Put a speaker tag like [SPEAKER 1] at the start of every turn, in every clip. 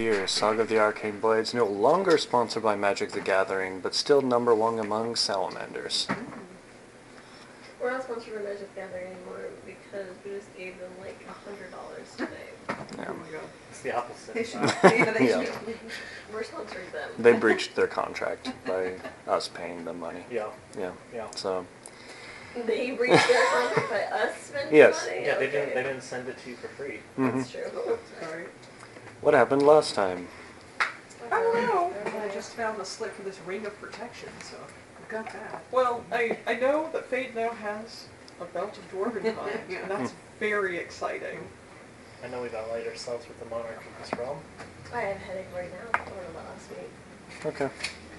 [SPEAKER 1] year, Saga of the Arcane Blades, no longer sponsored by Magic the Gathering, but still number one among salamanders.
[SPEAKER 2] We're not sponsored by Magic the Gathering anymore because we just gave them like a hundred dollars today.
[SPEAKER 1] Yeah.
[SPEAKER 3] It's the opposite.
[SPEAKER 4] They should, you know, they
[SPEAKER 1] Yeah.
[SPEAKER 4] should.
[SPEAKER 2] We're sponsoring them.
[SPEAKER 1] They breached their contract by us paying them money.
[SPEAKER 3] Yeah,
[SPEAKER 1] Yeah.
[SPEAKER 3] yeah.
[SPEAKER 1] So,
[SPEAKER 2] They breached their contract by us spending
[SPEAKER 1] Yes.
[SPEAKER 2] money.
[SPEAKER 3] Yeah, they
[SPEAKER 2] okay.
[SPEAKER 3] didn't, they didn't send it to you for free.
[SPEAKER 1] mhm.
[SPEAKER 2] That's true.
[SPEAKER 4] Sorry.
[SPEAKER 1] what happened last time?
[SPEAKER 4] I don't know. I just found the slip for this ring of protection, so I've got that.
[SPEAKER 5] Well, I, I know that Fade now has a belt of dwarven kind,
[SPEAKER 4] Yeah.
[SPEAKER 5] and that's very exciting.
[SPEAKER 3] I know we've allied ourselves with the monarch of this realm.
[SPEAKER 2] I have a headache right now. I don't know about last week.
[SPEAKER 1] Okay.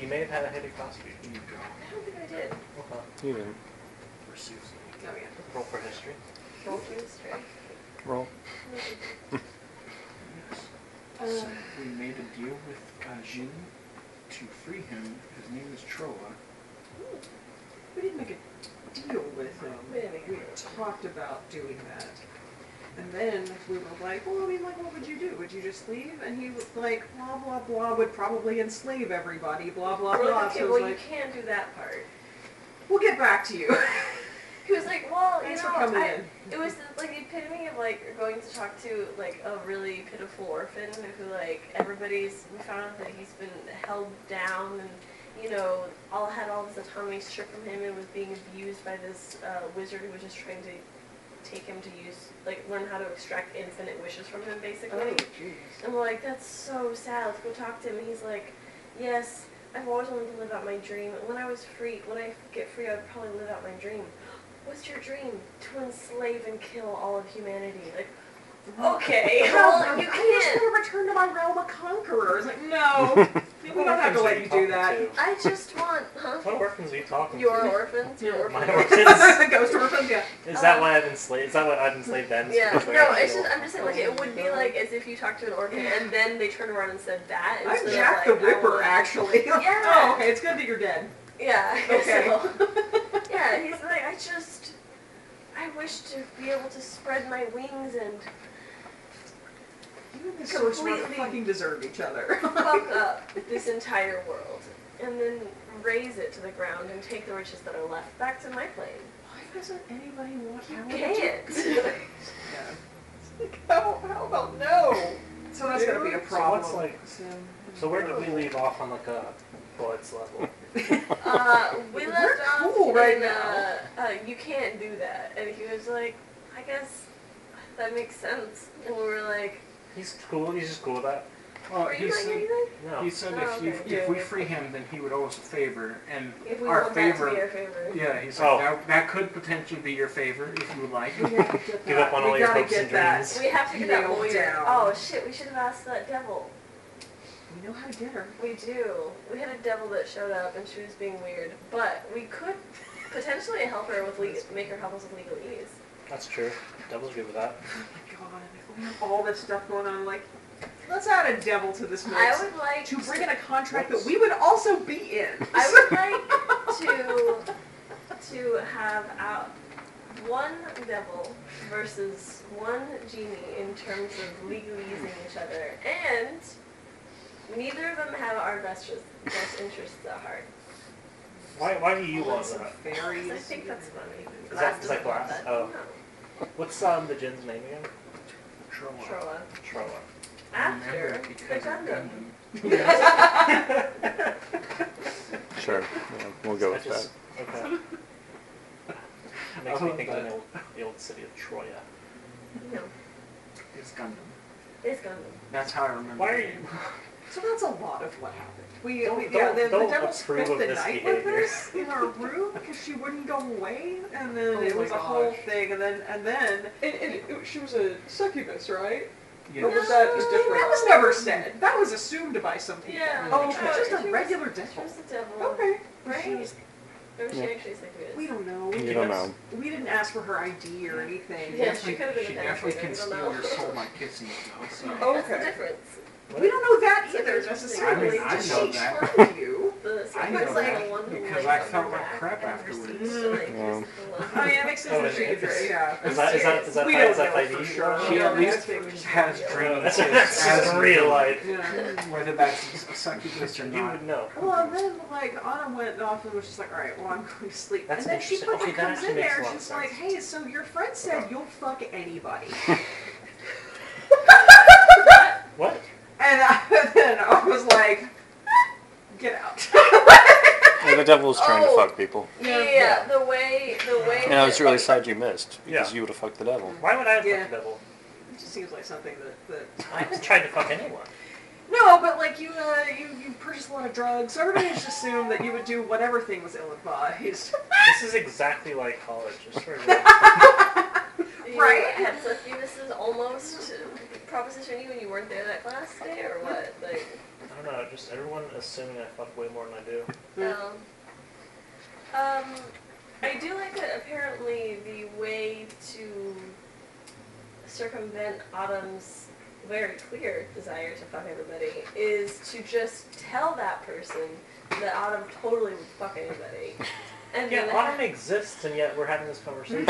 [SPEAKER 3] You may have had a headache last week.
[SPEAKER 2] I don't think I did.
[SPEAKER 3] Uh-huh.
[SPEAKER 1] You didn't.
[SPEAKER 4] Oh, yeah.
[SPEAKER 3] Roll for history.
[SPEAKER 2] Roll for the strike.
[SPEAKER 1] Roll.
[SPEAKER 2] Uh,
[SPEAKER 6] So we made a deal with Ajin to free him. His name is Troa.
[SPEAKER 5] We didn't make a deal with him.
[SPEAKER 2] We didn't make a
[SPEAKER 5] We
[SPEAKER 2] deal.
[SPEAKER 5] talked about doing that. And then we were like, well, I mean, like, what would you do? Would you just leave? And he was like, blah, blah, blah, would probably enslave everybody, blah, blah,
[SPEAKER 2] We're
[SPEAKER 5] blah.
[SPEAKER 2] like, okay,
[SPEAKER 5] so I
[SPEAKER 2] well,
[SPEAKER 5] was
[SPEAKER 2] you
[SPEAKER 5] like,
[SPEAKER 2] can't do that part.
[SPEAKER 5] we'll get back to you.
[SPEAKER 2] He was like, well, you
[SPEAKER 5] Thanks
[SPEAKER 2] know,
[SPEAKER 5] for coming
[SPEAKER 2] I,
[SPEAKER 5] in.
[SPEAKER 2] it was the, like the epitome of like going to talk to like a really pitiful orphan who like everybody's. We found out that he's been held down and you know all had all this autonomy stripped from him and was being abused by this uh, wizard who was just trying to take him to use like learn how to extract infinite wishes from him basically.
[SPEAKER 5] Oh, jeez.
[SPEAKER 2] And we're like, that's so sad. Let's go talk to him. And he's like, yes, I've always wanted to live out my dream. When I was free, when I get free, I'd probably live out my dream. What's your dream? To enslave and kill all of humanity. Like, okay, well, you
[SPEAKER 5] I'm just
[SPEAKER 2] can't.
[SPEAKER 5] going to return to my realm of conqueror. It's like, no, we don't have to let you do that.
[SPEAKER 2] I just want, huh?
[SPEAKER 3] What orphans are you talking
[SPEAKER 2] Your
[SPEAKER 3] to?
[SPEAKER 2] orphans, your
[SPEAKER 3] My
[SPEAKER 2] orphans.
[SPEAKER 3] orphans?
[SPEAKER 5] Ghost orphans, yeah.
[SPEAKER 3] Is that
[SPEAKER 2] Um,
[SPEAKER 3] why I've enslaved? Is that what I've enslaved them?
[SPEAKER 2] Yeah,
[SPEAKER 3] Because they're
[SPEAKER 2] no,
[SPEAKER 3] actually
[SPEAKER 2] it's just,
[SPEAKER 3] orphans.
[SPEAKER 2] I'm just saying, like, it would be like as if you talked to an orphan and then they turned around and said that.
[SPEAKER 5] I'm
[SPEAKER 2] instead
[SPEAKER 5] Jack the
[SPEAKER 2] of, like, I
[SPEAKER 5] Ripper,
[SPEAKER 2] want-
[SPEAKER 5] actually.
[SPEAKER 2] Yeah.
[SPEAKER 5] Oh, okay. It's good that you're dead.
[SPEAKER 2] Yeah.
[SPEAKER 5] Okay.
[SPEAKER 2] so- Yeah, he's like, I just, I wish to be able to spread my wings and
[SPEAKER 5] you and the sorcerer
[SPEAKER 2] Completely.
[SPEAKER 5] fucking deserve each other.
[SPEAKER 2] fuck up this entire world, and then raise it to the ground and take the riches that are left back to my plane.
[SPEAKER 5] Why doesn't anybody want
[SPEAKER 2] You
[SPEAKER 5] Howard
[SPEAKER 2] can't.
[SPEAKER 5] to- Yeah. It's like, How, how about no? So that's gonna be a
[SPEAKER 3] So
[SPEAKER 5] problem.
[SPEAKER 3] what's like- So where did we leave off on like a bullets level?
[SPEAKER 2] Uh, we
[SPEAKER 5] We're
[SPEAKER 2] left off
[SPEAKER 5] cool right
[SPEAKER 2] in,
[SPEAKER 5] now.
[SPEAKER 2] Uh, uh, you can't do that, and he was like, I guess that makes sense, and we were like,
[SPEAKER 3] He's cool. He's just cool with that.
[SPEAKER 6] Well,
[SPEAKER 2] Were you
[SPEAKER 6] he
[SPEAKER 2] like
[SPEAKER 6] said,
[SPEAKER 2] anything?
[SPEAKER 3] No.
[SPEAKER 6] he said
[SPEAKER 2] Oh,
[SPEAKER 6] if, you,
[SPEAKER 2] okay.
[SPEAKER 6] if we free him, then he would owe us a favor. And
[SPEAKER 2] If we
[SPEAKER 6] our
[SPEAKER 2] want
[SPEAKER 6] favor.
[SPEAKER 2] that to be our favorite.
[SPEAKER 6] Yeah, he said
[SPEAKER 3] Oh.
[SPEAKER 6] that, that could potentially be your favor if you would like.
[SPEAKER 3] Give up on all your hopes and dreams.
[SPEAKER 2] We have to get that
[SPEAKER 5] Nailed
[SPEAKER 2] lawyer.
[SPEAKER 5] down.
[SPEAKER 2] Oh shit, we should have asked that devil.
[SPEAKER 5] We know how to get her.
[SPEAKER 2] We do. We had a devil that showed up and she was being weird, but we could potentially help her with legal, make her help us with legal ease.
[SPEAKER 3] That's true. Devil's good with that.
[SPEAKER 5] Oh my god. We have all this stuff going on. Like, let's add a devil to this mix.
[SPEAKER 2] I would like
[SPEAKER 5] to bring in a contract that we would also be in.
[SPEAKER 2] I would like to to have out one devil versus one genie in terms of legally using each other, and neither of them have our best res- best interests at heart.
[SPEAKER 3] Why? Why do you want
[SPEAKER 5] Lots of
[SPEAKER 3] that?
[SPEAKER 5] fairies.
[SPEAKER 2] I think that's funny.
[SPEAKER 3] Is that- is that glass?
[SPEAKER 2] doesn't
[SPEAKER 3] Oh.
[SPEAKER 2] want that.
[SPEAKER 3] What's um the gin's name again?
[SPEAKER 2] No.
[SPEAKER 6] Troa.
[SPEAKER 2] Troa.
[SPEAKER 3] Troa.
[SPEAKER 6] Remember
[SPEAKER 2] After
[SPEAKER 6] it
[SPEAKER 2] the
[SPEAKER 6] because of
[SPEAKER 2] Gundam.
[SPEAKER 6] Gundam.
[SPEAKER 1] Sure. Yeah, we'll go
[SPEAKER 3] I
[SPEAKER 1] with that.
[SPEAKER 3] just, Okay. Makes me
[SPEAKER 6] Oh,
[SPEAKER 3] think of
[SPEAKER 6] but-
[SPEAKER 3] the old, the old city of Troya.
[SPEAKER 2] No,
[SPEAKER 6] It's Gundam.
[SPEAKER 2] it's Gundam.
[SPEAKER 6] That's how I remember.
[SPEAKER 3] Why are
[SPEAKER 6] it.
[SPEAKER 3] you?
[SPEAKER 5] So that's a lot of what happened. We,
[SPEAKER 3] Don't-
[SPEAKER 5] we yeah,
[SPEAKER 3] don't-
[SPEAKER 5] the,
[SPEAKER 3] don't
[SPEAKER 5] the devil
[SPEAKER 3] approve
[SPEAKER 5] spent
[SPEAKER 3] of
[SPEAKER 5] the
[SPEAKER 3] this
[SPEAKER 5] night
[SPEAKER 3] behavior.
[SPEAKER 5] with us in our room because she wouldn't go away, and then
[SPEAKER 4] Oh
[SPEAKER 5] it
[SPEAKER 4] my
[SPEAKER 5] was a whole
[SPEAKER 4] gosh.
[SPEAKER 5] thing, and then and then
[SPEAKER 4] And, and it- she was a succubus, right?
[SPEAKER 6] Yeah.
[SPEAKER 4] Or was that a
[SPEAKER 5] that
[SPEAKER 4] different?
[SPEAKER 5] was never said. That was assumed by some people.
[SPEAKER 2] Yeah.
[SPEAKER 5] Oh,
[SPEAKER 2] She
[SPEAKER 5] it was
[SPEAKER 2] was-
[SPEAKER 5] just
[SPEAKER 2] she
[SPEAKER 5] a
[SPEAKER 2] was-
[SPEAKER 5] regular
[SPEAKER 2] She
[SPEAKER 5] devil.
[SPEAKER 2] was the devil.
[SPEAKER 5] Okay,
[SPEAKER 2] Right?
[SPEAKER 5] right.
[SPEAKER 2] Or was she
[SPEAKER 1] Yeah.
[SPEAKER 2] actually Cyclops?
[SPEAKER 5] We don't know.
[SPEAKER 1] You don't know.
[SPEAKER 5] We didn't ask for her ID or anything.
[SPEAKER 2] Yeah, she
[SPEAKER 6] Definitely-
[SPEAKER 2] could've been a
[SPEAKER 6] She
[SPEAKER 2] bad
[SPEAKER 6] definitely
[SPEAKER 2] person,
[SPEAKER 6] can
[SPEAKER 2] I don't
[SPEAKER 6] steal
[SPEAKER 2] know.
[SPEAKER 6] your soul by kissing you, though. So.
[SPEAKER 5] Oh.
[SPEAKER 2] That's the
[SPEAKER 5] Okay.
[SPEAKER 2] difference.
[SPEAKER 5] We don't know that
[SPEAKER 2] So
[SPEAKER 5] either
[SPEAKER 2] there's-
[SPEAKER 5] necessarily.
[SPEAKER 6] I mean, I
[SPEAKER 5] Did
[SPEAKER 6] know
[SPEAKER 5] she
[SPEAKER 6] that.
[SPEAKER 3] Oh,
[SPEAKER 5] tell you?
[SPEAKER 2] The was,
[SPEAKER 6] I
[SPEAKER 2] it was
[SPEAKER 6] know
[SPEAKER 2] like
[SPEAKER 6] that
[SPEAKER 2] one who
[SPEAKER 6] because
[SPEAKER 2] lays
[SPEAKER 6] I
[SPEAKER 2] on
[SPEAKER 6] felt
[SPEAKER 2] their
[SPEAKER 6] like
[SPEAKER 2] back
[SPEAKER 6] crap
[SPEAKER 2] and
[SPEAKER 6] afterwards.
[SPEAKER 2] receives, like,
[SPEAKER 1] Yeah.
[SPEAKER 2] just the love.
[SPEAKER 5] Oh, yeah, it makes sense
[SPEAKER 3] Oh,
[SPEAKER 5] that
[SPEAKER 3] is
[SPEAKER 5] she
[SPEAKER 3] it-
[SPEAKER 5] could,
[SPEAKER 3] is-
[SPEAKER 5] yeah.
[SPEAKER 3] Is that, is that, is that,
[SPEAKER 5] We don't
[SPEAKER 3] is that
[SPEAKER 5] know
[SPEAKER 3] lady?
[SPEAKER 5] for sure.
[SPEAKER 6] She at least has
[SPEAKER 3] That's
[SPEAKER 6] dreams
[SPEAKER 3] that's
[SPEAKER 6] as
[SPEAKER 3] real
[SPEAKER 6] real,
[SPEAKER 3] life.
[SPEAKER 5] Yeah.
[SPEAKER 6] whether that's a succubus or
[SPEAKER 3] You
[SPEAKER 6] not.
[SPEAKER 3] would know.
[SPEAKER 5] Well, and then like Anna went off and was just like, all right, well I'm going to sleep.
[SPEAKER 3] That's
[SPEAKER 5] and then she
[SPEAKER 3] interesting.
[SPEAKER 5] fucking
[SPEAKER 3] Okay, that
[SPEAKER 5] comes
[SPEAKER 3] actually
[SPEAKER 5] in
[SPEAKER 3] makes a
[SPEAKER 5] there,
[SPEAKER 3] lot of
[SPEAKER 5] she's like, hey, so your friend said you'll fuck anybody.
[SPEAKER 3] What?
[SPEAKER 5] and I, then I was like, get out.
[SPEAKER 1] Yeah, the devil's trying to
[SPEAKER 2] Oh.
[SPEAKER 1] fuck people.
[SPEAKER 2] Yeah,
[SPEAKER 5] Yeah.
[SPEAKER 2] the way, the way.
[SPEAKER 1] And I was
[SPEAKER 2] that,
[SPEAKER 1] really
[SPEAKER 2] like,
[SPEAKER 1] sad you missed because
[SPEAKER 3] Yeah.
[SPEAKER 1] you would have fucked the devil.
[SPEAKER 3] Why would I fuck
[SPEAKER 5] Yeah.
[SPEAKER 3] the devil?
[SPEAKER 5] It just seems like something that, that
[SPEAKER 3] I haven't tried to fuck anyone.
[SPEAKER 5] no, but like you, uh, you, you purchased a lot of drugs. So everybody just assumed that you would do whatever thing was ill-advised.
[SPEAKER 3] This is exactly like college. Just sort of like-
[SPEAKER 2] you
[SPEAKER 5] Right?
[SPEAKER 2] Had something, this is almost Proposition you when you weren't there that class day or what? Like,
[SPEAKER 3] I don't know. Just everyone assuming I fuck way more than I do.
[SPEAKER 5] Mm.
[SPEAKER 2] um, um, I do like that apparently the way to circumvent Autumn's very clear desire to fuck everybody is to just tell that person that Autumn totally would fuck anybody. And
[SPEAKER 3] Yeah,
[SPEAKER 2] then
[SPEAKER 3] Autumn exists, and yet we're having this conversation.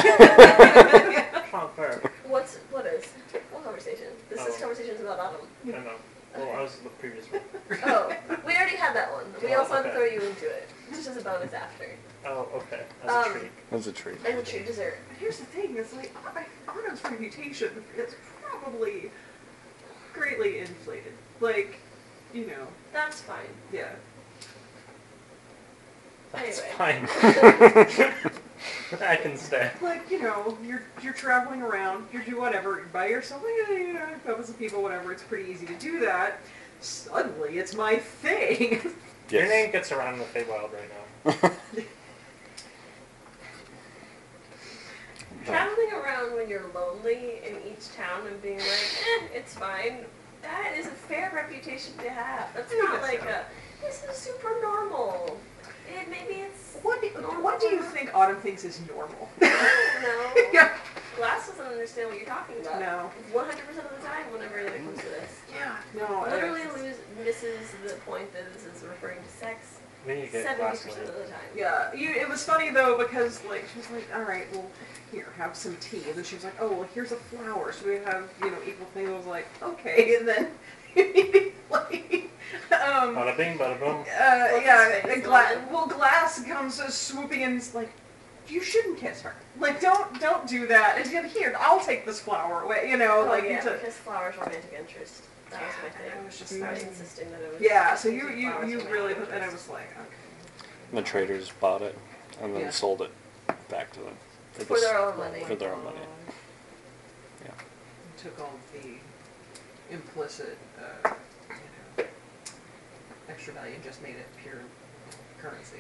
[SPEAKER 3] Trump her.
[SPEAKER 2] What's what is? What conversation? This
[SPEAKER 3] Oh.
[SPEAKER 2] is conversations about autumn.
[SPEAKER 3] I don't know. Well, I was the previous one.
[SPEAKER 2] Oh, we already had that one. We
[SPEAKER 3] Oh,
[SPEAKER 2] also had to
[SPEAKER 3] okay.
[SPEAKER 2] throw you into it, just as a bonus after.
[SPEAKER 3] Oh, okay. That's
[SPEAKER 2] Um,
[SPEAKER 3] a treat.
[SPEAKER 1] That's a treat.
[SPEAKER 2] And a true dessert.
[SPEAKER 5] But here's the thing, it's like Ar- Arno's reputation is probably greatly inflated. Like, you know,
[SPEAKER 2] That's fine.
[SPEAKER 5] yeah.
[SPEAKER 3] That's
[SPEAKER 2] anyway.
[SPEAKER 3] fine. I can stay.
[SPEAKER 5] Like, you know, you're you're traveling around, you do whatever, you're by yourself, eh, you know, couples of people, whatever, it's pretty easy to do that. Suddenly it's my thing.
[SPEAKER 3] Your
[SPEAKER 1] Yes.
[SPEAKER 3] name gets around in the Feywild right now.
[SPEAKER 2] Traveling around when you're lonely in each town and being like, eh, it's fine. That is a fair reputation to have. That's
[SPEAKER 5] I
[SPEAKER 2] not
[SPEAKER 5] guess
[SPEAKER 2] like
[SPEAKER 5] so.
[SPEAKER 2] a. This is super normal. It maybe it's.
[SPEAKER 5] what do, what do you think Autumn thinks is normal?
[SPEAKER 2] I don't know.
[SPEAKER 5] yeah.
[SPEAKER 2] Glass doesn't understand what you're talking about.
[SPEAKER 5] No.
[SPEAKER 2] 100% of the time, whenever it comes to this.
[SPEAKER 5] Yeah. No, Oh, I
[SPEAKER 2] literally lose, misses the point that this is referring to sex
[SPEAKER 3] We need to get
[SPEAKER 2] seventy
[SPEAKER 3] glass
[SPEAKER 2] percent of
[SPEAKER 3] later.
[SPEAKER 2] the time.
[SPEAKER 5] Yeah, you, it was funny though because like she was like, all right, well, here, have some tea, and then she was like, oh, well, here's a flower. Should we have you know equal thing? I was like, okay, and then like, um, uh,
[SPEAKER 3] Bada bing, bada boom.
[SPEAKER 5] yeah, and gla- well, glass comes uh, swooping in, is like, you shouldn't kiss her. Like, don't don't do that. And then here, I'll take this flower away. You know,
[SPEAKER 2] Oh,
[SPEAKER 5] like
[SPEAKER 2] yeah,
[SPEAKER 5] you took-
[SPEAKER 2] because flowers romantic interest. That was my
[SPEAKER 5] And I
[SPEAKER 2] thing.
[SPEAKER 5] was just
[SPEAKER 2] I was
[SPEAKER 5] like,
[SPEAKER 2] insisting that it was.
[SPEAKER 5] yeah. So you
[SPEAKER 2] Flowers
[SPEAKER 5] you you
[SPEAKER 2] romantic
[SPEAKER 5] really, put- and I
[SPEAKER 2] interest.
[SPEAKER 5] was like, okay,
[SPEAKER 1] The traders bought it and then
[SPEAKER 5] Yeah.
[SPEAKER 1] sold it back to them. They
[SPEAKER 2] For
[SPEAKER 1] just-
[SPEAKER 2] their own money.
[SPEAKER 1] For their own money. Yeah.
[SPEAKER 5] took all the implicit, uh, you know, extra value and just made it pure currency.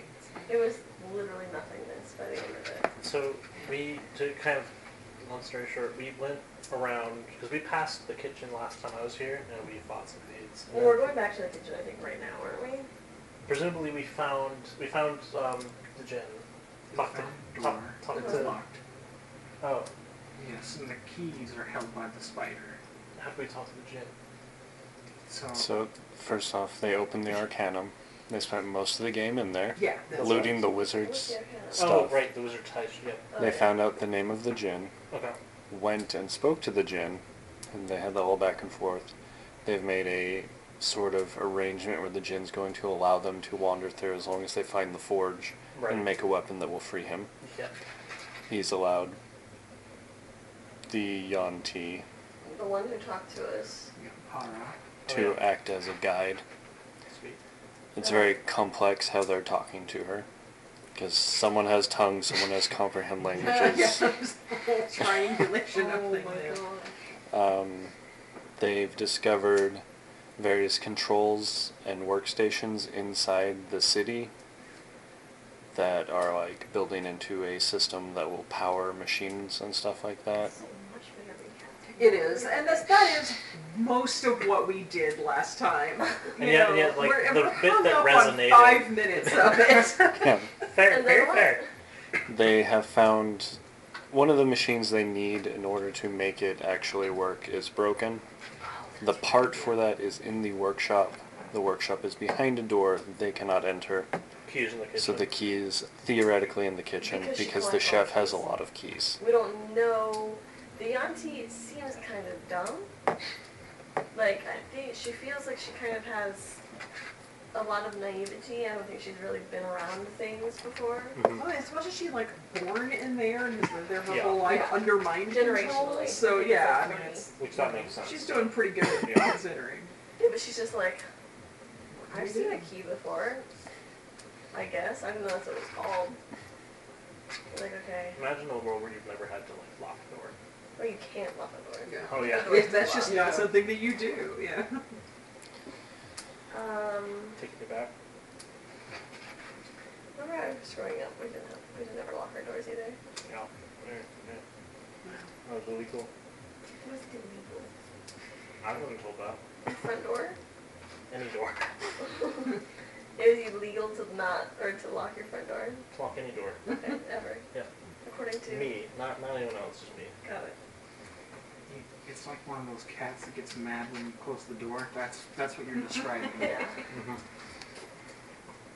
[SPEAKER 2] It was literally nothingness by the end of it.
[SPEAKER 3] So we, to kind of, long story short, we went around, because we passed the kitchen last time I was here, and we bought some things.
[SPEAKER 2] Well, we're going back to the kitchen, I think, right now, aren't we?
[SPEAKER 3] Presumably we found, we found um, the gin. Locked it. Top,
[SPEAKER 6] Front door.
[SPEAKER 3] top
[SPEAKER 6] It's
[SPEAKER 3] to-
[SPEAKER 6] locked.
[SPEAKER 3] Oh,
[SPEAKER 6] Yes, and the keys are held by the spider.
[SPEAKER 3] how do we talk to the gin?
[SPEAKER 6] So,
[SPEAKER 1] So, first off, they opened the Arcanum. They spent most of the game in there,
[SPEAKER 5] Yeah. that's-
[SPEAKER 1] looting the
[SPEAKER 2] What's
[SPEAKER 1] wizard's
[SPEAKER 2] the account?
[SPEAKER 1] stuff.
[SPEAKER 3] Oh, right, the wizard ties. Yeah.
[SPEAKER 2] Oh,
[SPEAKER 1] They
[SPEAKER 2] yeah.
[SPEAKER 1] found out the name of the djinn,
[SPEAKER 3] Okay.
[SPEAKER 1] went and spoke to the djinn, and they had the whole back and forth. They've made a sort of arrangement where the djinn's going to allow them to wander through as long as they find the forge
[SPEAKER 3] Right.
[SPEAKER 1] and make a weapon that will free him.
[SPEAKER 3] Yeah.
[SPEAKER 1] He's allowed the Yanti
[SPEAKER 2] The one who talked to us.
[SPEAKER 6] yeah, Para.
[SPEAKER 1] to
[SPEAKER 3] Oh, yeah.
[SPEAKER 1] act as a guide.
[SPEAKER 3] Sweet.
[SPEAKER 1] It's
[SPEAKER 2] Okay.
[SPEAKER 1] very complex how they're talking to her. Because someone has tongue, someone has comprehend
[SPEAKER 5] Yeah,
[SPEAKER 1] languages.
[SPEAKER 5] yeah, just the whole triangulation of
[SPEAKER 2] oh
[SPEAKER 5] things.
[SPEAKER 2] my
[SPEAKER 5] there.
[SPEAKER 2] god.
[SPEAKER 1] Um, they've discovered various controls and workstations inside the city that are like building into a system that will power machines and stuff like that.
[SPEAKER 2] So much better recap.
[SPEAKER 5] It is, and that's, that is most of what we did last time. You
[SPEAKER 3] And yet-
[SPEAKER 5] know,
[SPEAKER 3] and yet, like,
[SPEAKER 5] we're,
[SPEAKER 3] the
[SPEAKER 5] we're
[SPEAKER 3] bit
[SPEAKER 5] hung
[SPEAKER 3] that
[SPEAKER 5] up
[SPEAKER 3] resonated-
[SPEAKER 5] on five minutes of it.
[SPEAKER 1] Yeah.
[SPEAKER 3] Fair,
[SPEAKER 2] And then
[SPEAKER 3] fair,
[SPEAKER 2] what?
[SPEAKER 3] fair.
[SPEAKER 1] They have found one of the machines they need in order to make it actually work is broken. The part for that is in the workshop The workshop is behind a door they cannot enter,
[SPEAKER 3] Keys in the kitchen.
[SPEAKER 1] so the key is theoretically in the kitchen
[SPEAKER 2] Because she
[SPEAKER 1] because the
[SPEAKER 2] collects all
[SPEAKER 1] chef
[SPEAKER 2] the
[SPEAKER 1] has a
[SPEAKER 2] keys.
[SPEAKER 1] lot of keys.
[SPEAKER 2] We don't know. The auntie seems kind of dumb. Like, I think she feels like she kind of has a lot of naivety. I don't think she's really been around things before.
[SPEAKER 7] Well, as much as she like born in there and has lived there her
[SPEAKER 3] Yeah.
[SPEAKER 7] whole life
[SPEAKER 2] Yeah.
[SPEAKER 7] under mind control,
[SPEAKER 2] Generationally,
[SPEAKER 7] so
[SPEAKER 2] it's
[SPEAKER 7] yeah,
[SPEAKER 2] like
[SPEAKER 7] I mean,
[SPEAKER 2] money.
[SPEAKER 7] it's,
[SPEAKER 3] Which that makes sense.
[SPEAKER 7] she's doing pretty good
[SPEAKER 3] Yeah.
[SPEAKER 7] considering.
[SPEAKER 2] Yeah, but she's just like, I've seen a key before. I guess. I don't know that's what it's called. Like, okay.
[SPEAKER 3] Imagine a world where you've never had to like lock the door.
[SPEAKER 2] Well, you can't lock the door.
[SPEAKER 7] Yeah.
[SPEAKER 3] Oh yeah.
[SPEAKER 7] If that's just
[SPEAKER 5] Yeah.
[SPEAKER 7] not something that you do, yeah.
[SPEAKER 2] Um,
[SPEAKER 3] Taking it back.
[SPEAKER 2] remember I was growing up, we didn't have, we didn't ever lock our doors either.
[SPEAKER 3] Yeah. Yeah. yeah. That was illegal.
[SPEAKER 2] It was illegal.
[SPEAKER 3] I wasn't told that.
[SPEAKER 2] The front door?
[SPEAKER 3] Any door.
[SPEAKER 2] It was illegal to not or to lock your front door.
[SPEAKER 3] Lock any door.
[SPEAKER 2] Okay, ever.
[SPEAKER 3] Yeah.
[SPEAKER 2] According to
[SPEAKER 3] Me, not not anyone else, just me.
[SPEAKER 2] Got it.
[SPEAKER 8] It's like one of those cats that gets mad when you close the door. That's that's what you're describing.
[SPEAKER 2] Yeah.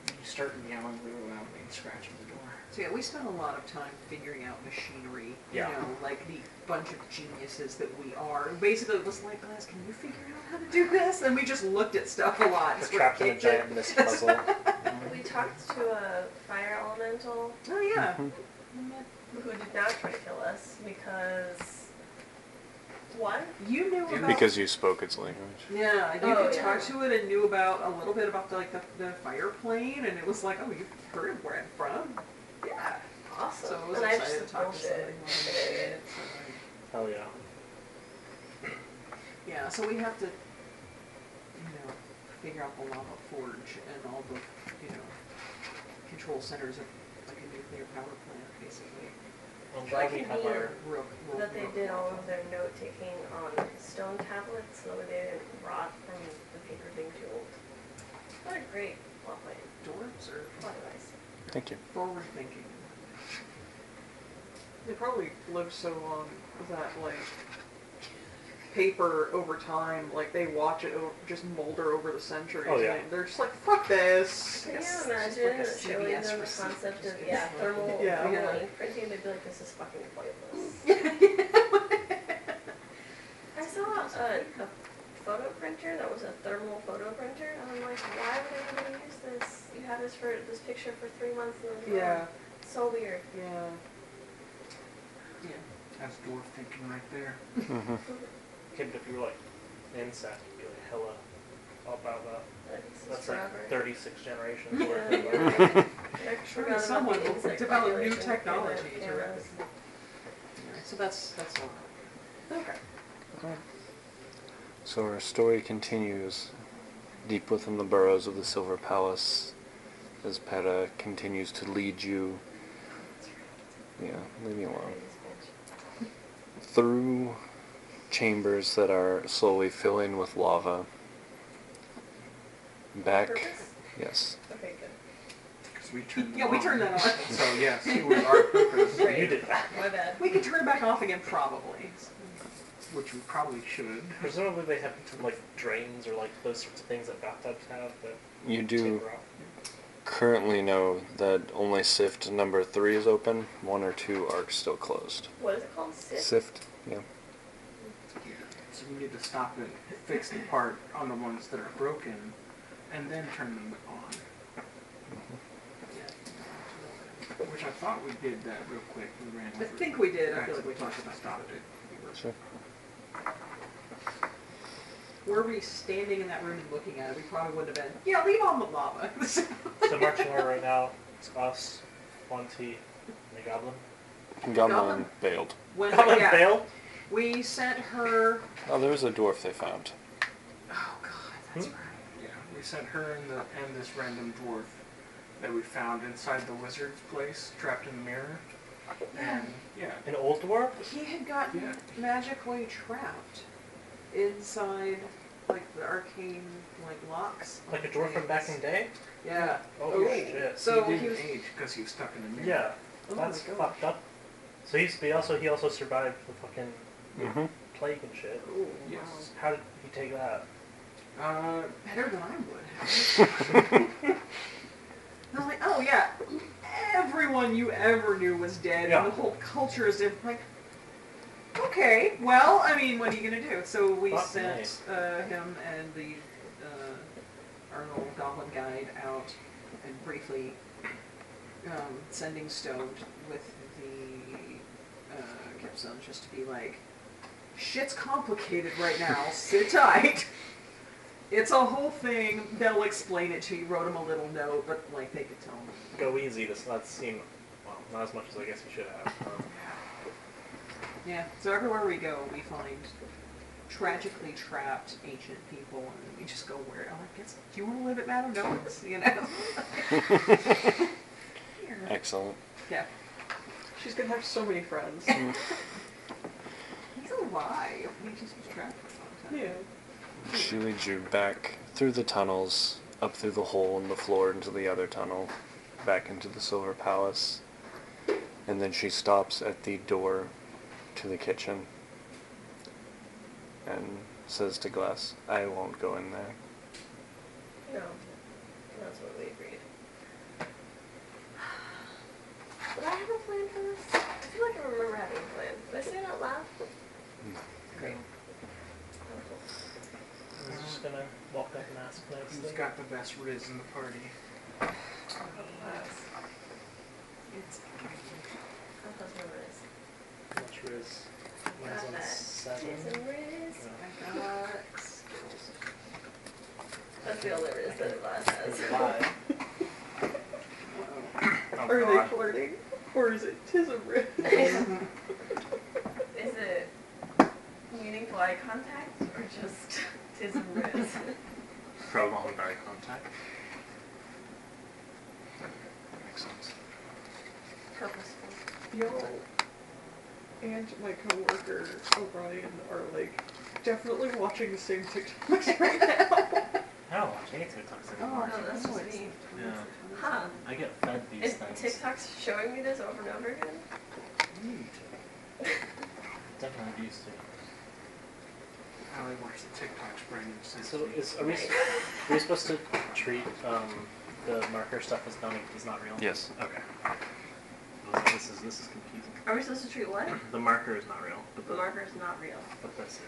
[SPEAKER 8] You start yelling really loudly and scratching the door.
[SPEAKER 5] So yeah, we spent a lot of time figuring out machinery.
[SPEAKER 3] Yeah.
[SPEAKER 5] You know, like the bunch of geniuses that we are. Basically, it was like, Glass, can you figure out how to do this? And we just looked at stuff a lot.
[SPEAKER 3] We're trapped in a giant mist puzzle.
[SPEAKER 2] We talked to a fire elemental
[SPEAKER 5] Oh yeah.
[SPEAKER 1] Mm-hmm.
[SPEAKER 3] Mm-hmm.
[SPEAKER 2] who did not try to kill us because what?
[SPEAKER 5] You knew about
[SPEAKER 1] Because you spoke its language.
[SPEAKER 5] yeah, you
[SPEAKER 2] Oh,
[SPEAKER 5] could
[SPEAKER 2] yeah.
[SPEAKER 5] talk to it and knew about a little bit about the, like the, the fire plane, and it was like, oh, you've heard of where I'm from. Yeah.
[SPEAKER 2] Awesome.
[SPEAKER 5] So I was
[SPEAKER 2] and I
[SPEAKER 5] excited
[SPEAKER 2] just
[SPEAKER 5] to talk to somebody.
[SPEAKER 2] bullshit.
[SPEAKER 5] who understood it, so, like,
[SPEAKER 3] Hell yeah.
[SPEAKER 5] Yeah, so we have to, you know, figure out the lava forge and all the, you know, control centers of like a nuclear power plant, basically.
[SPEAKER 3] I'm glad we
[SPEAKER 2] Like
[SPEAKER 3] have
[SPEAKER 2] here.
[SPEAKER 3] our
[SPEAKER 5] Real, real,
[SPEAKER 2] That they
[SPEAKER 5] real
[SPEAKER 2] did all
[SPEAKER 5] lava.
[SPEAKER 2] of their note taking on stone tablets so that they didn't rot from the paper being too old. What a great plot line.
[SPEAKER 5] Dwarves are
[SPEAKER 2] Plot device.
[SPEAKER 1] Thank you.
[SPEAKER 5] forward thinking.
[SPEAKER 7] They probably lived so long that like paper over time, like they watch it over, just molder over the centuries.
[SPEAKER 3] Oh, yeah.
[SPEAKER 7] and they're just like, fuck this.
[SPEAKER 2] Can you
[SPEAKER 5] Yes, it's
[SPEAKER 2] imagine
[SPEAKER 5] like a
[SPEAKER 2] showing
[SPEAKER 5] CVS
[SPEAKER 2] them the
[SPEAKER 5] receipt,
[SPEAKER 2] concept of
[SPEAKER 5] just get
[SPEAKER 2] yeah
[SPEAKER 5] it.
[SPEAKER 2] thermal
[SPEAKER 7] Yeah.
[SPEAKER 2] thermal
[SPEAKER 7] Yeah.
[SPEAKER 2] ink printing? They'd be like, this is fucking pointless. I saw a, a photo printer that was a thermal photo printer, and I'm like, why would anybody use this? You had this for this picture for three months and then
[SPEAKER 7] Yeah,
[SPEAKER 2] so weird.
[SPEAKER 7] yeah.
[SPEAKER 8] That's dwarf thinking right there.
[SPEAKER 1] Mm-hmm.
[SPEAKER 3] kid if you were like insect, you'd be like hella about that.
[SPEAKER 2] Like, this is
[SPEAKER 3] That's
[SPEAKER 2] forever.
[SPEAKER 3] like thirty six generations
[SPEAKER 2] Yeah.
[SPEAKER 3] worth of uh,
[SPEAKER 2] I forgot
[SPEAKER 7] Surely
[SPEAKER 2] about
[SPEAKER 7] someone
[SPEAKER 2] the
[SPEAKER 7] will
[SPEAKER 2] insect
[SPEAKER 7] develop new
[SPEAKER 2] population. Yeah,
[SPEAKER 7] technology
[SPEAKER 2] yeah,
[SPEAKER 7] to
[SPEAKER 2] yeah.
[SPEAKER 7] replicate.
[SPEAKER 5] Yeah, so that's that's all.
[SPEAKER 2] Okay.
[SPEAKER 1] So our story continues deep within the burrows of the Silver Palace as Peta continues to lead you. Yeah, leave me alone. Through chambers that are slowly filling with lava. Back.
[SPEAKER 2] Purpose?
[SPEAKER 1] Yes.
[SPEAKER 2] Okay, good.
[SPEAKER 8] Because we turned
[SPEAKER 5] Yeah, we
[SPEAKER 8] on.
[SPEAKER 5] turned that on.
[SPEAKER 8] So yes, it was our purpose,
[SPEAKER 2] Great.
[SPEAKER 3] you did that.
[SPEAKER 2] My bad.
[SPEAKER 5] We can turn it back off again, probably.
[SPEAKER 8] which we probably should.
[SPEAKER 3] Presumably they have like drains or like those sorts of things that bathtubs have that
[SPEAKER 1] You do
[SPEAKER 3] taper off.
[SPEAKER 1] currently know that only Sift number three is open. One or two are still closed.
[SPEAKER 2] What is it called? Sit?
[SPEAKER 1] Sift. Yeah.
[SPEAKER 8] So we need to stop it, fix the part on the ones that are broken, and then turn them on. Which I thought we did that real quick. We ran
[SPEAKER 5] I
[SPEAKER 8] over.
[SPEAKER 5] think we did. I
[SPEAKER 8] back
[SPEAKER 5] feel
[SPEAKER 8] to
[SPEAKER 5] like we
[SPEAKER 8] the
[SPEAKER 5] talked
[SPEAKER 8] place
[SPEAKER 5] about
[SPEAKER 8] that
[SPEAKER 5] that.
[SPEAKER 8] Stopped it.
[SPEAKER 1] Sure.
[SPEAKER 5] Were we standing in that room and looking at it, we probably would have been. Yeah, leave on the lava.
[SPEAKER 3] So marching order right now, it's us, Monty, and the goblin.
[SPEAKER 1] Goblin bailed.
[SPEAKER 5] when
[SPEAKER 3] Goblin
[SPEAKER 5] yeah,
[SPEAKER 3] fail?
[SPEAKER 5] we sent her.
[SPEAKER 1] Oh, there was a dwarf they found.
[SPEAKER 5] Oh God,
[SPEAKER 3] Hmm?
[SPEAKER 5] that's right.
[SPEAKER 8] Yeah, we sent her and the and this random dwarf that we found inside the wizard's place, trapped in the mirror. And yeah,
[SPEAKER 3] An old dwarf?
[SPEAKER 5] He had gotten
[SPEAKER 8] Yeah.
[SPEAKER 5] magically trapped inside like the arcane like locks.
[SPEAKER 3] Like a dwarf from back in the day?
[SPEAKER 5] Yeah.
[SPEAKER 3] Oh,
[SPEAKER 5] Oh,
[SPEAKER 3] shit.
[SPEAKER 5] So
[SPEAKER 8] he
[SPEAKER 5] he,
[SPEAKER 8] didn't
[SPEAKER 5] was.
[SPEAKER 8] age because he was stuck in the mirror.
[SPEAKER 3] Yeah.
[SPEAKER 5] Oh my
[SPEAKER 3] That's
[SPEAKER 5] gosh.
[SPEAKER 3] fucked up. So he's he also he also survived the fucking
[SPEAKER 1] Mm-hmm.
[SPEAKER 3] plague and shit.
[SPEAKER 5] Oh, wow.
[SPEAKER 8] Yes.
[SPEAKER 3] How did he take that?
[SPEAKER 8] Uh,
[SPEAKER 5] Better than I would And I was like, oh yeah, everyone you ever knew was dead,
[SPEAKER 3] Yeah.
[SPEAKER 5] and the whole culture is dead. I'm like, okay, well, I mean, what are you gonna do? So we
[SPEAKER 3] Fuck
[SPEAKER 5] sent uh, him and the uh, our little goblin guide out and briefly um, sending Stoned with the uh, capstone just to be like, shit's complicated right now. Sit tight. It's a whole thing. They'll explain it to you. Wrote him a little note, but like they could tell him.
[SPEAKER 3] Go easy. This that seemed well, not as much as I guess you should have. Um,
[SPEAKER 5] Yeah. So everywhere we go, we find tragically trapped ancient people, and we just go where. I'm like, "Guess- do you want to live at Madame Dolan's? You know. Here.
[SPEAKER 1] Excellent.
[SPEAKER 5] yeah.
[SPEAKER 9] She's gonna have so many friends.
[SPEAKER 5] He's alive. He just was trapped for a long time.
[SPEAKER 9] yeah.
[SPEAKER 1] She leads you back through the tunnels, up through the hole in the floor into the other tunnel, back into the Silver Palace, and then she stops at the door to the kitchen and says to Glass, I won't go in there.
[SPEAKER 2] No, that's what we agreed. Did I have a plan for this? I feel like I remember having a plan. Did I say it out loud? Oh, Great.
[SPEAKER 3] I was just gonna walk up and ask
[SPEAKER 6] Who's
[SPEAKER 3] nicely.
[SPEAKER 6] got the best riz in the party?
[SPEAKER 5] oh It's
[SPEAKER 2] I'll close my eyes.
[SPEAKER 3] Much riz. Mine's
[SPEAKER 2] Got
[SPEAKER 3] on
[SPEAKER 2] that.
[SPEAKER 3] seven.
[SPEAKER 2] It's a risk.
[SPEAKER 3] Yeah.
[SPEAKER 5] I got skills.
[SPEAKER 2] That's the only risk that Vlad
[SPEAKER 3] It's
[SPEAKER 2] has.
[SPEAKER 3] alive.
[SPEAKER 6] Oh
[SPEAKER 9] Are
[SPEAKER 6] God.
[SPEAKER 9] they flirting? Or is it tis a risk?
[SPEAKER 2] Is it meaningful eye contact or just tis a risk?
[SPEAKER 6] Prolonged eye contact. Makes sense.
[SPEAKER 2] Purposeful.
[SPEAKER 9] Yo, and my coworker O'Brien are like definitely watching the same TikToks right now.
[SPEAKER 5] Oh,
[SPEAKER 3] I don't watch any TikToks anymore.
[SPEAKER 2] Oh, that's just me.
[SPEAKER 3] Yeah.
[SPEAKER 2] Huh.
[SPEAKER 3] I get fed these
[SPEAKER 2] Is
[SPEAKER 3] things.
[SPEAKER 2] TikTok's showing me this over and over again?
[SPEAKER 3] Definitely used to.
[SPEAKER 6] Allie watched the TikToks Brandon sent
[SPEAKER 3] So
[SPEAKER 6] me.
[SPEAKER 3] is are we, s- are we supposed to treat um, the marker stuff as not as not real?
[SPEAKER 1] Yes.
[SPEAKER 3] Okay. I was like, This is this is confusing.
[SPEAKER 2] Are we supposed to treat what?
[SPEAKER 3] The marker is not real, but
[SPEAKER 2] The
[SPEAKER 3] the
[SPEAKER 2] marker is not real.
[SPEAKER 3] but this is.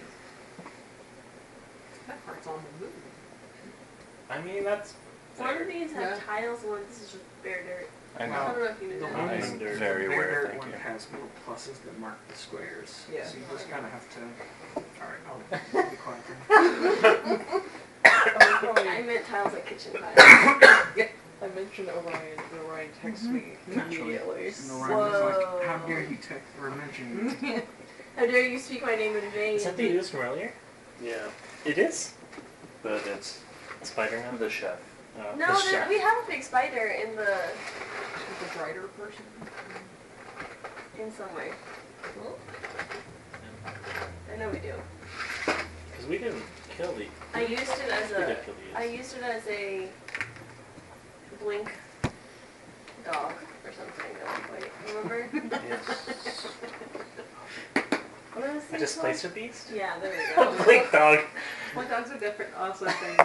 [SPEAKER 5] That part's on the move.
[SPEAKER 3] I mean that's.
[SPEAKER 2] One of these have
[SPEAKER 9] Yeah.
[SPEAKER 2] tiles, one of these is just bare dirt.
[SPEAKER 1] I
[SPEAKER 2] I
[SPEAKER 1] know.
[SPEAKER 2] don't know if you knew
[SPEAKER 6] The
[SPEAKER 2] that.
[SPEAKER 6] one
[SPEAKER 1] I'm
[SPEAKER 6] is- the
[SPEAKER 1] very
[SPEAKER 6] bigger
[SPEAKER 1] aware, thank
[SPEAKER 6] one
[SPEAKER 1] you.
[SPEAKER 6] has little pluses that mark the squares.
[SPEAKER 9] Yeah.
[SPEAKER 6] So you just kind of have to. All right, I'll be quiet then.
[SPEAKER 3] Oh,
[SPEAKER 2] I meant tiles like kitchen tiles.
[SPEAKER 9] I mentioned Orion, and Orion texts
[SPEAKER 5] Mm-hmm.
[SPEAKER 9] me
[SPEAKER 6] Naturally.
[SPEAKER 9] immediately.
[SPEAKER 6] And Orion was like, "How
[SPEAKER 2] Whoa.
[SPEAKER 6] dare you text or mention me?"
[SPEAKER 2] How dare you speak my name in vain?
[SPEAKER 3] Is that the news from earlier?
[SPEAKER 1] Yeah,
[SPEAKER 3] It is.
[SPEAKER 1] but it's
[SPEAKER 3] Spider Man.
[SPEAKER 1] the chef.
[SPEAKER 3] Oh.
[SPEAKER 2] No,
[SPEAKER 3] The
[SPEAKER 2] there,
[SPEAKER 3] chef.
[SPEAKER 2] we have a big spider in the
[SPEAKER 9] With the writer person.
[SPEAKER 2] in somewhere. I know we do.
[SPEAKER 3] Because we didn't kill the.
[SPEAKER 2] I used it as
[SPEAKER 3] We
[SPEAKER 2] a
[SPEAKER 3] did kill the.
[SPEAKER 2] I used it as a blink dog or something. at one point. Remember?
[SPEAKER 3] Yes.
[SPEAKER 2] What was
[SPEAKER 3] I
[SPEAKER 2] thing
[SPEAKER 3] displaced a beast.
[SPEAKER 2] called? Yeah, there we go.
[SPEAKER 3] Blink dog.
[SPEAKER 5] My dogs are different, awesome thing.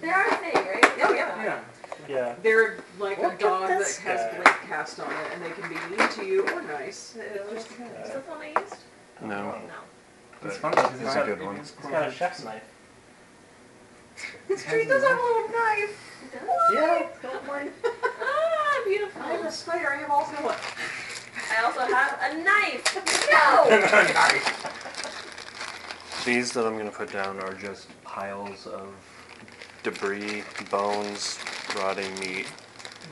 [SPEAKER 2] They're our thing, right? Oh yeah.
[SPEAKER 6] Yeah.
[SPEAKER 3] Yeah.
[SPEAKER 5] They're like a
[SPEAKER 3] Look at
[SPEAKER 5] dog that
[SPEAKER 3] this
[SPEAKER 5] has
[SPEAKER 3] guy.
[SPEAKER 5] blink cast on it, and they can be mean to you or nice. It just
[SPEAKER 2] Is
[SPEAKER 5] depends.
[SPEAKER 2] that the one I used?
[SPEAKER 1] No,
[SPEAKER 2] No.
[SPEAKER 6] It's
[SPEAKER 1] but
[SPEAKER 6] funny because
[SPEAKER 1] it's a good one.
[SPEAKER 3] It's got a chef's knife.
[SPEAKER 5] It's treat those have a little
[SPEAKER 9] Oh,
[SPEAKER 5] knife.
[SPEAKER 2] It does?
[SPEAKER 3] Yeah.
[SPEAKER 2] Don't worry. ah, beautiful.
[SPEAKER 5] I have a spider. I have also what?
[SPEAKER 2] I also have a knife. No.
[SPEAKER 6] knife.
[SPEAKER 1] These that I'm gonna put down are just piles of debris, bones, rotting meat.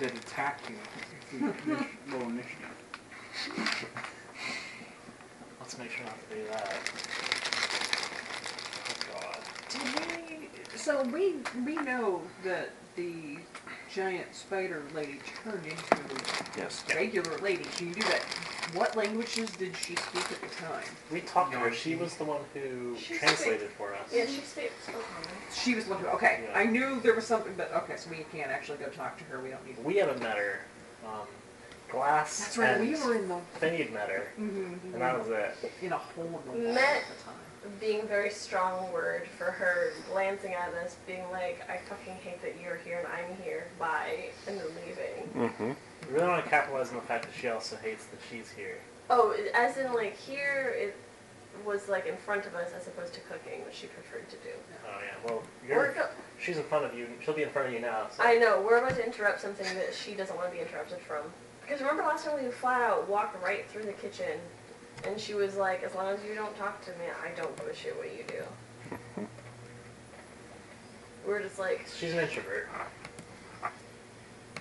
[SPEAKER 6] That attack you if you initi- roll initiative.
[SPEAKER 3] Let's make sure not to do that. Oh god.
[SPEAKER 5] Did we? So we we know that the giant spider lady turned into
[SPEAKER 1] Yes.
[SPEAKER 5] a regular lady. She knew that. What languages did she speak at the time?
[SPEAKER 3] We talked to her.
[SPEAKER 6] No,
[SPEAKER 3] She
[SPEAKER 6] she-
[SPEAKER 3] was the one who
[SPEAKER 2] She's
[SPEAKER 3] translated for us.
[SPEAKER 2] Yeah, she speaks.
[SPEAKER 5] She was looking. Okay,
[SPEAKER 3] Yeah.
[SPEAKER 5] I knew there was something, but okay, so we can't actually go talk to her. We don't need.
[SPEAKER 3] We haven't met her. Um, Glass.
[SPEAKER 5] That's right.
[SPEAKER 3] And
[SPEAKER 5] We were in the mm-hmm.
[SPEAKER 3] Finney had met her, and that was it.
[SPEAKER 5] in a hole in the wall
[SPEAKER 2] Met
[SPEAKER 5] at the time.
[SPEAKER 2] being a very strong word for her glancing at us, being like, I fucking hate that you're here and I'm here, bye, and then leaving.
[SPEAKER 1] Mm-hmm.
[SPEAKER 3] We really want to capitalize on the fact that she also hates that she's here.
[SPEAKER 2] Oh, as in like here, it was like in front of us as opposed to cooking, which she preferred to do.
[SPEAKER 3] Oh yeah. Well,
[SPEAKER 2] We're
[SPEAKER 3] you're,
[SPEAKER 2] go-
[SPEAKER 3] she's in front of you. She'll be in front of you now. So.
[SPEAKER 2] I know, we're about to interrupt something that she doesn't want to be interrupted from. Because remember last time we flat out walked right through the kitchen, and she was like, as long as you don't talk to me, I don't give a shit what you do. we were just like,
[SPEAKER 3] She's an introvert,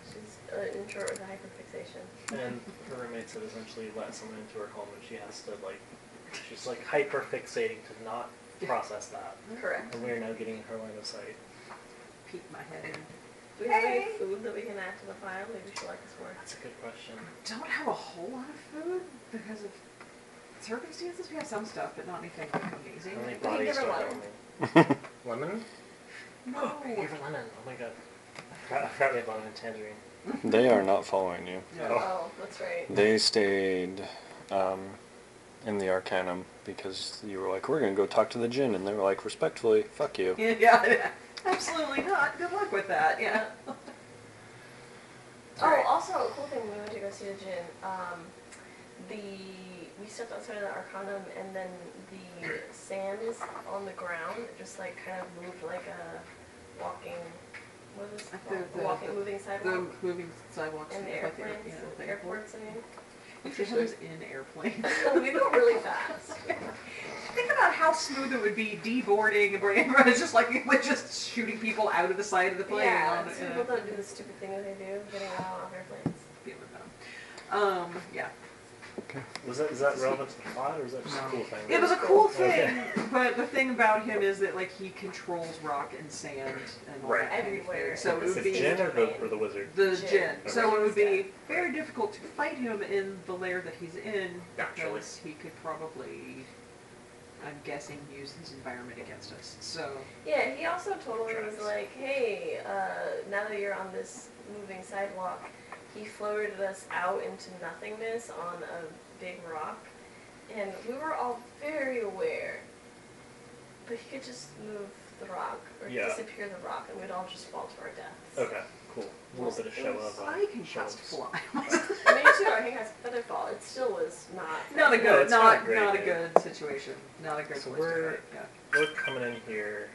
[SPEAKER 2] she's an introvert with a hyperfixation.
[SPEAKER 3] and her roommates have essentially let someone into her home, and she has to like, she's like hyper fixating to not process that.
[SPEAKER 5] Mm-hmm.
[SPEAKER 2] Correct.
[SPEAKER 3] And we are now getting in her line of sight.
[SPEAKER 5] peek my head in.
[SPEAKER 2] Do we have any
[SPEAKER 7] Hey.
[SPEAKER 2] food that we can add to the file? Maybe she'll like us more.
[SPEAKER 3] That's a good question.
[SPEAKER 5] Don't have a whole lot of food because of circumstances. We have some stuff, but not anything like amazing.
[SPEAKER 3] How many
[SPEAKER 2] We can give
[SPEAKER 3] bodies
[SPEAKER 2] her
[SPEAKER 3] do I
[SPEAKER 2] water.
[SPEAKER 3] owe me?
[SPEAKER 6] Lemon?
[SPEAKER 5] No.
[SPEAKER 3] I gave her lemon. Oh my god. I forgot, I forgot we had lemon and tangerine.
[SPEAKER 1] They are not following you.
[SPEAKER 8] Yeah.
[SPEAKER 2] Oh, that's right.
[SPEAKER 1] They stayed um, in the Arcanum because you were like, we're going to go talk to the djinn. And they were like, respectfully, fuck you.
[SPEAKER 5] Yeah, yeah, absolutely not. Good luck with that. Yeah.
[SPEAKER 2] Oh, also, a cool thing when we went to go see the gin, um, the, we stepped outside of the Arcanum and then the sand is on the ground. It just like kind of moved like a walking, what is
[SPEAKER 5] Like the-
[SPEAKER 2] it?
[SPEAKER 5] the-
[SPEAKER 2] Walking, moving
[SPEAKER 5] The
[SPEAKER 2] sidewalk
[SPEAKER 5] moving sidewalks
[SPEAKER 2] in the
[SPEAKER 5] like um, the, air-
[SPEAKER 2] airplanes,
[SPEAKER 5] yeah,
[SPEAKER 2] the airports, I
[SPEAKER 5] If it was in airplanes.
[SPEAKER 2] mean. We go really fast.
[SPEAKER 5] Think about how smooth it would be deboarding and bringing it's just like we're just shooting people out of the side of the plane.
[SPEAKER 2] Yeah,
[SPEAKER 5] on,
[SPEAKER 2] so
[SPEAKER 5] uh,
[SPEAKER 2] people don't do the stupid thing that they do, getting out on airplanes.
[SPEAKER 5] be with them. Um, yeah.
[SPEAKER 3] Was that is that relevant to the plot or is that just a cool thing?
[SPEAKER 5] It was a cool thing,
[SPEAKER 3] Okay.
[SPEAKER 5] but the thing about him is that like he controls rock and sand and all
[SPEAKER 3] Right.
[SPEAKER 5] that kind of thing.
[SPEAKER 2] Everywhere.
[SPEAKER 5] So it
[SPEAKER 3] Is
[SPEAKER 5] would
[SPEAKER 3] it
[SPEAKER 5] be
[SPEAKER 3] Jin or the,
[SPEAKER 2] domain.
[SPEAKER 3] or the wizard?
[SPEAKER 5] the
[SPEAKER 2] Jin.
[SPEAKER 5] Jin. So it would
[SPEAKER 2] Okay.
[SPEAKER 5] be very difficult to fight him in the lair that he's in.
[SPEAKER 3] Naturally.
[SPEAKER 5] because He could probably, I'm guessing, use his environment against us. So
[SPEAKER 2] Yeah, he also totally was
[SPEAKER 3] Tracks.
[SPEAKER 2] like, hey, uh, now that you're on this moving sidewalk, he floated us out into nothingness on a big rock, and we were all very aware. But he could just move the rock or
[SPEAKER 3] Yeah.
[SPEAKER 2] disappear the rock, and we'd all just fall to our deaths.
[SPEAKER 3] Okay, cool. A little bit of show of. uh,
[SPEAKER 5] I can
[SPEAKER 3] show
[SPEAKER 5] just
[SPEAKER 3] of-
[SPEAKER 5] fly.
[SPEAKER 2] Me too. I think that's better fault. It still was not.
[SPEAKER 5] not a
[SPEAKER 3] No,
[SPEAKER 5] good,
[SPEAKER 3] it's
[SPEAKER 5] not
[SPEAKER 3] not great,
[SPEAKER 5] not a
[SPEAKER 3] man.
[SPEAKER 5] good situation. Not a good
[SPEAKER 3] So
[SPEAKER 5] place to
[SPEAKER 3] we're-
[SPEAKER 5] fight. Yeah.
[SPEAKER 3] We're coming in here.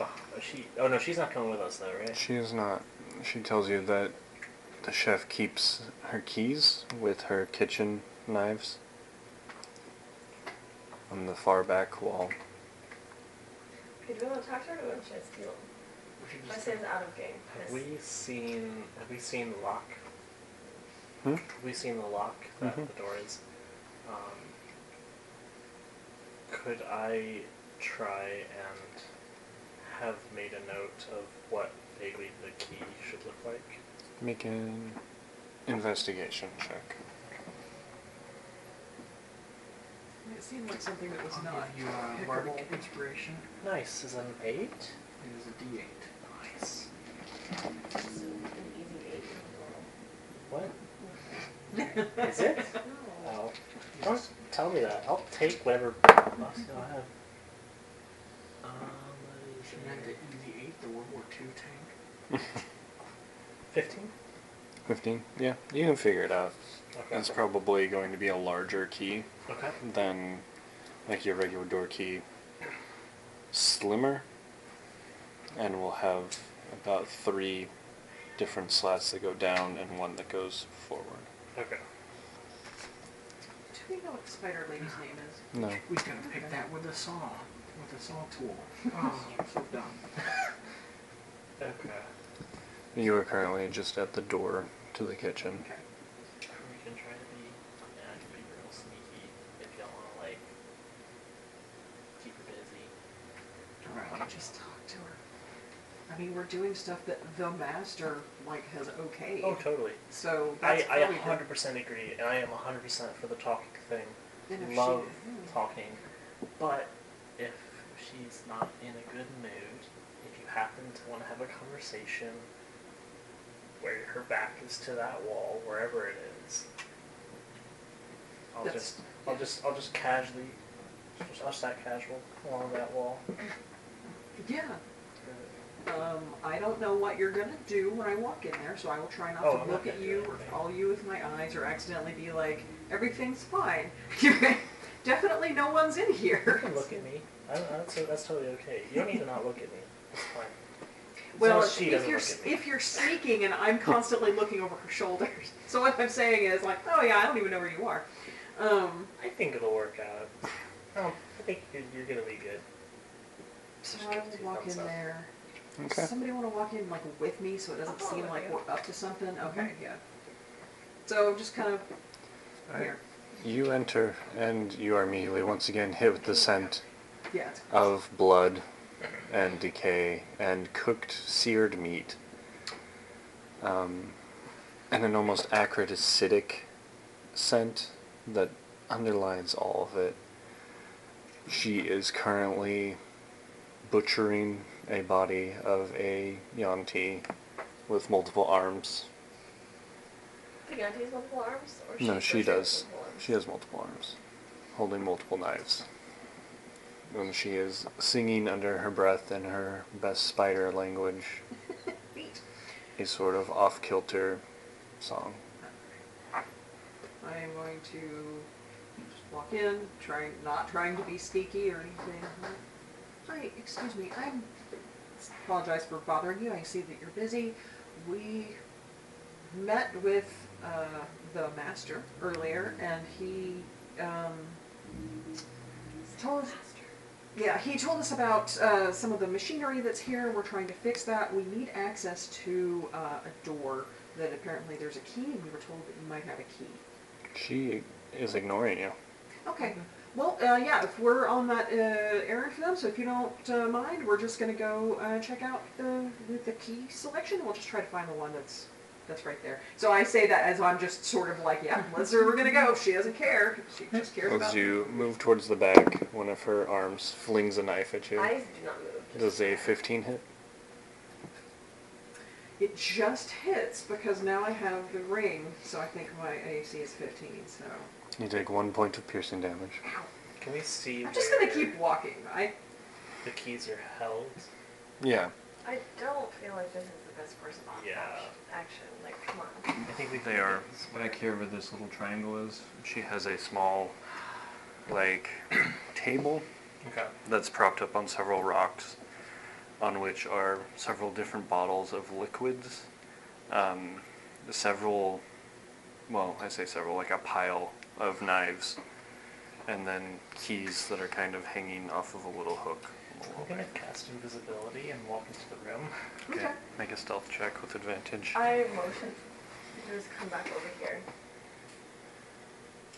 [SPEAKER 3] Oh, she. Oh no, she's not coming with us though, right?
[SPEAKER 1] She is not. She tells you that the chef keeps her keys with her kitchen knives on the far back wall.
[SPEAKER 2] Okay, do we want to talk to her or do we want to try to steal him?
[SPEAKER 3] We should
[SPEAKER 2] I
[SPEAKER 3] just-
[SPEAKER 2] say it's out of game.
[SPEAKER 3] Have we seen? Have we seen the lock?
[SPEAKER 1] Hmm?
[SPEAKER 3] Have we seen the lock that
[SPEAKER 1] Mhm.
[SPEAKER 3] the door is? Um, could I try and have made a note of what vaguely the key should look like?
[SPEAKER 1] Make an investigation check.
[SPEAKER 5] It seemed like something that was
[SPEAKER 8] I'll
[SPEAKER 5] not
[SPEAKER 8] give you
[SPEAKER 3] uh,
[SPEAKER 6] uh,
[SPEAKER 8] a bardic
[SPEAKER 5] pickable.
[SPEAKER 8] inspiration.
[SPEAKER 3] Nice. Is that an eight?
[SPEAKER 8] It is a D8.
[SPEAKER 3] Nice.
[SPEAKER 2] It's an easy eight.
[SPEAKER 3] What? Is it?
[SPEAKER 2] No.
[SPEAKER 3] Oh. Don't tell me that. I'll take whatever buffs I have. Um, what is
[SPEAKER 8] Isn't that the
[SPEAKER 3] it?
[SPEAKER 8] EV8, the World War II tank?
[SPEAKER 3] 15?
[SPEAKER 1] 15? Yeah, you can figure it out.
[SPEAKER 3] Okay.
[SPEAKER 1] It's probably going to be a larger key
[SPEAKER 3] okay.
[SPEAKER 1] than like your regular door key. Slimmer. And we'll have about three different slats that go down and one that goes forward.
[SPEAKER 3] Okay.
[SPEAKER 5] Do we know what the spider lady's name is?
[SPEAKER 1] No.
[SPEAKER 8] We could have picked that with a saw, with a saw tool. Oh, so dumb.
[SPEAKER 3] Okay.
[SPEAKER 1] You are currently just at the door to the kitchen.
[SPEAKER 5] Okay.
[SPEAKER 3] We can try to be mad, but you're real sneaky if y'all want to, like, keep her busy.
[SPEAKER 5] Alright, just talk to her. I mean, we're doing stuff that the master like has okayed.
[SPEAKER 3] Oh, totally.
[SPEAKER 5] So
[SPEAKER 3] I,
[SPEAKER 5] that's
[SPEAKER 3] I
[SPEAKER 5] probably good.
[SPEAKER 3] 100% agree, and I am 100% for the talking thing.
[SPEAKER 5] And if she-
[SPEAKER 3] Love
[SPEAKER 5] yeah.
[SPEAKER 3] talking. But if she's not in a good mood, if you happen to want to have a conversation where her back is to that wall, wherever it is, I'll
[SPEAKER 5] That's-
[SPEAKER 3] just I'll just I'll just casually Just us that casual along that wall.
[SPEAKER 5] Yeah. Um, I don't know what you're gonna do when I walk in there, so I will try not
[SPEAKER 3] Oh, I'm
[SPEAKER 5] to
[SPEAKER 3] not
[SPEAKER 5] look
[SPEAKER 3] gonna
[SPEAKER 5] at
[SPEAKER 3] do
[SPEAKER 5] you or
[SPEAKER 3] anything.
[SPEAKER 5] follow you with my eyes or accidentally be like, everything's fine. Definitely no one's in
[SPEAKER 3] You
[SPEAKER 5] here.
[SPEAKER 3] can look at me. I don't, that's, that's totally okay. You don't need to not look at me. It's fine. As
[SPEAKER 5] Well,
[SPEAKER 3] long as she
[SPEAKER 5] if
[SPEAKER 3] doesn't
[SPEAKER 5] you're
[SPEAKER 3] look at me.
[SPEAKER 5] if you're sneaking and I'm constantly looking over her shoulders, so what I'm saying is like, oh yeah, I don't even know where you are. Um,
[SPEAKER 3] I think it'll work out. Um, I think you're, you're gonna be good.
[SPEAKER 5] so
[SPEAKER 3] Just
[SPEAKER 5] I
[SPEAKER 3] give two
[SPEAKER 5] will walk
[SPEAKER 3] thumbs
[SPEAKER 5] in
[SPEAKER 3] up.
[SPEAKER 5] there.
[SPEAKER 1] Okay.
[SPEAKER 5] Does somebody want to walk in like with me so it doesn't
[SPEAKER 2] I'll
[SPEAKER 5] seem
[SPEAKER 2] follow
[SPEAKER 5] like
[SPEAKER 2] you.
[SPEAKER 5] we're up to something? Okay, yeah. So just kind of here.
[SPEAKER 1] You enter, and you are immediately once again hit with the scent
[SPEAKER 5] Yeah, it's
[SPEAKER 1] of blood and decay and cooked, seared meat. Um, and an almost acrid, acidic scent that underlines all of it. She is currently butchering a body of a Yanti with multiple arms.
[SPEAKER 2] Paganti's multiple arms? Or
[SPEAKER 1] No,
[SPEAKER 2] she
[SPEAKER 1] she
[SPEAKER 2] first has
[SPEAKER 1] does.
[SPEAKER 2] multiple arms?
[SPEAKER 1] She has multiple arms, holding multiple knives. And she is singing under her breath in her best spider language a sort of off kilter song.
[SPEAKER 5] I am going to just walk in, trying not trying to be sneaky or anything. Hi, excuse me. I'm apologize for bothering you. I see that you're busy. We met with uh, the master earlier, and he um, told us. Yeah, he told us about uh, some of the machinery that's here. We're trying to fix that. We need access to uh, a door that apparently there's a key, and we were told that you might have a key.
[SPEAKER 1] She is ignoring you.
[SPEAKER 5] Okay. Well, uh, yeah, if we're on that uh, errand for them, so if you don't uh, mind, we're just gonna go uh, check out the, the the key selection. We'll just try to find the one that's that's right there. So I say that as I'm just sort of like, yeah, let's we're gonna go. She doesn't care. She just cares
[SPEAKER 1] As
[SPEAKER 5] about.
[SPEAKER 1] you move towards the back, one of her arms flings a knife at you.
[SPEAKER 2] Eyes do not move. just-
[SPEAKER 1] Does a 15 hit?
[SPEAKER 5] It just hits because now I have the ring, so I think my AC is 15. So
[SPEAKER 1] You take one point of piercing damage.
[SPEAKER 3] Can we see
[SPEAKER 5] I'm just gonna
[SPEAKER 3] where
[SPEAKER 5] keep walking, right?
[SPEAKER 3] the keys are held?
[SPEAKER 1] Yeah.
[SPEAKER 2] I don't feel like this is the best course of action.
[SPEAKER 3] Yeah.
[SPEAKER 2] action. Like, come on.
[SPEAKER 3] I think we
[SPEAKER 1] They
[SPEAKER 3] can
[SPEAKER 1] are
[SPEAKER 3] use
[SPEAKER 1] back
[SPEAKER 3] where-
[SPEAKER 1] here where this little triangle is. She has a small, like, table
[SPEAKER 3] Okay.
[SPEAKER 1] that's propped up on several rocks, on which are several different bottles of liquids. Um, several, well, I say several, like a pile of knives, and then keys that are kind of hanging off of a little hook. on the
[SPEAKER 3] I'm
[SPEAKER 1] wall
[SPEAKER 3] gonna
[SPEAKER 1] there.
[SPEAKER 3] cast invisibility and walk into the room.
[SPEAKER 1] Okay.
[SPEAKER 5] Okay.
[SPEAKER 1] Make a stealth check with advantage.
[SPEAKER 2] I motion. Just come back over here.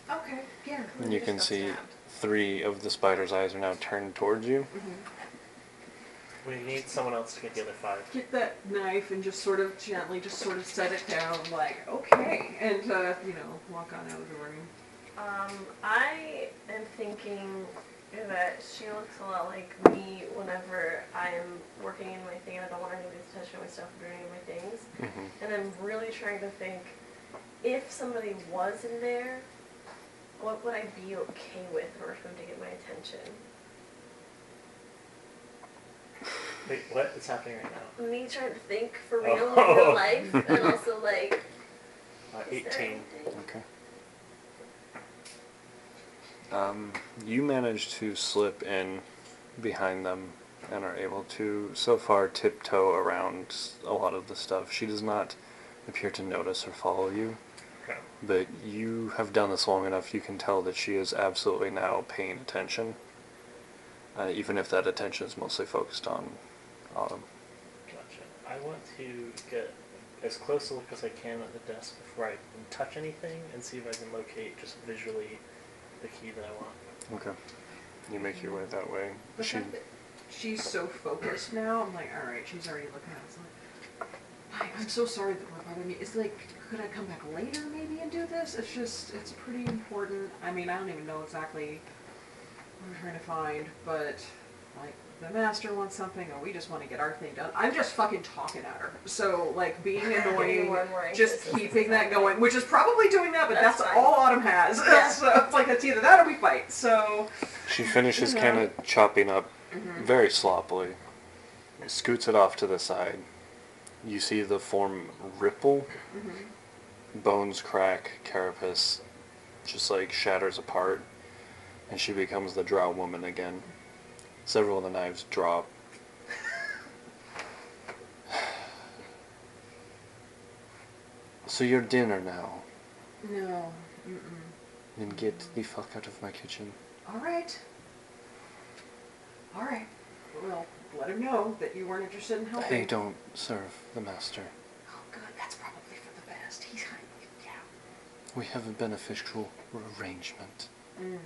[SPEAKER 5] Okay. Yeah.
[SPEAKER 1] You
[SPEAKER 2] Just
[SPEAKER 1] can
[SPEAKER 2] got
[SPEAKER 1] see
[SPEAKER 2] stabbed.
[SPEAKER 1] three of the spider's eyes are now turned towards you.
[SPEAKER 5] Mm-hmm.
[SPEAKER 3] We need someone else to get the other five.
[SPEAKER 5] get that knife and just sort of gently just sort of set it down like okay and uh, you know walk on out of the room
[SPEAKER 2] Um, I am thinking that she looks a lot like me whenever I'm working in my thing and I don't want anybody to touch my stuff or doing my things.
[SPEAKER 1] Mm-hmm.
[SPEAKER 2] And I'm really trying to think if somebody was in there, what would I be okay with in order for them to get my attention?
[SPEAKER 3] Wait, what is happening right now?
[SPEAKER 2] Me trying to think for real
[SPEAKER 3] Oh.
[SPEAKER 2] in real life and also like
[SPEAKER 3] Uh,
[SPEAKER 2] is there
[SPEAKER 3] 18.
[SPEAKER 2] anything?
[SPEAKER 1] Okay. Um, you manage to slip in behind them and are able to, so far, tiptoe around a lot of the stuff. She does not appear to notice or follow you,
[SPEAKER 3] Okay.
[SPEAKER 1] but you have done this long enough, you can tell that she is absolutely now paying attention, uh, even if that attention is mostly focused on Autumn.
[SPEAKER 3] Gotcha. I want to get as close a look as I can at the desk before I can touch anything and see if I can locate just visually the key that I want.
[SPEAKER 1] Okay. You make your way that way.
[SPEAKER 5] the
[SPEAKER 1] She,
[SPEAKER 5] fact that she's so focused now i'm like all right she's already looking at us like "Hi, i'm so sorry that we're bothering you it's like could i come back later maybe and do this it's just it's pretty important i mean i don't even know exactly what i'm trying to find but like the master wants something, or we just want to get our thing done. I'm just fucking talking at her. So, like, being annoying,
[SPEAKER 2] Anyone more anxious
[SPEAKER 5] just
[SPEAKER 2] is-
[SPEAKER 5] keeping that going, which is probably doing that, but
[SPEAKER 2] That's
[SPEAKER 5] that's,
[SPEAKER 2] fine.
[SPEAKER 5] all Autumn has.
[SPEAKER 2] Yeah.
[SPEAKER 5] so, it's like, it's either that or we fight. So,
[SPEAKER 1] She finishes kind of chopping up very sloppily, scoots it off to the side. You see the form ripple,
[SPEAKER 2] Mm-hmm.
[SPEAKER 1] bones crack, carapace just like shatters apart, and she becomes the drow woman again. Several of the knives drop. so your dinner now,
[SPEAKER 5] no. Mm-mm.
[SPEAKER 1] and get the fuck out of my kitchen.
[SPEAKER 5] All right. All right. Well, let him know that you weren't interested in helping.
[SPEAKER 1] They don't serve the master.
[SPEAKER 5] Oh, good. That's probably for the best. He's hiding. Yeah.
[SPEAKER 1] We have a beneficial arrangement
[SPEAKER 5] Mm.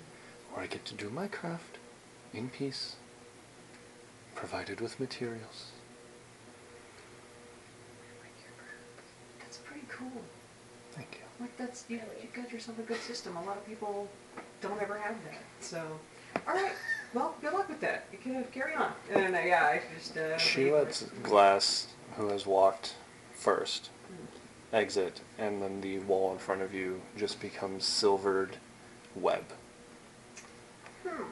[SPEAKER 1] where I get to do my craft in peace, provided with materials.
[SPEAKER 5] That's pretty cool.
[SPEAKER 1] Thank you.
[SPEAKER 5] Like that's you, you got yourself a good system. A lot of people don't ever have that. So, all right. Well, good luck with that. You can carry on. And uh, yeah, I just uh,
[SPEAKER 1] She
[SPEAKER 5] leave.
[SPEAKER 1] lets Glass, who has walked first,
[SPEAKER 5] Hmm.
[SPEAKER 1] exit, and then the wall in front of you just becomes silvered web.
[SPEAKER 5] Hmm.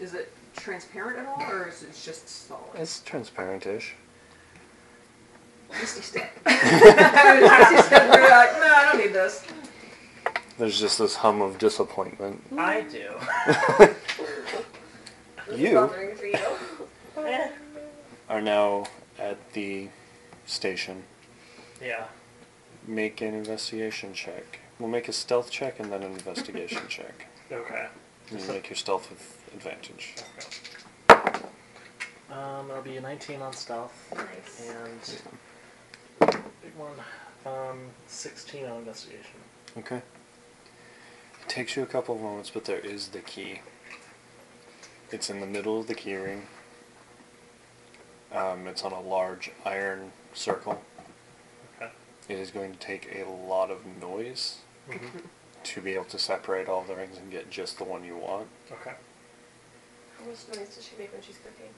[SPEAKER 5] Is it transparent at all, or is it just solid?
[SPEAKER 1] It's transparent-ish.
[SPEAKER 5] Misty step. Misty step. We're like, no, I don't need this.
[SPEAKER 1] There's just this hum of disappointment.
[SPEAKER 3] I do.
[SPEAKER 2] This is
[SPEAKER 1] You.
[SPEAKER 2] bothering for you. Eh.
[SPEAKER 1] Are now at the station.
[SPEAKER 3] Yeah.
[SPEAKER 1] Make an investigation check. We'll make a stealth check and then an investigation check.
[SPEAKER 3] Okay.
[SPEAKER 1] You make your stealth with advantage.
[SPEAKER 3] Um, it'll be a 19 on stealth
[SPEAKER 2] nice.
[SPEAKER 3] and big one. Um, 16 on investigation.
[SPEAKER 1] Okay. It takes you a couple of moments, but there is the key. It's in the middle of the key ring. Um, it's on a large iron circle.
[SPEAKER 3] Okay.
[SPEAKER 1] It is going to take a lot of noise to be able to separate all the rings and get just the one you want.
[SPEAKER 3] Okay.
[SPEAKER 2] How much noise does she make when she's cooking?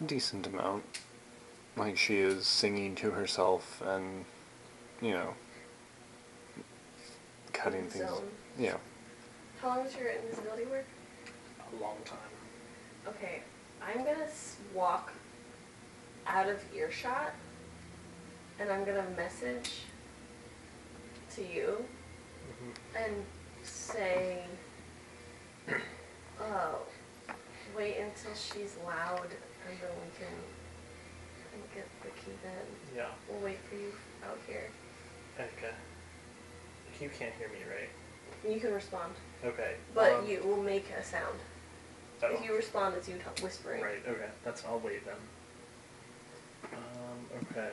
[SPEAKER 1] a decent amount. Like she is singing to herself and, you know, cutting things.
[SPEAKER 2] Zone.
[SPEAKER 1] Yeah.
[SPEAKER 2] How long does your invisibility work?
[SPEAKER 3] A long time.
[SPEAKER 2] Okay, I'm gonna s- walk out of earshot, and I'm gonna message to you
[SPEAKER 3] Mm-hmm.
[SPEAKER 2] and say, "Oh, wait until she's loud, and then we can we'll get the key. Then
[SPEAKER 3] Yeah.
[SPEAKER 2] we'll wait for you out here.
[SPEAKER 3] Okay. You can't hear me, right?
[SPEAKER 2] You can respond,
[SPEAKER 3] Okay.
[SPEAKER 2] but
[SPEAKER 3] um,
[SPEAKER 2] you will make a sound.
[SPEAKER 3] oh,
[SPEAKER 2] If you respond, it's you t- whispering.
[SPEAKER 3] Right. Okay. That's. I'll wait then. Um. Okay.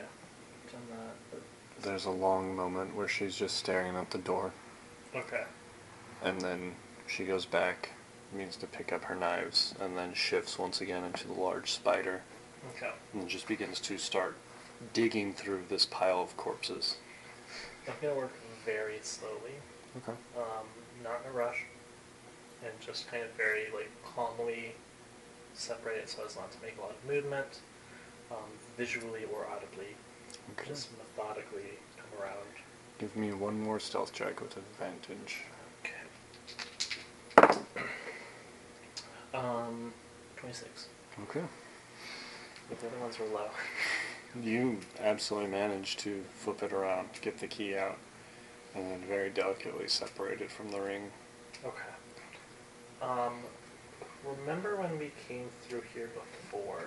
[SPEAKER 3] Done
[SPEAKER 1] There's a long moment where she's just staring at the door
[SPEAKER 3] that. Okay.
[SPEAKER 1] and then she goes back, means to pick up her knives, and then shifts once again into the large spider
[SPEAKER 3] Okay.
[SPEAKER 1] and just begins to start digging through this pile of corpses.
[SPEAKER 3] I'm gonna work very slowly.
[SPEAKER 1] Okay.
[SPEAKER 3] um, not in a rush, and just kind of very like calmly separate it so as not to make a lot of movement, um, visually or audibly.
[SPEAKER 1] Okay.
[SPEAKER 3] Just methodically come around.
[SPEAKER 1] Give me one more stealth check with advantage.
[SPEAKER 3] Okay. Um, 26.
[SPEAKER 1] Okay.
[SPEAKER 3] But the other ones were low.
[SPEAKER 1] You absolutely managed to flip it around, get the key out, and then very delicately separate it from the ring.
[SPEAKER 3] Okay. Um, remember when we came through here before?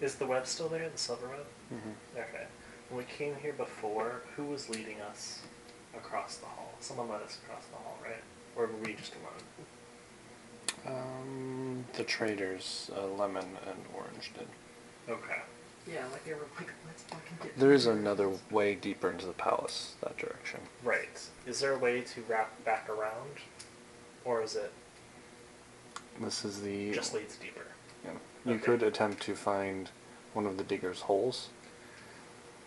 [SPEAKER 3] Is the web still there? The silver web?
[SPEAKER 1] Mm-hmm.
[SPEAKER 3] Okay. When we came here before, who was leading us across the hall? Someone led us across the hall, right? Or were we just alone?
[SPEAKER 1] Um, the traders, uh, lemon and orange did.
[SPEAKER 3] Okay.
[SPEAKER 5] Yeah, like they were like, let's fucking get.
[SPEAKER 1] There is another way deeper into the palace that direction.
[SPEAKER 3] Right. Is there a way to wrap back around? Or is it
[SPEAKER 1] This is the.
[SPEAKER 3] just leads deeper?
[SPEAKER 1] yeah. You
[SPEAKER 3] Okay.
[SPEAKER 1] could attempt to find one of the digger's holes.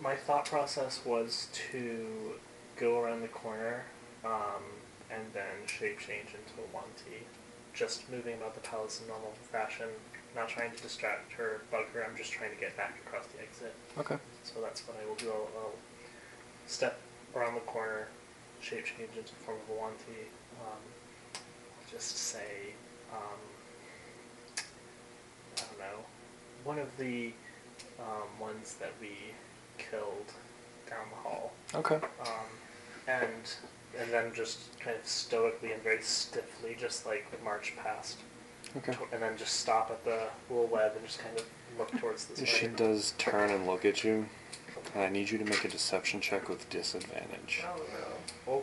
[SPEAKER 3] My thought process was to go around the corner um, and then shape change into a 1T just moving about the palace in normal fashion, not trying to distract her, bug her. I'm just trying to get back across the exit.
[SPEAKER 1] Okay.
[SPEAKER 3] So that's what I will do. I'll, I'll step around the corner, shape change into the form of a Wanti. Um, just say, um, I don't know, one of the um, ones that we killed down the hall.
[SPEAKER 1] Okay.
[SPEAKER 3] Um, and and then just kind of stoically and very stiffly, just like march past,
[SPEAKER 1] Okay.
[SPEAKER 3] to- and then just stop at the little web and just kind of look towards this.
[SPEAKER 1] She
[SPEAKER 3] way.
[SPEAKER 1] does turn and look at you, and I need you to make a deception check with disadvantage
[SPEAKER 2] Oh no.
[SPEAKER 3] Okay.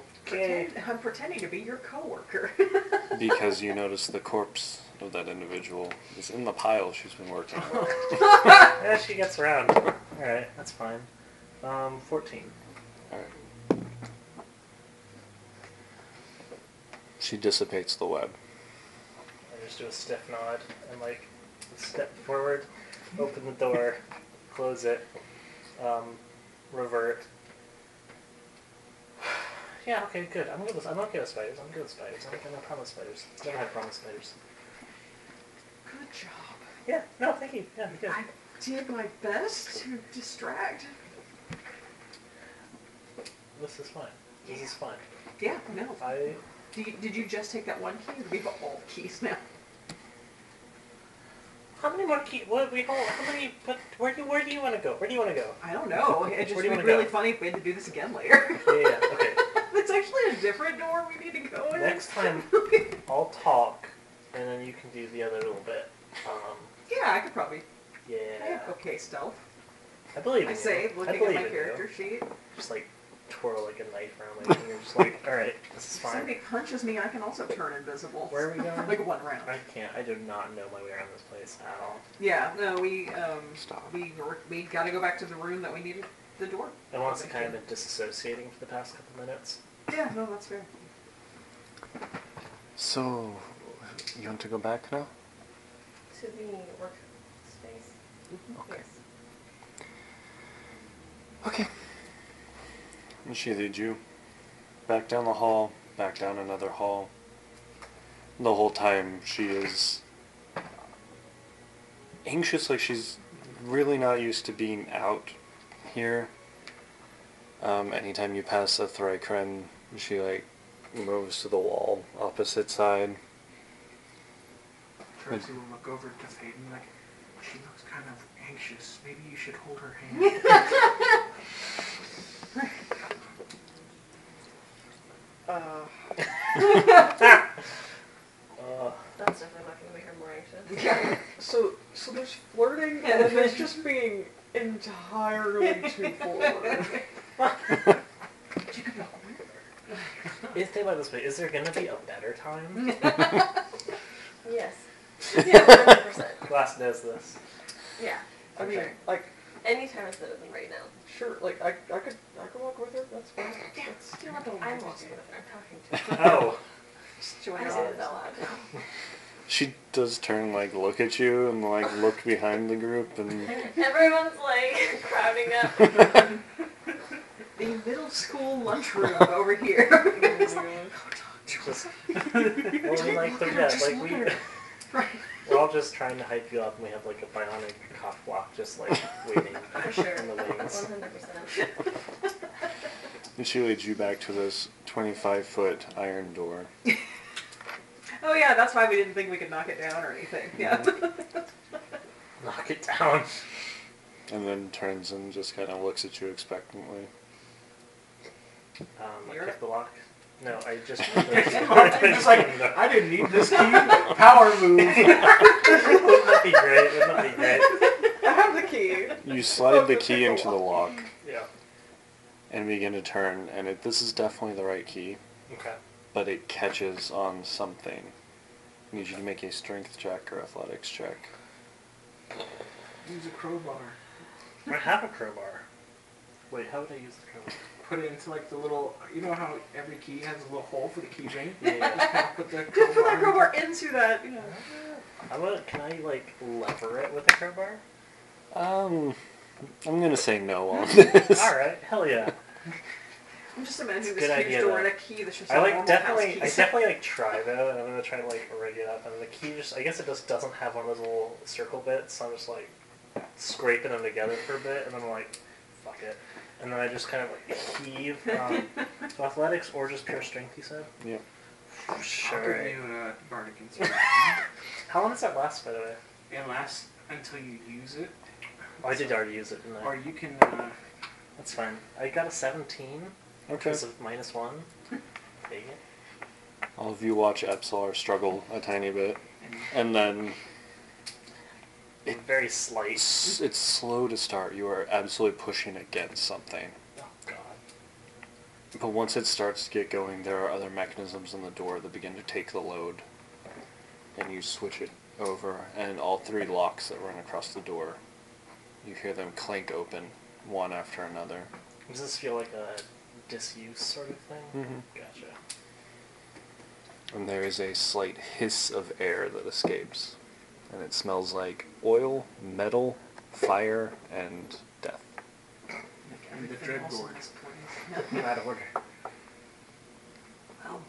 [SPEAKER 5] Pretend, I'm pretending to be your coworker.
[SPEAKER 1] because you notice the corpse of that individual is in the pile she's been working on.
[SPEAKER 3] Yeah, she gets around. All right, that's fine. Um, fourteen.
[SPEAKER 1] All right. She dissipates the web.
[SPEAKER 3] I just do a stiff nod and like step forward, open the door, close it, um, revert. Yeah, okay, good. I'm good with I'm okay with spiders. I'm good with spiders. I'm I'm not problem with spiders. Never had a problem with spiders.
[SPEAKER 5] Good job.
[SPEAKER 3] Yeah, no, thank you. Yeah, good.
[SPEAKER 5] I did my best to distract.
[SPEAKER 3] This is fine. This is fine.
[SPEAKER 5] Yeah, no.
[SPEAKER 3] I
[SPEAKER 5] Did you, did you just take that one key? or do We have all the keys now.
[SPEAKER 3] how many more key what we hold how many but where do you where do you wanna go? Where do you wanna go?
[SPEAKER 5] I don't know. It just
[SPEAKER 3] Where
[SPEAKER 5] would
[SPEAKER 3] do
[SPEAKER 5] be
[SPEAKER 3] you wanna
[SPEAKER 5] really
[SPEAKER 3] go?
[SPEAKER 5] funny if we had to do this again later.
[SPEAKER 3] Yeah, yeah, yeah, okay.
[SPEAKER 5] It's actually a different door we need to go in.
[SPEAKER 3] Next time I'll talk and then you can do the other little bit. Um,
[SPEAKER 5] yeah, I could probably. I
[SPEAKER 3] yeah.
[SPEAKER 5] have okay stealth.
[SPEAKER 3] I believe in
[SPEAKER 5] I
[SPEAKER 3] you.
[SPEAKER 5] say,
[SPEAKER 3] I
[SPEAKER 5] looking at
[SPEAKER 3] believe
[SPEAKER 5] my
[SPEAKER 3] in
[SPEAKER 5] character sheet.
[SPEAKER 3] You. Just like twirl like a knife around my finger, just like, all right, this is
[SPEAKER 5] If somebody
[SPEAKER 3] fine.
[SPEAKER 5] punches me, I can also turn invisible.
[SPEAKER 3] Where are we going?
[SPEAKER 5] like one round.
[SPEAKER 3] I can't. I do not know my way around this place at
[SPEAKER 5] Oh,
[SPEAKER 3] all.
[SPEAKER 5] Yeah, no, we um,
[SPEAKER 1] Stop.
[SPEAKER 5] we were, we got to go back to the room that we needed the door.
[SPEAKER 3] I once kind of been disassociating for the past couple minutes.
[SPEAKER 5] Yeah, no, that's fair.
[SPEAKER 1] So, you want to go back now?
[SPEAKER 2] To the work space.
[SPEAKER 1] Okay.
[SPEAKER 2] Yes.
[SPEAKER 1] Okay. And she leads you back down the hall, back down another hall. The whole time she is anxious, like she's really not used to being out here. Um, anytime you pass a Thrycren, she like moves to the wall opposite side.
[SPEAKER 6] Tracy will look over to Phaeton like, she looks kind of anxious. Maybe you should hold her hand.
[SPEAKER 5] Uh,
[SPEAKER 3] Uh,
[SPEAKER 2] That's definitely not gonna make her more anxious.
[SPEAKER 5] yeah.
[SPEAKER 10] So, so there's flirting, and then there's just being entirely too forward.
[SPEAKER 3] is they went this way? Is there gonna be a better time?
[SPEAKER 2] Yes. Yeah, 100%.
[SPEAKER 3] Glass knows this.
[SPEAKER 2] Yeah.
[SPEAKER 10] I mean,
[SPEAKER 2] Okay.
[SPEAKER 10] like,
[SPEAKER 2] Anytime is better than right now.
[SPEAKER 10] sure, like I, I could, I could walk with her. That's fine. That's,
[SPEAKER 5] You know what, though,
[SPEAKER 2] I'm
[SPEAKER 5] just-
[SPEAKER 2] walking with her. I'm talking to her.
[SPEAKER 3] Oh,
[SPEAKER 5] just join
[SPEAKER 2] I
[SPEAKER 5] us.
[SPEAKER 2] said it out loud.
[SPEAKER 1] She does turn like look at you and like look behind the group and
[SPEAKER 2] Everyone's like crowding up.
[SPEAKER 5] The middle school lunchroom over here.
[SPEAKER 10] Oh my gosh.
[SPEAKER 3] just only like the red. Like we,
[SPEAKER 5] Right.
[SPEAKER 3] we're all just trying to hype you up, and we have like a bionic cough block just like waiting
[SPEAKER 2] For sure.
[SPEAKER 3] in the wings.
[SPEAKER 2] 100%.
[SPEAKER 1] And she leads you back to this 25 foot iron door.
[SPEAKER 5] Oh yeah, that's why we didn't think we could knock it down or anything. Yeah.
[SPEAKER 3] Knock it down.
[SPEAKER 1] And then turns and just kind of looks at you expectantly.
[SPEAKER 3] Um, I
[SPEAKER 5] You're-
[SPEAKER 3] pick the lock. No, I just.
[SPEAKER 6] It's like, I didn't need this key. Power move.
[SPEAKER 3] wouldn't that be great? Wouldn't that be great?
[SPEAKER 10] I have the key.
[SPEAKER 1] You slide the key into the lock
[SPEAKER 3] Yeah.
[SPEAKER 1] and begin to turn, and it, this is definitely the right key,
[SPEAKER 3] Okay.
[SPEAKER 1] but it catches on something. I need you to make a strength check or athletics check.
[SPEAKER 6] Use a crowbar.
[SPEAKER 3] I have a crowbar. Wait, how would I use the crowbar?
[SPEAKER 6] Put it into like the little, you know how every key has a little hole for the key ring?
[SPEAKER 3] Yeah.
[SPEAKER 6] Kind of put the
[SPEAKER 5] Just put
[SPEAKER 6] crowbar
[SPEAKER 5] that
[SPEAKER 6] in.
[SPEAKER 5] crowbar into that. You know.
[SPEAKER 3] I want. Can I like lever it with a crowbar?
[SPEAKER 1] Um, I'm gonna say no on this.
[SPEAKER 3] All right. Hell yeah.
[SPEAKER 7] I'm just imagining
[SPEAKER 3] It's a
[SPEAKER 7] this
[SPEAKER 3] good
[SPEAKER 7] huge
[SPEAKER 3] idea,
[SPEAKER 7] door
[SPEAKER 3] though.
[SPEAKER 7] and a key that's just
[SPEAKER 3] I
[SPEAKER 7] a
[SPEAKER 3] like
[SPEAKER 7] normal house
[SPEAKER 3] definitely,
[SPEAKER 7] key.
[SPEAKER 3] I definitely like try though, and I'm gonna try to like rig it up. And the key just, I guess it just doesn't have one of those little circle bits. So I'm just like scraping them together for a bit, and then I'm like, fuck it. And then I just kind of like heave. Um, so athletics or just pure strength, you said?
[SPEAKER 1] Yeah.
[SPEAKER 8] I'll give
[SPEAKER 3] Sure.
[SPEAKER 8] you a bardic inspiration.
[SPEAKER 3] How long does that last, by the way?
[SPEAKER 8] it lasts until you use it,
[SPEAKER 3] Oh, I did already use it, didn't
[SPEAKER 8] or
[SPEAKER 3] I?
[SPEAKER 8] you can. Uh,
[SPEAKER 3] That's fine. I got a 17
[SPEAKER 1] Okay.
[SPEAKER 3] because of minus one. Dang it.
[SPEAKER 1] All of you watch Epsilor struggle a tiny bit,
[SPEAKER 8] and
[SPEAKER 1] and then
[SPEAKER 3] I'm very slight.
[SPEAKER 1] it's, it's slow to start. You are absolutely pushing against something.
[SPEAKER 3] Oh god.
[SPEAKER 1] But once it starts to get going, there are other mechanisms on the door that begin to take the load. And you switch it over, and all three locks that run across the door, you hear them clank open, one after another.
[SPEAKER 3] Does this feel like a disuse sort of thing?
[SPEAKER 1] Mhm.
[SPEAKER 3] Gotcha.
[SPEAKER 1] And there is a slight hiss of air that escapes. And it smells like oil, metal, fire, and death.
[SPEAKER 8] and the
[SPEAKER 5] Everything else in
[SPEAKER 8] dreadboard.
[SPEAKER 5] this place.
[SPEAKER 3] I'm out of order.
[SPEAKER 5] Well,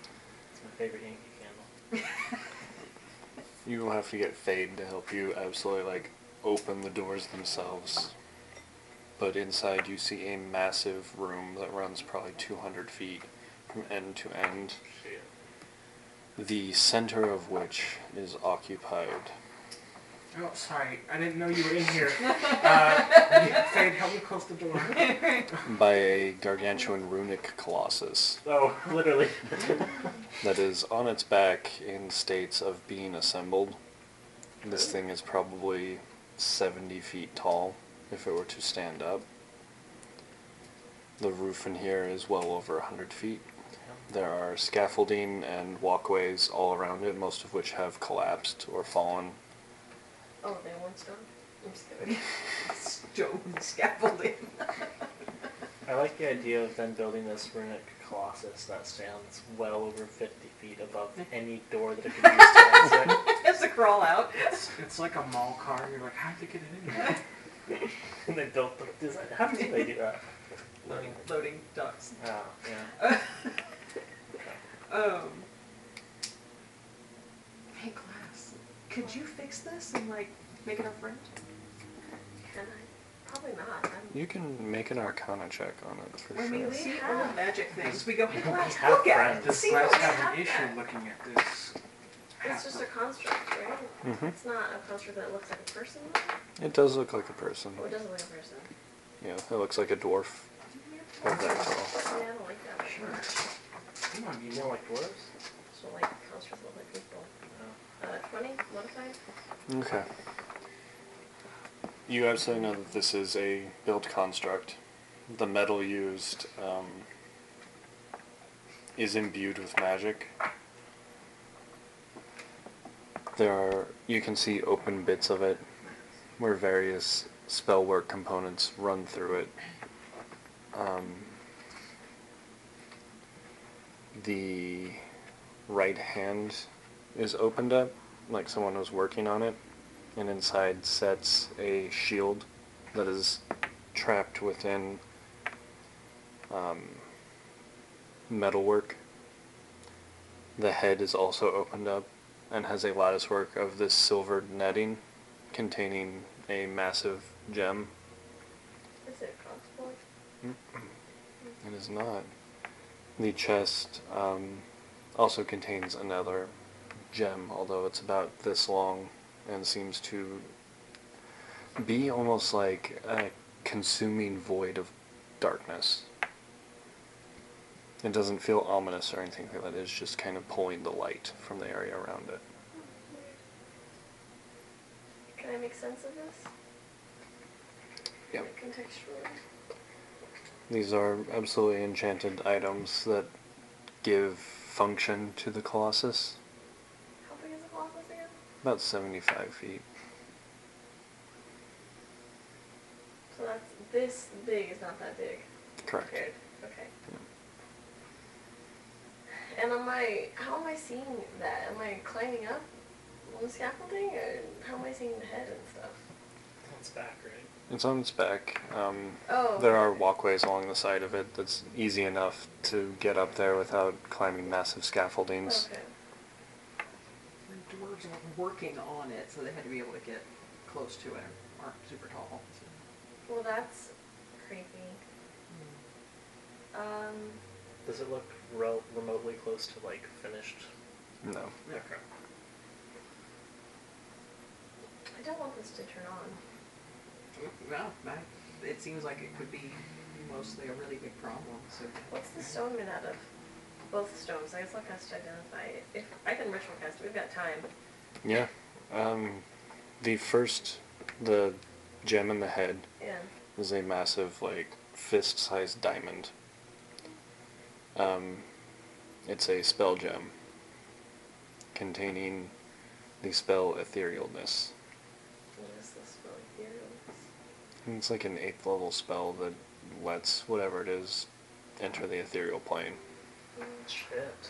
[SPEAKER 3] It's my favorite Yankee candle.
[SPEAKER 1] You will have to get Fade to help you absolutely like open the doors themselves. But inside you see a massive room that runs probably 200 feet from end to end,
[SPEAKER 3] Shit.
[SPEAKER 1] the center of which is occupied.
[SPEAKER 8] Oh, sorry. I didn't know you were in here. uh, Fade, help me close the door.
[SPEAKER 1] By a gargantuan runic colossus
[SPEAKER 3] Oh, literally.
[SPEAKER 1] that is on its back in states of being assembled. This thing is probably 70 feet tall if it were to stand up. The roof in here is well over 100 feet. There are scaffolding and walkways all around it, most of which have collapsed or fallen.
[SPEAKER 2] Oh, they want stone? I'm just kidding.
[SPEAKER 5] stone scaffolding.
[SPEAKER 3] I like the idea of them building this runic colossus that stands well over 50 feet above any door that it could use to exit.
[SPEAKER 5] It's a crawl out.
[SPEAKER 8] It's, it's like a mall car. You're like, how'd they get it in there?
[SPEAKER 3] And they built the design. How did they do that?
[SPEAKER 5] Loading, loading ducks.
[SPEAKER 3] Oh, yeah.
[SPEAKER 5] um. Hey, class. Could you fix this and like make it our friend?
[SPEAKER 2] Can I? Probably not. I'm,
[SPEAKER 1] You can make an arcana check on it for
[SPEAKER 5] When we
[SPEAKER 1] sure.
[SPEAKER 5] see
[SPEAKER 2] Yeah.
[SPEAKER 5] all the magic things, we go, hey, class,
[SPEAKER 3] have
[SPEAKER 5] look at
[SPEAKER 3] friends.
[SPEAKER 5] it.
[SPEAKER 8] This
[SPEAKER 5] See
[SPEAKER 8] glass
[SPEAKER 5] what we
[SPEAKER 2] have
[SPEAKER 8] had an
[SPEAKER 2] that.
[SPEAKER 8] issue looking at this.
[SPEAKER 2] it's just a construct, right?
[SPEAKER 1] Mhm.
[SPEAKER 2] It's not a construct that looks like a person,
[SPEAKER 1] It does look like a person.
[SPEAKER 2] or it doesn't look like a person.
[SPEAKER 1] Yeah, it looks like a dwarf. Of that tall.
[SPEAKER 2] Yeah, I don't like that. Sure.
[SPEAKER 8] Come on, you
[SPEAKER 3] You know,
[SPEAKER 8] know,
[SPEAKER 3] like dwarves?
[SPEAKER 2] So like constructs look like people. Uh, 20 modified?
[SPEAKER 1] Okay. You absolutely know that this is a built construct. The metal used um, is imbued with magic. There are, you can see open bits of it where various spell work components run through it. Um, the right hand is opened up, like someone was working on it, and inside sets a shield that is trapped within um, metalwork. The head is also opened up and has a lattice work of this silvered netting containing a massive gem.
[SPEAKER 2] Is it comfortable?
[SPEAKER 1] It is not. The chest um, also contains another gem, although it's about this long and seems to be almost like a consuming void of darkness. It doesn't feel ominous or anything like that. It's just kind of pulling the light from the area around it.
[SPEAKER 2] Can I make sense of this?
[SPEAKER 1] Yep.
[SPEAKER 2] Like contextually?
[SPEAKER 1] These are absolutely enchanted items that give function to the Colossus.
[SPEAKER 2] How big is the colossus again?
[SPEAKER 1] About 75 feet.
[SPEAKER 2] So that's this big is not that big.
[SPEAKER 1] Correct.
[SPEAKER 2] Good. Okay. And am I? How am I seeing that? Am I climbing up on the scaffolding, or how am I seeing the head and stuff?
[SPEAKER 3] It's back, right?
[SPEAKER 1] It's on its back. Um,
[SPEAKER 2] Oh.
[SPEAKER 1] There are walkways along the side of it that's easy enough to get up there without climbing massive scaffoldings.
[SPEAKER 2] Okay.
[SPEAKER 5] The dwarves are working on it, so they had to be able to get close to it. and Aren't super tall. so.
[SPEAKER 2] Well, that's creepy.
[SPEAKER 5] Hmm.
[SPEAKER 2] Um,
[SPEAKER 3] Does it look rel- remotely close to like finished?
[SPEAKER 1] No.
[SPEAKER 3] Okay.
[SPEAKER 2] I don't want this to turn on.
[SPEAKER 5] No, I, it seems like it could be mostly a really big problem. So
[SPEAKER 2] What's the stone made out of? Both stones. I guess I'll cast identify. it. If I can ritual cast, we've got time.
[SPEAKER 1] Yeah. Um, the first, the gem in the head
[SPEAKER 2] Yeah.
[SPEAKER 1] is a massive, like, fist sized diamond. Um, it's a spell gem containing the spell etherealness.
[SPEAKER 2] What is this spell here?
[SPEAKER 1] And It's like an eighth level spell that lets whatever it is enter the ethereal plane.
[SPEAKER 3] Shit.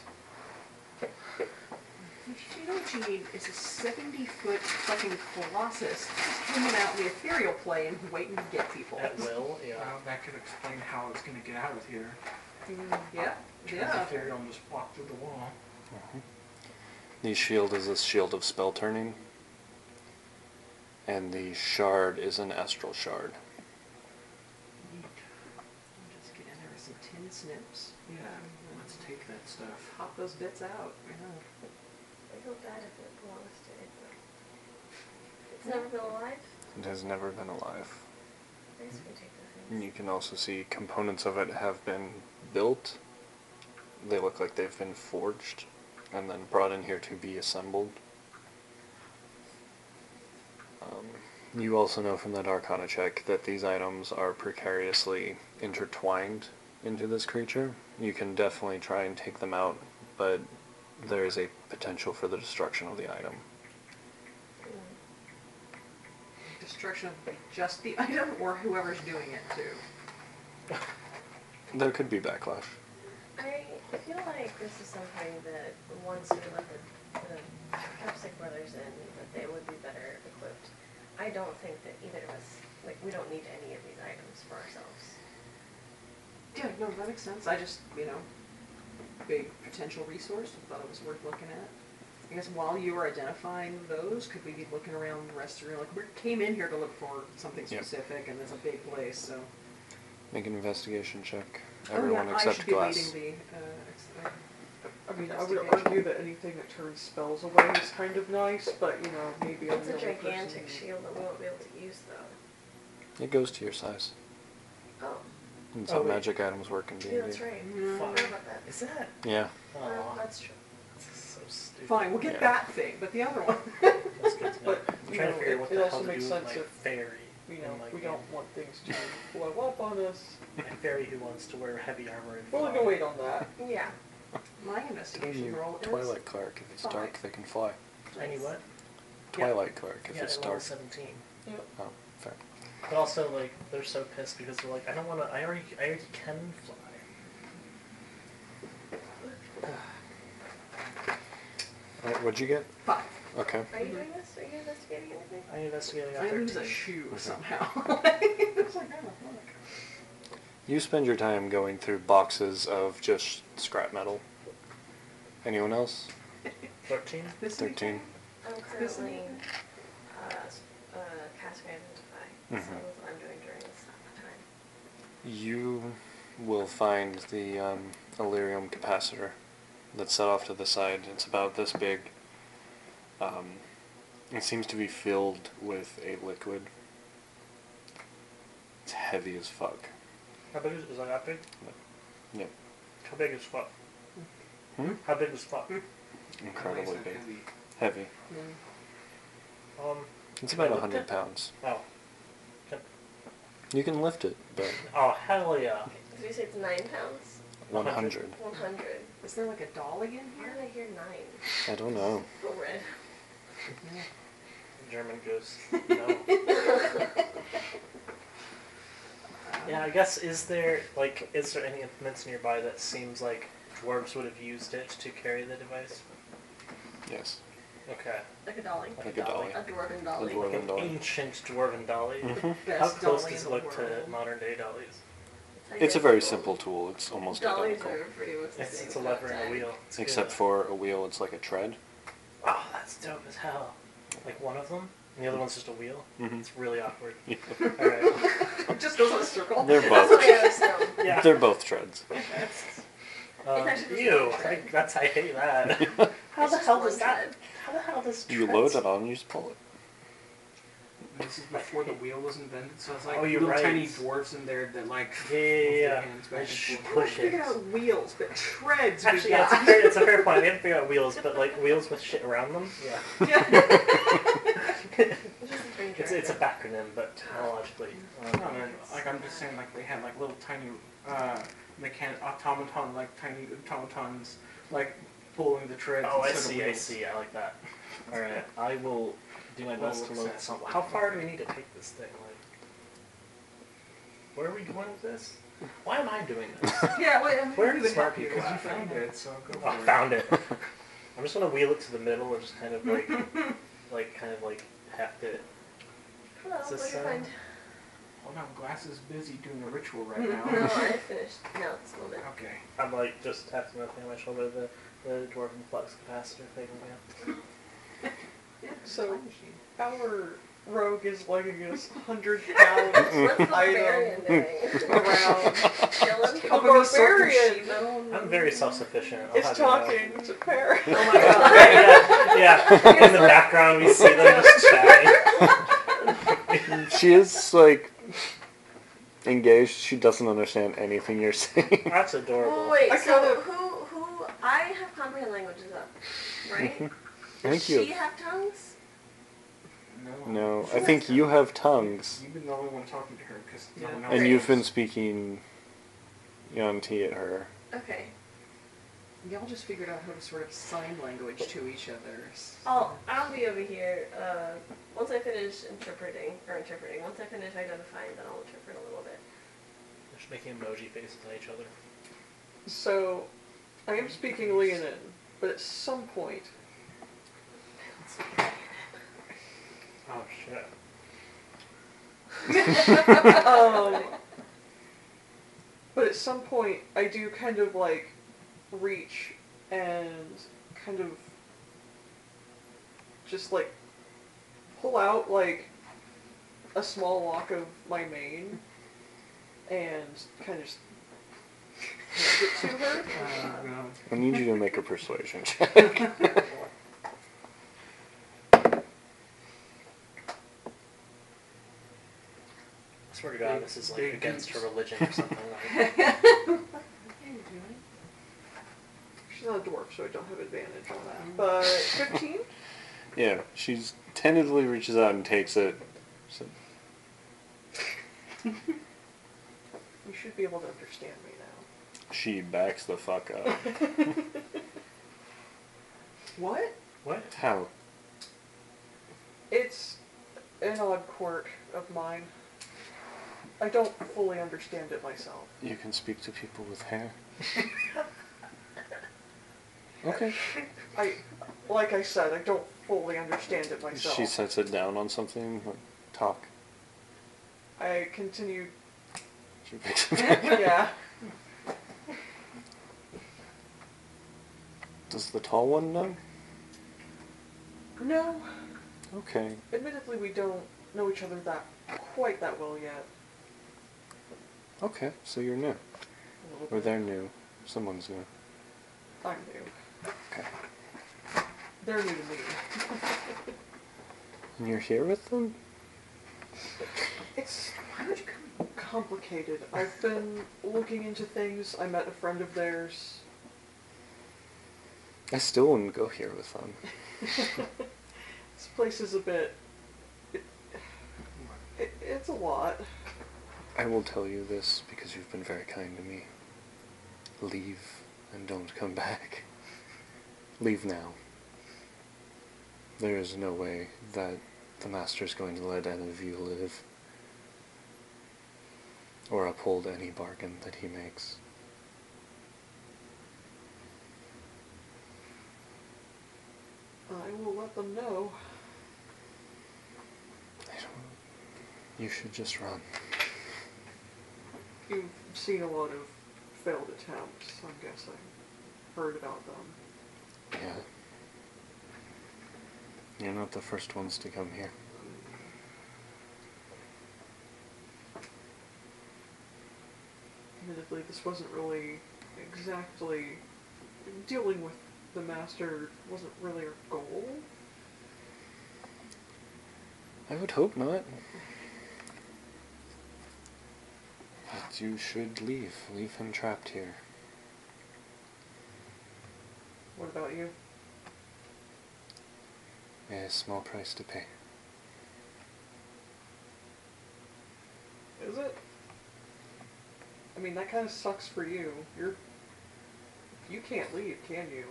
[SPEAKER 5] you know what you need is a seventy-foot fucking colossus just hanging out in the ethereal plane, waiting to get people.
[SPEAKER 3] At will, yeah.
[SPEAKER 8] Well, that could explain how it's going to get out of here.
[SPEAKER 5] Yeah, yeah.
[SPEAKER 8] If they don't just walk through the wall.
[SPEAKER 1] The shield is a shield of spell turning, and the shard is an astral shard.
[SPEAKER 5] Neat. I'll Just get in there with some tin snips.
[SPEAKER 8] Yeah, let's take that stuff.
[SPEAKER 5] Pop those bits out. Yeah.
[SPEAKER 2] I feel bad if it belongs to it. Though. It's never been alive.
[SPEAKER 1] It has never been alive.
[SPEAKER 2] I guess we can take the things.
[SPEAKER 1] And you can also see components of it have been built. They look like they've been forged and then brought in here to be assembled. Um, you also know from that Arcana check that these items are precariously intertwined into this creature. You can definitely try and take them out, but there is a potential for the destruction of the item.
[SPEAKER 2] Mm.
[SPEAKER 5] Destruction of just the item or whoever's doing it too.
[SPEAKER 1] There could be backlash.
[SPEAKER 2] I feel like this is something that once we let the, the Capsic brothers in, that they would be better equipped. I don't think that either of us, like, we don't need any of these items for ourselves.
[SPEAKER 5] Yeah, no, that makes sense. I just, you know, big potential resource. I thought it was worth looking at. I guess while you were identifying those, could we be looking around the rest of your like we came in here to look for something
[SPEAKER 1] Yep.
[SPEAKER 5] specific, and it's a big place, so.
[SPEAKER 1] Make an investigation check.
[SPEAKER 5] Oh, yeah,
[SPEAKER 1] Everyone
[SPEAKER 5] I
[SPEAKER 1] except
[SPEAKER 5] should be
[SPEAKER 1] Glass.
[SPEAKER 5] leading the. Uh, ex- uh,
[SPEAKER 7] I mean, I would
[SPEAKER 5] Investigation.
[SPEAKER 7] argue that anything that turns spells away is kind of nice, but you know, maybe I'm
[SPEAKER 2] It's
[SPEAKER 7] the
[SPEAKER 2] a
[SPEAKER 7] only person
[SPEAKER 2] gigantic
[SPEAKER 7] who-
[SPEAKER 2] shield that we won't be able to use, though.
[SPEAKER 1] It goes to your size.
[SPEAKER 2] Oh,
[SPEAKER 1] That's
[SPEAKER 3] Oh,
[SPEAKER 1] how
[SPEAKER 3] wait.
[SPEAKER 1] magic items work in D&D.
[SPEAKER 2] yeah, that's right.
[SPEAKER 5] Mm.
[SPEAKER 2] I forgot about that.
[SPEAKER 3] Um, Is that?
[SPEAKER 1] Yeah.
[SPEAKER 2] Oh,
[SPEAKER 3] Oh,
[SPEAKER 2] that's true.
[SPEAKER 3] this is so stupid.
[SPEAKER 5] Fine, we'll get
[SPEAKER 1] Yeah.
[SPEAKER 5] that thing, but the other one.
[SPEAKER 3] That's good to know.
[SPEAKER 7] But,
[SPEAKER 3] I'm
[SPEAKER 7] you
[SPEAKER 3] trying
[SPEAKER 7] know,
[SPEAKER 3] to figure
[SPEAKER 7] it-
[SPEAKER 3] out what
[SPEAKER 7] it
[SPEAKER 3] the
[SPEAKER 7] also
[SPEAKER 3] hell to do
[SPEAKER 7] makes
[SPEAKER 3] with
[SPEAKER 7] sense
[SPEAKER 3] my
[SPEAKER 7] if,
[SPEAKER 3] fairy.
[SPEAKER 7] You know,
[SPEAKER 3] and, like,
[SPEAKER 7] we don't want things to blow up on us.
[SPEAKER 3] A fairy who wants to wear heavy armor and
[SPEAKER 7] We'll
[SPEAKER 3] fly.
[SPEAKER 7] go wait on that.
[SPEAKER 2] Yeah.
[SPEAKER 5] My
[SPEAKER 1] Told
[SPEAKER 5] investigation
[SPEAKER 1] you,
[SPEAKER 5] roll is.
[SPEAKER 1] Twilight Clerk, if it's dark,
[SPEAKER 5] five.
[SPEAKER 1] they can fly.
[SPEAKER 3] Any what? Yeah.
[SPEAKER 1] Twilight Clerk, if
[SPEAKER 3] yeah,
[SPEAKER 1] it's
[SPEAKER 3] at level
[SPEAKER 1] dark.
[SPEAKER 3] 17.
[SPEAKER 7] Yep.
[SPEAKER 1] Oh, fair.
[SPEAKER 3] But also, like, they're so pissed because they're like, I don't want to, I already, I already can fly.
[SPEAKER 1] Alright, what'd you get?
[SPEAKER 5] Five.
[SPEAKER 1] Okay.
[SPEAKER 2] Are you doing this? Are you investigating anything?
[SPEAKER 3] I investigated
[SPEAKER 5] I
[SPEAKER 3] after
[SPEAKER 5] lose a shoe somehow. It's like, oh, fuck.
[SPEAKER 1] You spend your time going through boxes of just scrap metal. Anyone else?
[SPEAKER 3] 13.
[SPEAKER 5] This week-
[SPEAKER 1] 13.
[SPEAKER 2] I'm
[SPEAKER 5] This
[SPEAKER 2] currently uh, s- uh, casting identify. So
[SPEAKER 1] Mhm.
[SPEAKER 2] that's what I'm doing during this time.
[SPEAKER 1] You will find the um, Illyrium capacitor that's set off to the side. It's about this big. Um, it seems to be filled with a liquid. It's heavy as fuck.
[SPEAKER 3] How big is, is that that big?
[SPEAKER 1] Yep.
[SPEAKER 3] How big is fuck?
[SPEAKER 1] Hmm?
[SPEAKER 3] How big is fuck?
[SPEAKER 1] Incredibly big.
[SPEAKER 8] Heavy.
[SPEAKER 1] Heavy.
[SPEAKER 3] Um,
[SPEAKER 1] It's
[SPEAKER 3] Can I
[SPEAKER 1] about
[SPEAKER 3] lift
[SPEAKER 1] 100
[SPEAKER 3] it?
[SPEAKER 1] pounds.
[SPEAKER 3] oh. Can-
[SPEAKER 1] You can lift it, but
[SPEAKER 3] Oh, hell yeah.
[SPEAKER 2] Did you say it's nine pounds?
[SPEAKER 1] 100.
[SPEAKER 2] 100.
[SPEAKER 5] Is there like a dolly in
[SPEAKER 2] Why
[SPEAKER 5] here?
[SPEAKER 2] did I hear nine?
[SPEAKER 1] I don't know.
[SPEAKER 2] Go red.
[SPEAKER 3] German goose. No. yeah, I guess is there like is there any implements nearby that seems like dwarves would have used it to carry the device?
[SPEAKER 1] Yes.
[SPEAKER 3] Okay.
[SPEAKER 2] Like a dolly.
[SPEAKER 1] Like a dolly.
[SPEAKER 2] A dwarven
[SPEAKER 1] The
[SPEAKER 2] dolly.
[SPEAKER 1] dwarven
[SPEAKER 3] An
[SPEAKER 1] dolly.
[SPEAKER 3] ancient dwarven dolly.
[SPEAKER 1] Mhm.
[SPEAKER 7] Mm-hmm. Best
[SPEAKER 3] How close
[SPEAKER 7] dolly
[SPEAKER 3] does
[SPEAKER 7] in
[SPEAKER 3] it
[SPEAKER 7] the
[SPEAKER 3] look to
[SPEAKER 7] world.
[SPEAKER 3] modern day dollies?
[SPEAKER 2] I
[SPEAKER 1] It's a
[SPEAKER 2] guess
[SPEAKER 1] very
[SPEAKER 2] dolls-
[SPEAKER 1] simple tool. It's almost
[SPEAKER 2] Dollies
[SPEAKER 1] identical.
[SPEAKER 2] are pretty much the
[SPEAKER 3] It's,
[SPEAKER 2] same.
[SPEAKER 3] it's a lever and a
[SPEAKER 2] concept.
[SPEAKER 3] wheel. It's good.
[SPEAKER 1] Except for a wheel, it's like a tread.
[SPEAKER 3] Oh, that's dope as hell. Like one of them, and the other one's just a wheel.
[SPEAKER 1] Mhm.
[SPEAKER 3] It's really awkward.
[SPEAKER 1] Yeah.
[SPEAKER 3] All right.
[SPEAKER 7] It just goes in a circle.
[SPEAKER 1] They're
[SPEAKER 2] That's
[SPEAKER 1] both.
[SPEAKER 2] what I um, always know.
[SPEAKER 3] Yeah.
[SPEAKER 1] They're both treads.
[SPEAKER 3] Um,
[SPEAKER 2] actually just
[SPEAKER 3] ew.
[SPEAKER 2] one
[SPEAKER 3] I,
[SPEAKER 2] thread.
[SPEAKER 3] that's I hate that. how
[SPEAKER 2] It's
[SPEAKER 3] the
[SPEAKER 2] just
[SPEAKER 3] hell
[SPEAKER 2] one
[SPEAKER 3] does that?
[SPEAKER 2] thread.
[SPEAKER 3] How the hell does
[SPEAKER 1] You load
[SPEAKER 3] treads-
[SPEAKER 1] it on, you just pull it.
[SPEAKER 8] This is before the wheel was invented, so it's like
[SPEAKER 3] Oh, you're
[SPEAKER 8] little
[SPEAKER 3] right.
[SPEAKER 8] tiny dwarves in there that like
[SPEAKER 3] Yeah,
[SPEAKER 8] move
[SPEAKER 3] yeah,
[SPEAKER 8] their
[SPEAKER 3] yeah.
[SPEAKER 8] hands back and
[SPEAKER 3] Sh-
[SPEAKER 8] forth.
[SPEAKER 3] push
[SPEAKER 7] Figure
[SPEAKER 3] it.
[SPEAKER 7] out wheels, but treads. we
[SPEAKER 3] Actually, yeah, it's a,
[SPEAKER 7] got.
[SPEAKER 3] fair, it's a fair point. We haven't figured out wheels, but like wheels with shit around them. Yeah.
[SPEAKER 2] Which is a strange
[SPEAKER 3] It's, it's a
[SPEAKER 2] idea.
[SPEAKER 3] backronym, but technologically. um,
[SPEAKER 8] I don't know, like I'm just saying, like they had like little tiny uh, mechan- automaton, like tiny automatons, like pulling the treads.
[SPEAKER 3] Oh, I
[SPEAKER 8] instead of
[SPEAKER 3] see, I
[SPEAKER 8] wheels.
[SPEAKER 3] see. I like that. All right, I will do my
[SPEAKER 8] Well,
[SPEAKER 3] best to
[SPEAKER 8] looks
[SPEAKER 3] load
[SPEAKER 8] at-
[SPEAKER 3] something. How far do we need to take this thing? Like, where are we going with this? Why am I doing this?
[SPEAKER 7] yeah, wait, I mean,
[SPEAKER 3] Where
[SPEAKER 7] we
[SPEAKER 3] are the
[SPEAKER 7] would
[SPEAKER 3] smart
[SPEAKER 7] help you
[SPEAKER 3] people?
[SPEAKER 7] out.
[SPEAKER 8] Because you found it, so go
[SPEAKER 3] I
[SPEAKER 8] for it.
[SPEAKER 3] found it. I'm just gonna wheel it to the middle and just kind of like, like kind of like heft it.
[SPEAKER 2] Hello,
[SPEAKER 3] It's a
[SPEAKER 2] what do you
[SPEAKER 3] sign.
[SPEAKER 2] find?
[SPEAKER 8] Hold on, Glass is busy doing a ritual right
[SPEAKER 2] No,
[SPEAKER 8] now.
[SPEAKER 2] I finished. No, it's a little bit.
[SPEAKER 8] okay.
[SPEAKER 3] I'm like just tapping my thing on my shoulder, the the dwarven flux capacitor thing. Yeah.
[SPEAKER 5] So our rogue is lugging this hundred pound
[SPEAKER 2] What's the barbarian doing?
[SPEAKER 5] around.
[SPEAKER 2] Chilling?
[SPEAKER 5] A
[SPEAKER 7] Helping us sort through
[SPEAKER 5] barbarian
[SPEAKER 3] I'm very self-sufficient. I'll
[SPEAKER 5] is
[SPEAKER 3] have you know.
[SPEAKER 5] talking to Perry.
[SPEAKER 7] Oh my god.
[SPEAKER 3] yeah, yeah. In the background, we see them just chatting.
[SPEAKER 1] She is like engaged. She doesn't understand anything you're saying.
[SPEAKER 3] That's adorable.
[SPEAKER 2] Well, Oh, wait.
[SPEAKER 5] I
[SPEAKER 2] so
[SPEAKER 5] kinda-
[SPEAKER 2] who who I have comprehend languages up, right?
[SPEAKER 1] Thank
[SPEAKER 2] Does She
[SPEAKER 1] you.
[SPEAKER 2] have tongues.
[SPEAKER 8] No.
[SPEAKER 1] No, I think you have tongues,
[SPEAKER 8] You've been the only one talking to her because no one else.
[SPEAKER 1] and you've been speaking Yanti at her.
[SPEAKER 2] Okay.
[SPEAKER 5] Y'all just figured out how to sort of sign language to each other.
[SPEAKER 2] I'll I'll be over here. Uh, once I finish interpreting or interpreting. Once I finish identifying, then I'll interpret a little bit.
[SPEAKER 3] They're just making emoji faces at each other.
[SPEAKER 5] So, I am speaking Leonin, but at some point,
[SPEAKER 3] Oh shit.
[SPEAKER 5] um, but at some point, I do kind of like reach and kind of just like pull out like a small lock of my mane and kind of just hand it to her.
[SPEAKER 8] Uh, no.
[SPEAKER 1] I need you to make a persuasion check.
[SPEAKER 3] I swear to God, this is like against her religion or something. Like,
[SPEAKER 5] She's not a dwarf, so I don't have advantage on that.
[SPEAKER 2] Uh,
[SPEAKER 5] But 15?
[SPEAKER 1] yeah, she's tentatively reaches out and takes it. So,
[SPEAKER 5] You should be able to understand me now.
[SPEAKER 1] she backs the fuck up.
[SPEAKER 5] What?
[SPEAKER 3] what?
[SPEAKER 1] How?
[SPEAKER 5] It's an odd quirk of mine. I don't fully understand it myself.
[SPEAKER 1] You can speak to people with hair. okay.
[SPEAKER 5] I, like I said, I don't fully understand it myself.
[SPEAKER 1] She sets it down on something. Like, talk.
[SPEAKER 5] I continue.
[SPEAKER 1] She picks it back.
[SPEAKER 5] yeah.
[SPEAKER 1] Does the tall one know?
[SPEAKER 5] No,
[SPEAKER 1] Okay.
[SPEAKER 5] admittedly, we don't know each other that quite that well yet.
[SPEAKER 1] Okay. So you're new.
[SPEAKER 5] A little
[SPEAKER 1] Or
[SPEAKER 5] bit.
[SPEAKER 1] they're new. Someone's new.
[SPEAKER 5] I'm new.
[SPEAKER 1] Okay.
[SPEAKER 5] They're new to me.
[SPEAKER 1] And you're here with them?
[SPEAKER 5] It's complicated. I've been looking into things. I met a friend of theirs.
[SPEAKER 1] I still wouldn't go here with them.
[SPEAKER 5] This place is a bit. It, it, it's a lot.
[SPEAKER 1] I will tell you this because you've been very kind to me. Leave and don't come back. Leave now. There is no way that the master is going to let any of you live or uphold any bargain that he makes.
[SPEAKER 5] I will let let them know.
[SPEAKER 1] I don't- You should just run.
[SPEAKER 5] You've seen a lot of failed attempts, I'm guessing. Heard about them.
[SPEAKER 1] Yeah. You're not the first ones to come here.
[SPEAKER 5] Admittedly, this wasn't really exactly dealing with the master wasn't really our goal.
[SPEAKER 1] I would hope not. But you should leave. Leave him trapped here.
[SPEAKER 5] What about you?
[SPEAKER 1] A small price to pay.
[SPEAKER 5] Is it? I mean, that kind of sucks for you. You're you can't leave, can you?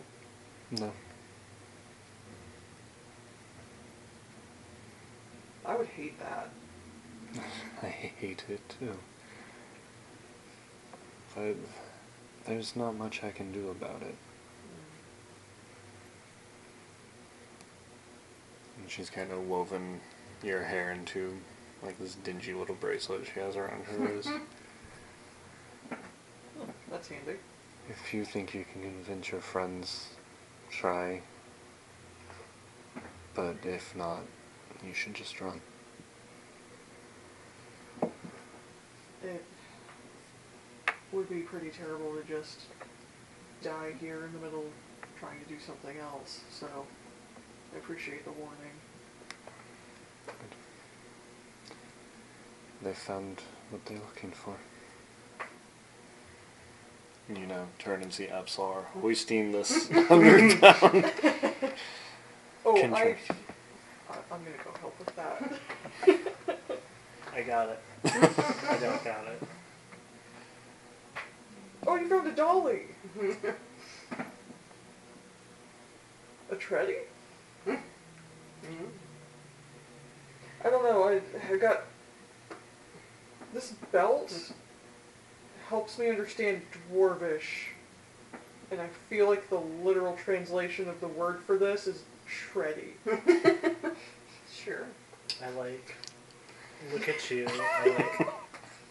[SPEAKER 1] No.
[SPEAKER 5] I would hate that.
[SPEAKER 1] I hate it too. But there's not much I can do about it. And she's kind of woven your hair into like this dingy little bracelet she has around her wrist.
[SPEAKER 5] That's handy.
[SPEAKER 1] if you think you can convince your friends, try. But if not, you should just run.
[SPEAKER 5] It would be pretty terrible to just die here in the middle of trying to do something else, so I appreciate the warning.
[SPEAKER 1] They found what they're looking for. You know, turn and see Absar hoisting this hundred down.
[SPEAKER 5] Oh, I,
[SPEAKER 1] Kindred.
[SPEAKER 5] I, I'm gonna go help with that.
[SPEAKER 3] I got it. I don't got it.
[SPEAKER 5] Oh, you found a dolly! a treddy? I don't know, I, I got. This belt helps me understand dwarvish. And I feel like the literal translation of the word for this is treddy.
[SPEAKER 7] Sure.
[SPEAKER 3] I like look at you. I like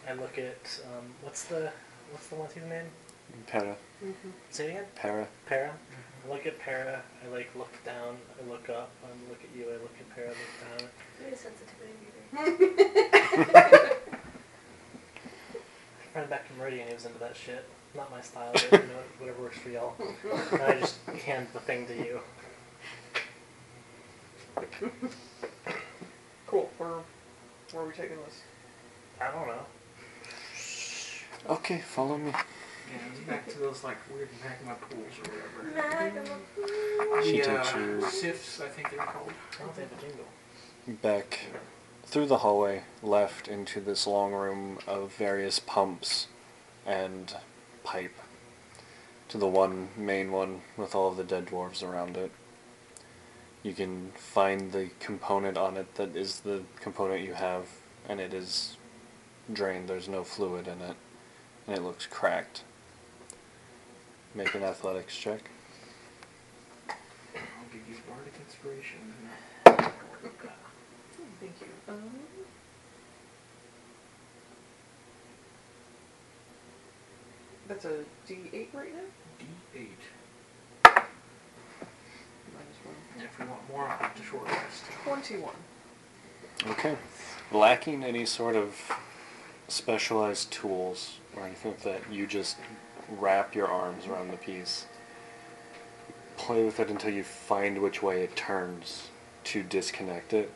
[SPEAKER 3] I look at um, what's the what's the one team's name?
[SPEAKER 1] Para,
[SPEAKER 3] Say it again.
[SPEAKER 1] para.
[SPEAKER 3] Para. I look at Para. I like look down. I look up. I look at you. I look at Para. Look down.
[SPEAKER 2] Need a sensitivity meter.
[SPEAKER 3] My friend back from Meridian, he was into that shit. Not my style. But, you know, whatever works for y'all. And I just hand the thing to you.
[SPEAKER 5] Cool, where, where are we taking this?
[SPEAKER 3] I don't know.
[SPEAKER 1] Okay, follow me.
[SPEAKER 8] And back to those like weird magma pools or whatever.
[SPEAKER 1] She
[SPEAKER 8] the,
[SPEAKER 1] takes you-
[SPEAKER 8] uh, sifts, I think they're called.
[SPEAKER 3] I don't think the jingle.
[SPEAKER 1] Back through the hallway, left into this long room of various pumps and pipe to the one main one with all of the dead dwarves around it. You can find the component on it that is the component you have, and it is drained. There's no fluid in it, and it looks cracked. Make an athletics check.
[SPEAKER 8] I'll give you bardic inspiration.
[SPEAKER 5] Thank you. Um, that's a D8 right now?
[SPEAKER 8] D8.
[SPEAKER 5] Minus one.
[SPEAKER 8] And if we want more, I'll have to short rest.
[SPEAKER 5] 21.
[SPEAKER 1] Okay. Lacking any sort of specialized tools or anything like that, you just wrap your arms around the piece. Play with it until you find which way it turns to disconnect it.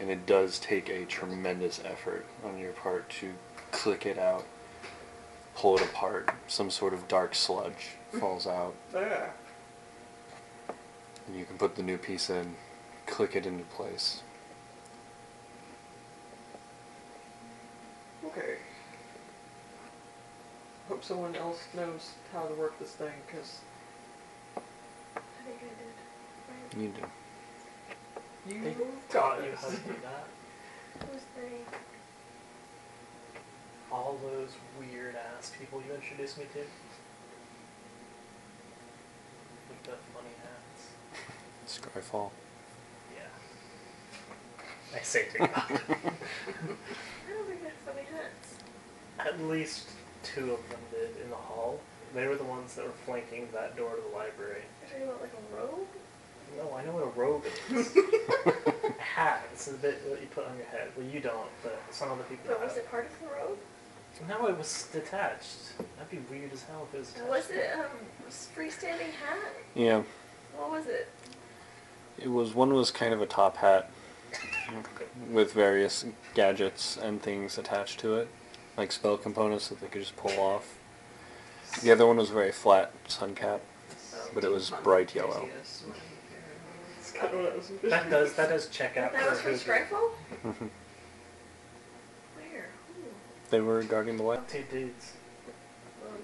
[SPEAKER 1] And it does take a tremendous effort on your part to click it out, pull it apart. Some sort of dark sludge falls out.
[SPEAKER 5] Ah.
[SPEAKER 1] And you can put the new piece in, click it into place.
[SPEAKER 5] Okay. Hope someone else knows how to work this thing, because
[SPEAKER 2] I think I did.
[SPEAKER 1] You do.
[SPEAKER 5] you
[SPEAKER 3] They
[SPEAKER 5] got
[SPEAKER 3] taught you how to
[SPEAKER 5] this.
[SPEAKER 3] do that.
[SPEAKER 2] Right. It was three.
[SPEAKER 3] All those weird ass people you introduced me to. With the funny hats.
[SPEAKER 1] Skyfall.
[SPEAKER 3] I say to God.
[SPEAKER 2] I don't think that's so many hats.
[SPEAKER 3] At least two of them did in the hall. They were the ones that were flanking that door to the library.
[SPEAKER 2] You're talking about like a robe?
[SPEAKER 3] No, I know what a robe is. a hat. It's the bit that you put on your head. Well, you don't, but some other people
[SPEAKER 2] But
[SPEAKER 3] have.
[SPEAKER 2] was it part of the robe?
[SPEAKER 3] No, it was detached. That'd be weird as hell if it was detached.
[SPEAKER 2] Was it um, a freestanding hat?
[SPEAKER 1] Yeah,
[SPEAKER 2] What was it?
[SPEAKER 1] it was one was kind of a top hat with various gadgets and things attached to it, like spell components that they could just pull off. The other one was a very flat sun cap. But it was bright yellow.
[SPEAKER 5] It's
[SPEAKER 3] kinda That does that does check out
[SPEAKER 2] that
[SPEAKER 3] for
[SPEAKER 2] was from
[SPEAKER 3] who-
[SPEAKER 2] Strifle? Where? Ooh.
[SPEAKER 1] They were guarding the light.
[SPEAKER 3] Two dudes.
[SPEAKER 2] Um,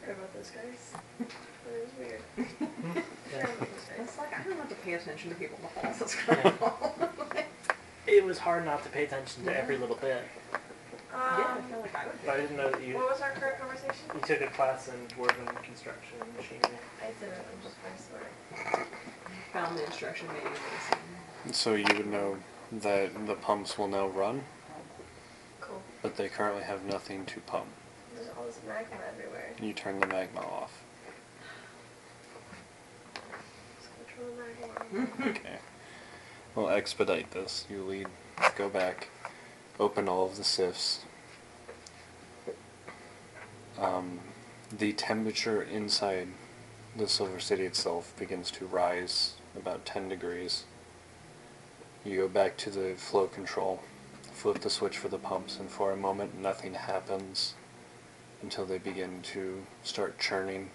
[SPEAKER 2] forgot about those guys. That is weird.
[SPEAKER 3] Yeah.
[SPEAKER 2] Forgot about those guys.
[SPEAKER 5] It's like I don't have to pay attention to people in the halls. That's kind of
[SPEAKER 3] It was hard not to pay attention to every little bit.
[SPEAKER 5] yeah, I
[SPEAKER 2] Um,
[SPEAKER 5] feel like I would.
[SPEAKER 3] But I didn't know that you
[SPEAKER 2] what was our current conversation?
[SPEAKER 3] you took a class in dwarven construction and machinery.
[SPEAKER 2] I didn't, I'm just, I swear.
[SPEAKER 5] Found the instruction manual.
[SPEAKER 1] So you would know that the pumps will now run,
[SPEAKER 2] Cool.
[SPEAKER 1] but they currently have nothing to pump.
[SPEAKER 2] There's all this magma everywhere.
[SPEAKER 1] You turn the magma off.
[SPEAKER 2] Just control the magma.
[SPEAKER 1] Okay. We'll expedite this. You lead, go back, open all of the sifts. Um, the temperature inside the Silver City itself begins to rise about 10 degrees. You go back to the flow control, flip the switch for the pumps, and for a moment nothing happens until they begin to start churning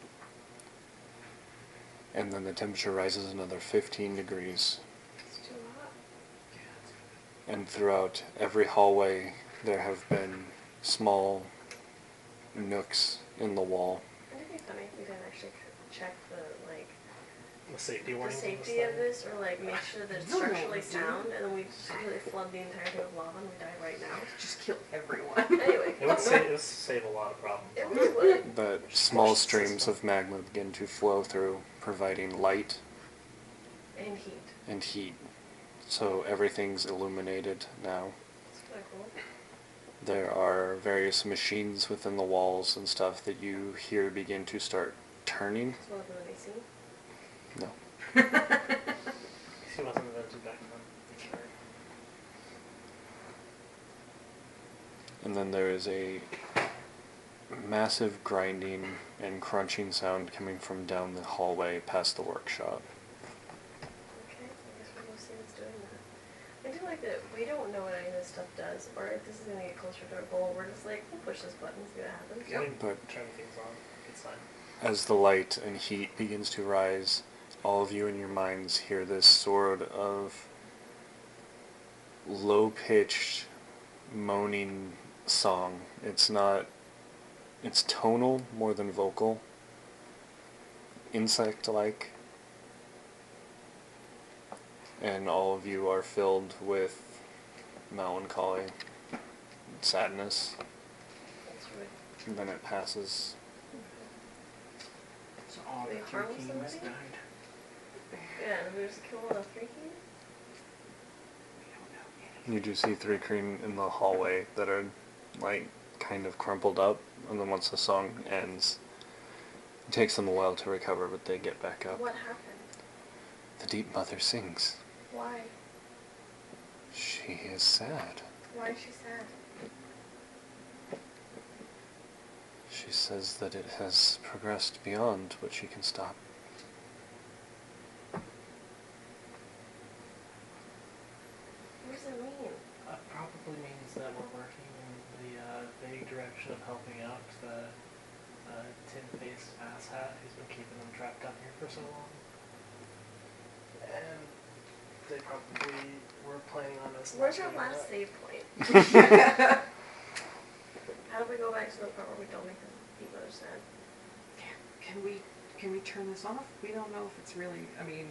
[SPEAKER 1] and then the temperature rises another 15 degrees.
[SPEAKER 2] It's too hot.
[SPEAKER 1] And throughout every hallway, there have been small nooks in the wall.
[SPEAKER 2] Wouldn't it be funny if we didn't actually c- check the, like,
[SPEAKER 3] The safety
[SPEAKER 2] the
[SPEAKER 3] warning.
[SPEAKER 2] safety of this, or like make sure that it's
[SPEAKER 5] No, no,
[SPEAKER 2] structurally
[SPEAKER 5] it's
[SPEAKER 2] sound, and then we just really flood the entire thing with lava and we die right now.
[SPEAKER 5] Just kill everyone.
[SPEAKER 2] Anyway.
[SPEAKER 3] It would save it would save a lot of problems.
[SPEAKER 2] It really would.
[SPEAKER 1] But small streams of magma begin to flow through, providing light
[SPEAKER 2] And heat.
[SPEAKER 1] and heat. So everything's illuminated now.
[SPEAKER 2] It's kind of cool.
[SPEAKER 1] There are various machines within the walls and stuff that you hear begin to start turning.
[SPEAKER 2] It's one of the many scenes.
[SPEAKER 1] No.
[SPEAKER 3] She wasn't invented back then.
[SPEAKER 1] And then there is a massive grinding and crunching sound coming from down the hallway past the workshop.
[SPEAKER 2] Okay, I guess we'll go see what's doing that. I do like that we don't know what any of this stuff does, or if this is gonna get closer to our goal, we're just like, we'll push this button, see what happens.
[SPEAKER 3] I mean,
[SPEAKER 1] But-
[SPEAKER 3] turn things on. It's fine.
[SPEAKER 1] As the light and heat begins to rise, all of you in your minds hear this sort of low-pitched moaning song. It's not it's tonal more than vocal. Insect-like. And all of you are filled with melancholy, sadness,
[SPEAKER 2] That's right.
[SPEAKER 1] and then it passes.
[SPEAKER 8] So all
[SPEAKER 2] They
[SPEAKER 8] the three
[SPEAKER 2] harm
[SPEAKER 8] kings
[SPEAKER 2] somebody?
[SPEAKER 8] died.
[SPEAKER 2] Yeah, and we just kill all the three keys?
[SPEAKER 1] You do see three cream in the hallway that are like kind of crumpled up, and then once the song ends, it takes them a while to recover, but they get back up.
[SPEAKER 2] What happened?
[SPEAKER 1] The deep mother sings.
[SPEAKER 2] Why?
[SPEAKER 1] She is sad.
[SPEAKER 2] Why is she sad?
[SPEAKER 1] She says that it has progressed beyond what she can stop.
[SPEAKER 2] What does it mean?
[SPEAKER 3] That Uh, probably means that we're working in the uh, vague direction of helping out the uh, tin-faced asshat who's been keeping them trapped down here for so long. And they probably were planning on us. not
[SPEAKER 2] Where's our
[SPEAKER 3] doing
[SPEAKER 2] last
[SPEAKER 3] that.
[SPEAKER 2] save point? How do we go back to the part where we don't make them be mother sad?
[SPEAKER 5] Can we can we turn this off? We don't know if it's really. I mean,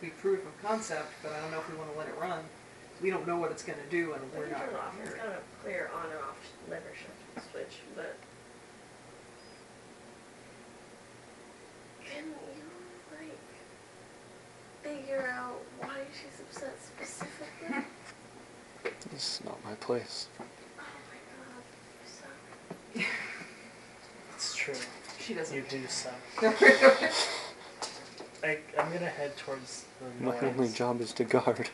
[SPEAKER 5] we proof of concept, but I don't know if we want to let it run. We don't know what it's going to do, and
[SPEAKER 2] We
[SPEAKER 5] we're
[SPEAKER 2] can
[SPEAKER 5] not.
[SPEAKER 2] turn it off. It's kind of a Oh, clear on and off sh- lever shift switch, but. Can you, like, figure out why she's upset specifically?
[SPEAKER 1] This is not my place.
[SPEAKER 2] oh my god, you suck.
[SPEAKER 3] It's true.
[SPEAKER 5] She doesn't.
[SPEAKER 3] You do suck. I, I'm gonna head towards the
[SPEAKER 1] My
[SPEAKER 3] noise.
[SPEAKER 1] only job is to guard.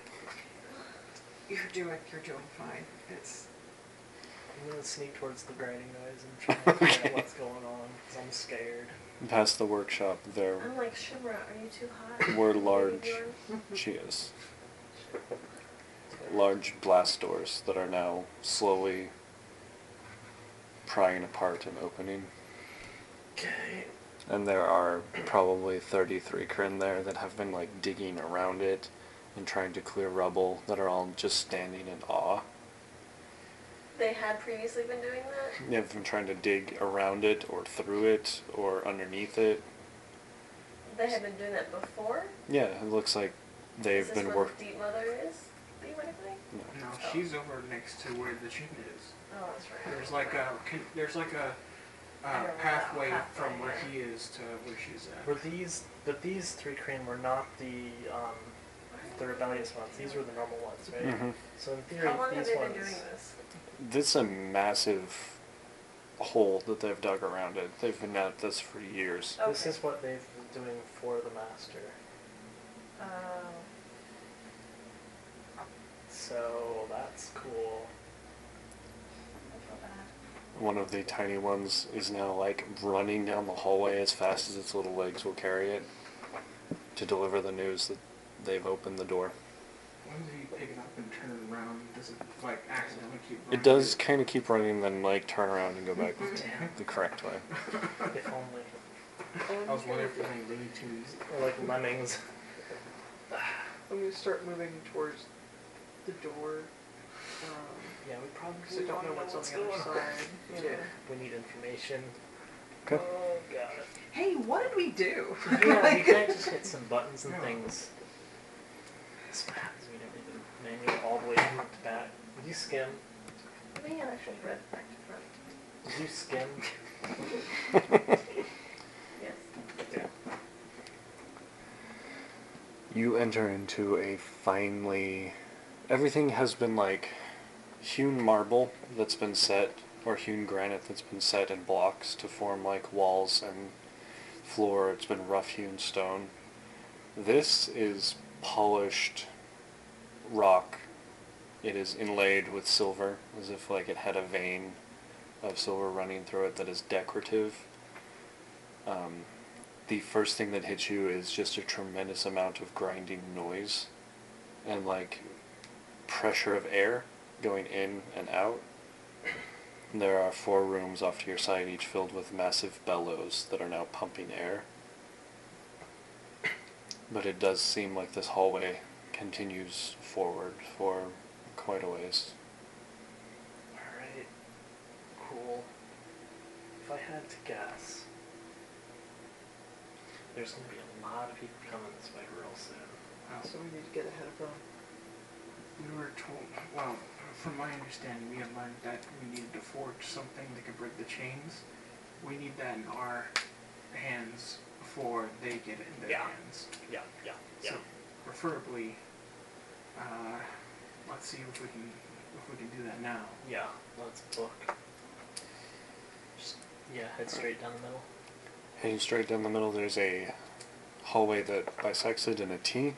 [SPEAKER 5] You're doing. You're doing fine. It's.
[SPEAKER 3] I'm gonna sneak towards the grinding noise and try to figure
[SPEAKER 1] Okay.
[SPEAKER 3] out what's going on because I'm scared.
[SPEAKER 1] Past the workshop, there
[SPEAKER 2] I'm like, Shimra, are you too hot?
[SPEAKER 1] We're
[SPEAKER 2] Are you
[SPEAKER 1] large.
[SPEAKER 2] warm?"
[SPEAKER 1] Mm-hmm. she is. Large blast doors that are now slowly prying apart and opening.
[SPEAKER 3] Okay.
[SPEAKER 1] And there are probably 33 Kryn there that have been like digging around it and trying to clear rubble that are all just standing in awe.
[SPEAKER 2] They had previously been doing that?
[SPEAKER 1] They've been trying to dig around it or through it or underneath it.
[SPEAKER 2] They had been doing that before?
[SPEAKER 1] Yeah, it looks like
[SPEAKER 2] is
[SPEAKER 1] they've
[SPEAKER 2] this
[SPEAKER 1] been
[SPEAKER 2] where
[SPEAKER 1] working.
[SPEAKER 2] the Deep Mother is? Do you want anything?
[SPEAKER 1] No.
[SPEAKER 8] No, she's over next to where the gym is.
[SPEAKER 2] Oh, that's right.
[SPEAKER 8] There's like a con- there's like a
[SPEAKER 2] I
[SPEAKER 8] uh,
[SPEAKER 2] don't know,
[SPEAKER 8] pathway
[SPEAKER 2] pathway,
[SPEAKER 8] from where
[SPEAKER 2] yeah.
[SPEAKER 8] he is to where she's at.
[SPEAKER 3] Were these, but these three crane were not the um, the rebellious ones. These were the normal ones, right?
[SPEAKER 1] Mhm.
[SPEAKER 3] So in theory,
[SPEAKER 2] How long have
[SPEAKER 3] these
[SPEAKER 2] they been
[SPEAKER 3] ones.
[SPEAKER 2] doing this?
[SPEAKER 1] This is a massive hole that they've dug around it. They've been at this for years.
[SPEAKER 2] Okay.
[SPEAKER 3] This is what they've been doing for the master.
[SPEAKER 2] Oh.
[SPEAKER 3] So that's cool.
[SPEAKER 2] I feel bad.
[SPEAKER 1] One of the tiny ones is now like running down the hallway as fast as its little legs will carry it to deliver the news that they've opened the door.
[SPEAKER 8] When does he pick it up and turn it around? Does it like accidentally keep?
[SPEAKER 1] It
[SPEAKER 8] running?
[SPEAKER 1] does kind of keep running, then like turn around and go back the correct way.
[SPEAKER 3] If only.
[SPEAKER 8] I was wondering if there's any Looney Tunes.
[SPEAKER 3] Or like lemmings.
[SPEAKER 5] I'm gonna start moving towards the door. Um,
[SPEAKER 3] Yeah, we probably
[SPEAKER 5] because I don't know what's on the other side. you know.
[SPEAKER 3] Yeah. We need information.
[SPEAKER 1] Okay.
[SPEAKER 3] Oh god.
[SPEAKER 5] Hey, what did we do?
[SPEAKER 3] Yeah, we can't just hit some buttons and
[SPEAKER 8] No.
[SPEAKER 3] things. This map is we don't even manual all the way from the back. Would you skim?
[SPEAKER 2] I think I actually read back to front.
[SPEAKER 3] Would you skim?
[SPEAKER 2] Yes.
[SPEAKER 3] Yeah.
[SPEAKER 1] You enter into a finely. Everything has been like hewn marble that's been set, or hewn granite that's been set in blocks to form like walls and floor. It's been rough hewn stone. This is polished rock. It is inlaid with silver, as if like it had a vein of silver running through it that is decorative. Um, the first thing that hits you is just a tremendous amount of grinding noise and like pressure of air going in and out. And There are four rooms off to your side, each filled with massive bellows that are now pumping air. But it does seem like this hallway continues forward for quite a ways.
[SPEAKER 3] Alright. Cool. If I had to guess, there's gonna be a lot of people coming this way real soon.
[SPEAKER 8] Wow.
[SPEAKER 5] So we need to get ahead of them.
[SPEAKER 8] We were told, well, from my understanding, we had learned that we needed to forge something that could break the chains. We need that in our hands before they get it in their
[SPEAKER 3] Yeah.
[SPEAKER 8] hands.
[SPEAKER 3] Yeah, yeah, yeah.
[SPEAKER 8] So, preferably, uh, let's see if we can if we can do that now.
[SPEAKER 3] yeah, let's book. Just, yeah, head straight down the middle.
[SPEAKER 1] Heading straight down the middle, there's a hallway that bisects it in a T,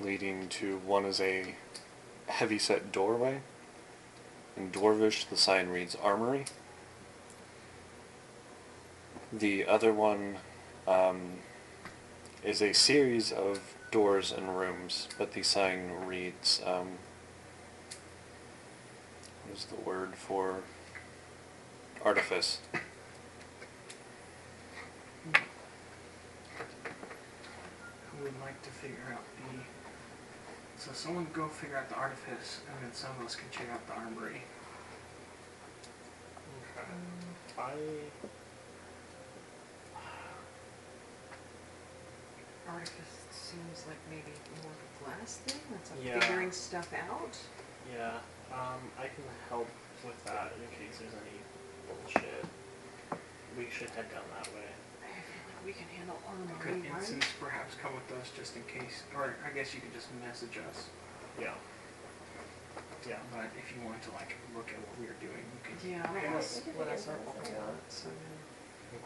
[SPEAKER 1] leading to one is a heavy set doorway. In Dwarvish, the sign reads Armory. The other one um, is a series of doors and rooms, but the sign reads. Um, what is the word for artifice?
[SPEAKER 8] Who would like to figure out the? So someone go figure out the artifice, and then some of us can check out the armory.
[SPEAKER 3] I
[SPEAKER 5] Artifice seems like maybe more of a glass thing. That's like
[SPEAKER 3] Yeah.
[SPEAKER 5] figuring stuff out.
[SPEAKER 3] yeah, um, I can help with that in case there's any bullshit. We should head down that way.
[SPEAKER 5] I feel like
[SPEAKER 11] we can handle
[SPEAKER 6] Could
[SPEAKER 11] armory, right?
[SPEAKER 6] instance perhaps come with us just in case, or I guess you could just message us.
[SPEAKER 3] Yeah. Yeah.
[SPEAKER 6] But if you wanted to like look at what we were doing, you could.
[SPEAKER 11] Yeah, I
[SPEAKER 3] Yeah.
[SPEAKER 11] guess
[SPEAKER 2] We can
[SPEAKER 11] what
[SPEAKER 2] do
[SPEAKER 11] I said
[SPEAKER 2] that,
[SPEAKER 11] before,
[SPEAKER 2] yeah.
[SPEAKER 11] so.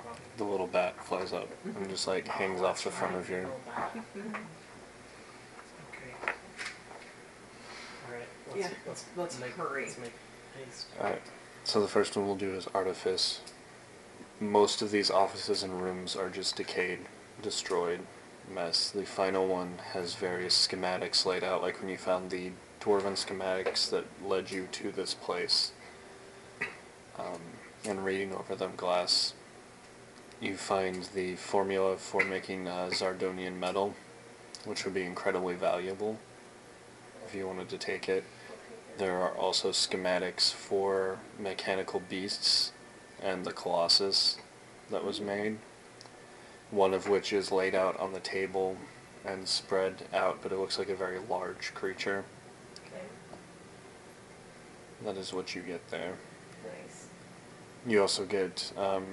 [SPEAKER 3] Okay.
[SPEAKER 1] The little bat flies up and just like hangs off the front of your.
[SPEAKER 6] Okay.
[SPEAKER 3] All right. Let's,
[SPEAKER 11] Yeah,
[SPEAKER 3] let's,
[SPEAKER 11] let's
[SPEAKER 3] make,
[SPEAKER 11] hurry.
[SPEAKER 3] Let's make haste.
[SPEAKER 1] Alright, so the first one we'll do is artifice. Most of these offices and rooms are just decayed, destroyed, mess. The final one has various schematics laid out, like when you found the dwarven schematics that led you to this place. Um, and reading over them glass, you find the formula for making uh, Zardonian metal, which would be incredibly valuable if you wanted to take it. There are also schematics for mechanical beasts and the Colossus that was made, one of which is laid out on the table and spread out, but it looks like a very large creature.
[SPEAKER 2] Okay.
[SPEAKER 1] That is what you get there.
[SPEAKER 2] Nice.
[SPEAKER 1] You also get um,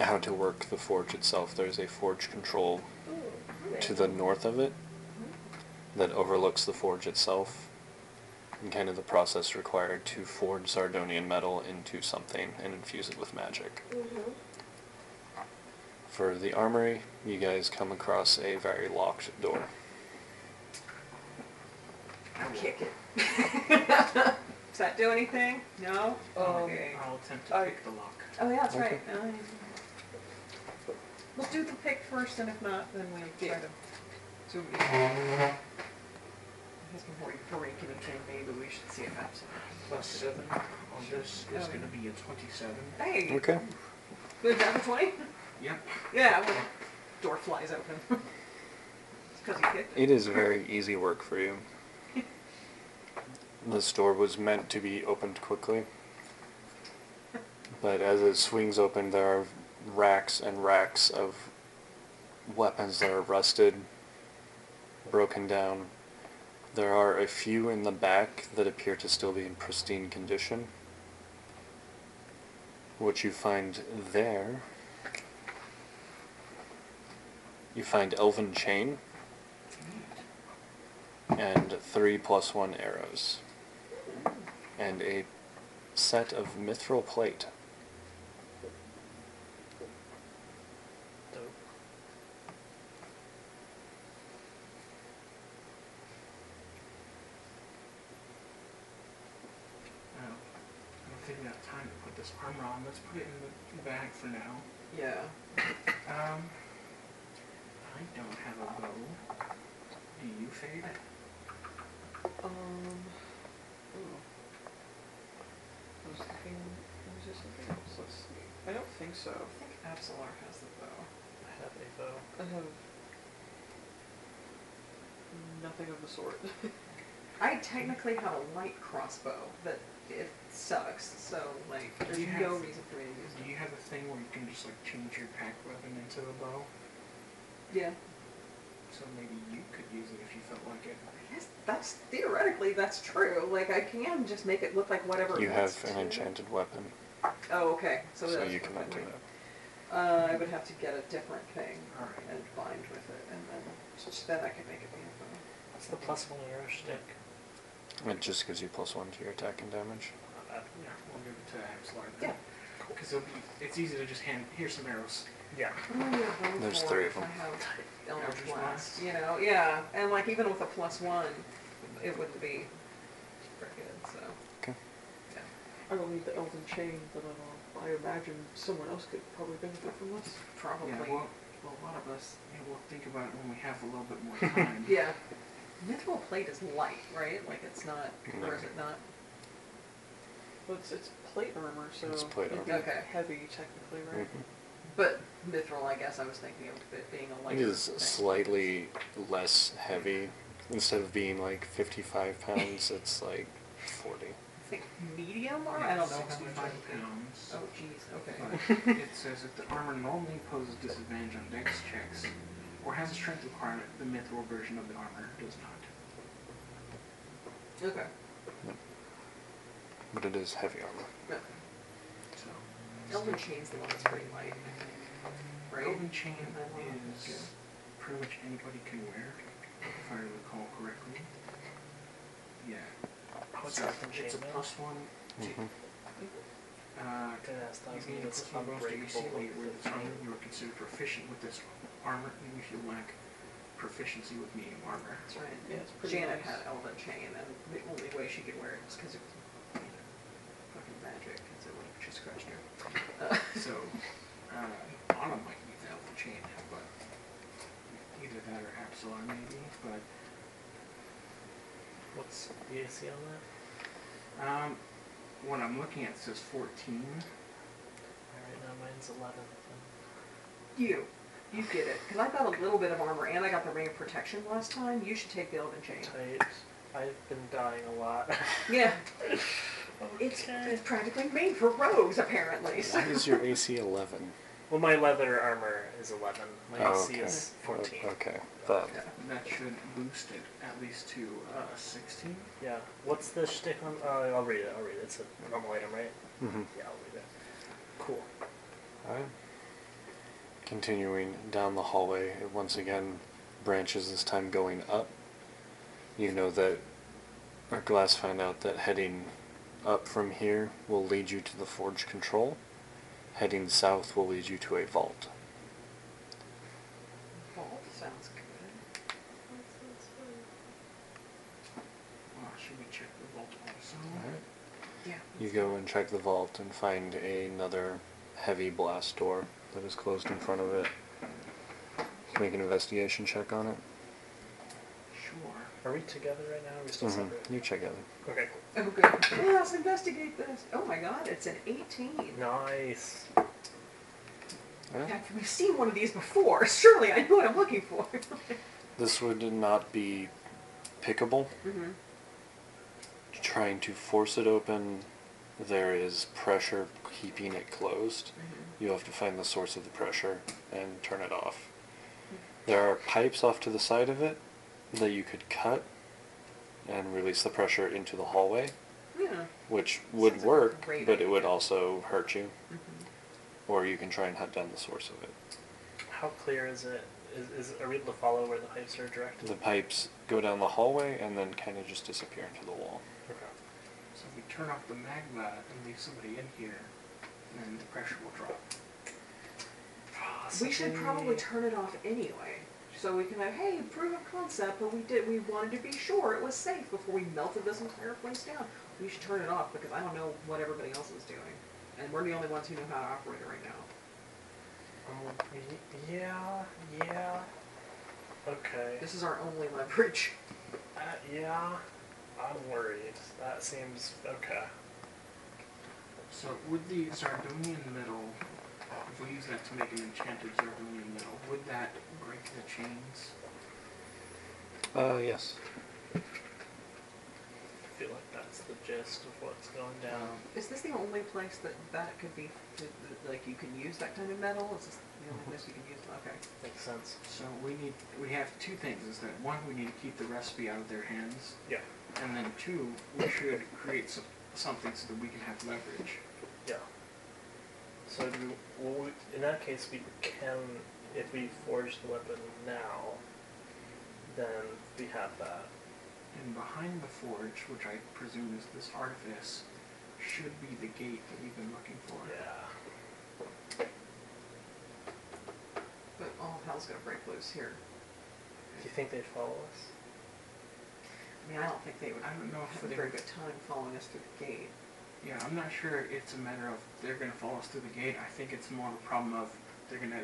[SPEAKER 1] how to work the forge itself. There is a forge control
[SPEAKER 2] Ooh,
[SPEAKER 1] to the north of it that overlooks the forge itself and kind of the process required to forge Zardonian metal into something and infuse it with magic.
[SPEAKER 2] Mm-hmm.
[SPEAKER 1] For the armory, you guys come across a very locked door.
[SPEAKER 5] I'll kick it. Does that do anything? No?
[SPEAKER 11] Um,
[SPEAKER 5] Okay.
[SPEAKER 6] Um, I'll attempt to
[SPEAKER 5] I-
[SPEAKER 6] pick the lock.
[SPEAKER 5] Oh, yeah, that's
[SPEAKER 1] Okay.
[SPEAKER 5] right. Uh, Let's do the pick first, and if not, then we'll try to.
[SPEAKER 11] So, we- I guess before you hurry and give it to him, maybe we should see if that's.
[SPEAKER 6] Plus seven on this is
[SPEAKER 5] Oh.
[SPEAKER 6] gonna be a twenty-seven.
[SPEAKER 5] Hey,
[SPEAKER 1] Okay.
[SPEAKER 5] good down to 20?
[SPEAKER 6] Yep.
[SPEAKER 5] Yeah, well, door flies open. Because you kicked it.
[SPEAKER 1] It is very easy work for you. This door was meant to be opened quickly, but as it swings open, there are racks and racks of weapons that are rusted, broken down. There are a few in the back that appear to still be in pristine condition. What you find there, you find Elven Chain and three plus one arrows, and a set of mithril plate.
[SPEAKER 3] Dope.
[SPEAKER 6] Oh, I don't think we have time to put this armor on. Let's put it in the bag for now.
[SPEAKER 5] Yeah.
[SPEAKER 6] Um, I don't have a bow. Do you, Fade?
[SPEAKER 5] Um. ooh.
[SPEAKER 11] I was thinking, I was just something else, let's see. I don't think so. I think Absalar has the bow.
[SPEAKER 3] I have a bow.
[SPEAKER 11] I have nothing of the sort.
[SPEAKER 5] I technically have a light crossbow, but it sucks, so, like, there's
[SPEAKER 6] You have-
[SPEAKER 5] no reason for me to use
[SPEAKER 6] Do you have a thing where you can just like change your pack weapon into a bow?
[SPEAKER 5] it. Yeah.
[SPEAKER 6] So maybe you could use it if you felt like it.
[SPEAKER 5] I guess that's theoretically that's true. Like I can just make it look like whatever.
[SPEAKER 1] You
[SPEAKER 5] it
[SPEAKER 1] have
[SPEAKER 5] wants
[SPEAKER 1] an
[SPEAKER 5] to.
[SPEAKER 1] enchanted weapon,
[SPEAKER 5] Oh, okay. So,
[SPEAKER 1] so
[SPEAKER 5] that's
[SPEAKER 1] you can
[SPEAKER 5] what
[SPEAKER 1] enter
[SPEAKER 5] I
[SPEAKER 1] that.
[SPEAKER 5] would- Uh, I would have to get a different thing
[SPEAKER 6] All right.
[SPEAKER 5] and bind with it, and then then I could make it be a phone.
[SPEAKER 3] What's the plus one arrow stick?
[SPEAKER 1] It just gives you plus one to your attack and damage.
[SPEAKER 3] Not bad.
[SPEAKER 6] Yeah, we'll give it to Absalar
[SPEAKER 5] Yeah.
[SPEAKER 6] then. Because it'll be, it's easy to just hand, here's some arrows.
[SPEAKER 3] Yeah.
[SPEAKER 5] What am I gonna go
[SPEAKER 1] There's
[SPEAKER 5] for
[SPEAKER 1] three
[SPEAKER 5] if
[SPEAKER 1] of
[SPEAKER 5] I
[SPEAKER 1] 'em.
[SPEAKER 5] have Elder
[SPEAKER 6] Eldritch
[SPEAKER 5] Blast,
[SPEAKER 6] Blast.
[SPEAKER 5] You know, yeah, and like even with a plus one, it wouldn't be very good. So
[SPEAKER 1] Okay.
[SPEAKER 11] I will need the Elven Chain, but I, don't know. I imagine someone else could probably benefit from this.
[SPEAKER 5] probably
[SPEAKER 6] Yeah, well,
[SPEAKER 5] a lot of us.
[SPEAKER 6] yeah, we'll think about it when we have a little bit more time.
[SPEAKER 5] Yeah. Mithril plate is light, right? Like it's not, or is it not?
[SPEAKER 11] Well, it's, it's plate armor, so
[SPEAKER 1] It's plate
[SPEAKER 11] it'd be
[SPEAKER 5] armor. Okay.
[SPEAKER 11] heavy technically, right?
[SPEAKER 1] Mm-hmm.
[SPEAKER 5] But mithril, I guess I was thinking of it being a light.
[SPEAKER 1] It is slightly less heavy. Instead of being like 55 pounds, it's like 40.
[SPEAKER 5] I think medium or I don't know. how much
[SPEAKER 6] Sixty-five
[SPEAKER 5] it-
[SPEAKER 6] pounds.
[SPEAKER 5] Oh, jeez. Okay.
[SPEAKER 6] But it says if the armor normally poses disadvantage on dex checks or has a strength requirement, the mithril version of the armor does not.
[SPEAKER 5] Okay.
[SPEAKER 1] But it is heavy armor.
[SPEAKER 5] Yeah.
[SPEAKER 6] So
[SPEAKER 5] Elven Chain's the one that's pretty light, I think. Right?
[SPEAKER 6] Golden chain
[SPEAKER 5] I love it.
[SPEAKER 6] is pretty much anybody can wear, if I recall correctly. Yeah.
[SPEAKER 3] What's
[SPEAKER 6] So
[SPEAKER 3] that from
[SPEAKER 6] It's a
[SPEAKER 3] Chainmail?
[SPEAKER 6] plus one. to-
[SPEAKER 1] Mhm.
[SPEAKER 6] Uh,
[SPEAKER 3] I didn't ask that. I
[SPEAKER 6] you
[SPEAKER 3] was
[SPEAKER 6] gain
[SPEAKER 3] gonna
[SPEAKER 6] a
[SPEAKER 3] It's
[SPEAKER 6] plus one bonus to your
[SPEAKER 3] unbreakable.
[SPEAKER 6] CV with
[SPEAKER 3] with
[SPEAKER 6] this armor.
[SPEAKER 3] the-
[SPEAKER 6] You are considered proficient with this armor, even if you lack proficiency with medium armor.
[SPEAKER 5] That's right.
[SPEAKER 6] Yeah, it's pretty
[SPEAKER 5] Janet
[SPEAKER 6] nice.
[SPEAKER 5] had Elven Chain, and the only way she could wear it was because it was you know, fucking magic, because it would have just crushed her. Uh,
[SPEAKER 6] So, uh, Anna might need the Elven Chain, but either that or Absalon maybe, but
[SPEAKER 3] What's EAC on that?
[SPEAKER 6] Um, what I'm looking at says 14.
[SPEAKER 3] Alright, now mine's eleven.
[SPEAKER 5] you, you get it. Because I got a little bit of armor, and I got the Ring of Protection last time. You should take the Elven Chain.
[SPEAKER 3] Tight. I've been dying a lot.
[SPEAKER 5] Yeah, it's,
[SPEAKER 3] okay.
[SPEAKER 5] it's practically made for rogues, apparently. So.
[SPEAKER 1] Why is your AC 11?
[SPEAKER 3] Well, my leather armor is eleven. My
[SPEAKER 1] Oh,
[SPEAKER 3] AC is
[SPEAKER 1] Oh,
[SPEAKER 3] fourteen.
[SPEAKER 1] Okay, that,
[SPEAKER 6] That should boost it at least to uh, 16.
[SPEAKER 3] Yeah. What's the shtick on? Uh, I'll read it. I'll read it. It's a normal item, right?
[SPEAKER 1] mhm.
[SPEAKER 3] Yeah, I'll read it. Cool.
[SPEAKER 1] Alright. Continuing down the hallway, it once again branches, this time going up. You know that, or Glass find out that heading up from here will lead you to the Forge Control. Heading south will lead you to a vault.
[SPEAKER 5] Vault sounds good.
[SPEAKER 6] Uh, should we check the vault also?
[SPEAKER 1] Alright.
[SPEAKER 5] Yeah.
[SPEAKER 1] You go and check the vault and find another heavy blast door that is closed in front of it. Make an investigation check on it.
[SPEAKER 6] Sure.
[SPEAKER 3] Are we together right now? Are we still
[SPEAKER 1] hmm
[SPEAKER 3] separate?
[SPEAKER 1] You check it.
[SPEAKER 3] Okay. Cool.
[SPEAKER 5] Oh, good. Yeah, let's investigate this. Oh my god, it's an 18.
[SPEAKER 3] Nice.
[SPEAKER 1] Alright.
[SPEAKER 5] Yeah, we've seen one of these before. Surely I know what I'm looking for. Mm-hmm.
[SPEAKER 1] This would not be pickable.
[SPEAKER 5] Mhm.
[SPEAKER 1] Trying to force it open, there is pressure keeping it closed. You have to find the source of the pressure and turn it off. There are pipes off to the side of it that you could cut and release the pressure into the hallway,
[SPEAKER 5] Yeah.
[SPEAKER 1] which
[SPEAKER 5] Sounds
[SPEAKER 1] would
[SPEAKER 5] like a
[SPEAKER 1] work,
[SPEAKER 5] great
[SPEAKER 1] but it would
[SPEAKER 5] idea.
[SPEAKER 1] also hurt you.
[SPEAKER 5] Mm-hmm.
[SPEAKER 1] Or you can try and hunt down the source of it.
[SPEAKER 3] How clear is it? Is, is are we able to follow where the pipes are directed?
[SPEAKER 1] The pipes go down the hallway and then kind of just disappear into the wall.
[SPEAKER 3] Okay.
[SPEAKER 6] So if we turn off the magma and leave somebody in here, then the pressure will drop.
[SPEAKER 5] We should probably
[SPEAKER 3] Possibly.
[SPEAKER 5] turn it off anyway. So we can have, hey, proof of concept, but we did we wanted to be sure it was safe before we melted this entire place down. We should turn it off because I don't know what everybody else is doing. And we're the only ones who know how to operate it right now.
[SPEAKER 3] Um, y- yeah. Yeah. Okay.
[SPEAKER 5] This is our only leverage.
[SPEAKER 3] Uh, yeah. I'm worried. That seems okay.
[SPEAKER 6] So would the Zardonian metal, if we use that to make an enchanted Zardonian metal, would that break the chains?
[SPEAKER 1] Uh, yes.
[SPEAKER 3] I feel like that's the gist of what's going down.
[SPEAKER 5] Is this the only place that that could be, that- that, like, you can use that kind of metal? Is this the only place you can use Okay.
[SPEAKER 3] Makes sense.
[SPEAKER 6] So we need, we have two things, is that one, we need to keep the recipe out of their hands,
[SPEAKER 3] Yeah.
[SPEAKER 6] And then two, we should create some, something so that we can have leverage.
[SPEAKER 3] Yeah. So do well, we, in that case, we can if we forge the weapon now, then we have that.
[SPEAKER 6] And behind the forge, which I presume is this artifice, should be the gate that we've been looking for.
[SPEAKER 3] Yeah.
[SPEAKER 5] But all hell's gonna break loose here.
[SPEAKER 3] Do you think they'd follow us?
[SPEAKER 5] I mean, I don't think they would
[SPEAKER 6] I don't know if
[SPEAKER 5] have a
[SPEAKER 6] they
[SPEAKER 5] very
[SPEAKER 6] would.
[SPEAKER 5] good time following us through the gate.
[SPEAKER 6] Yeah, I'm not sure it's a matter of they're gonna follow us through the gate. I think it's more of a problem of they're gonna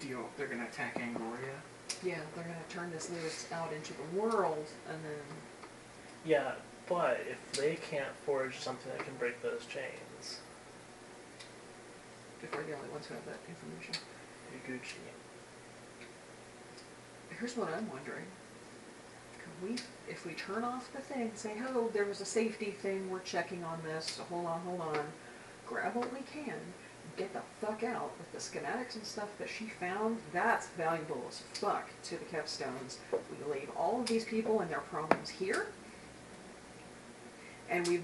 [SPEAKER 6] deal. They're gonna attack Angoria.
[SPEAKER 5] Yeah, they're gonna turn this loose out into the world, and then
[SPEAKER 3] Yeah, but if they can't forge something that can break those chains,
[SPEAKER 5] if we're the only ones who have that information.
[SPEAKER 3] you Gucci.
[SPEAKER 5] Here's what I'm wondering. Could we, if we turn off the thing, say, oh, there was a safety thing, we're checking on this, so hold on, hold on, grab what we can, get the fuck out with the schematics and stuff that she found, that's valuable as fuck to the Kevstones. We leave all of these people and their problems here, and we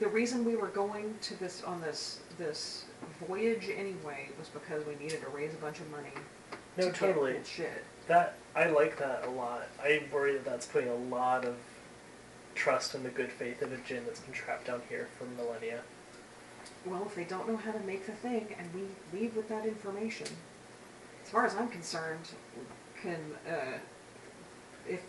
[SPEAKER 5] the reason we were going to this, on this, this voyage anyway was because we needed to raise a bunch of money.
[SPEAKER 3] No,
[SPEAKER 5] to get
[SPEAKER 3] totally.
[SPEAKER 5] good Shit.
[SPEAKER 3] That I like that a lot. I worry that that's putting a lot of trust in the good faith of a gin that's been trapped down here for millennia.
[SPEAKER 5] Well, if they don't know how to make the thing and we leave with that information, as far as I'm concerned, can, uh, if,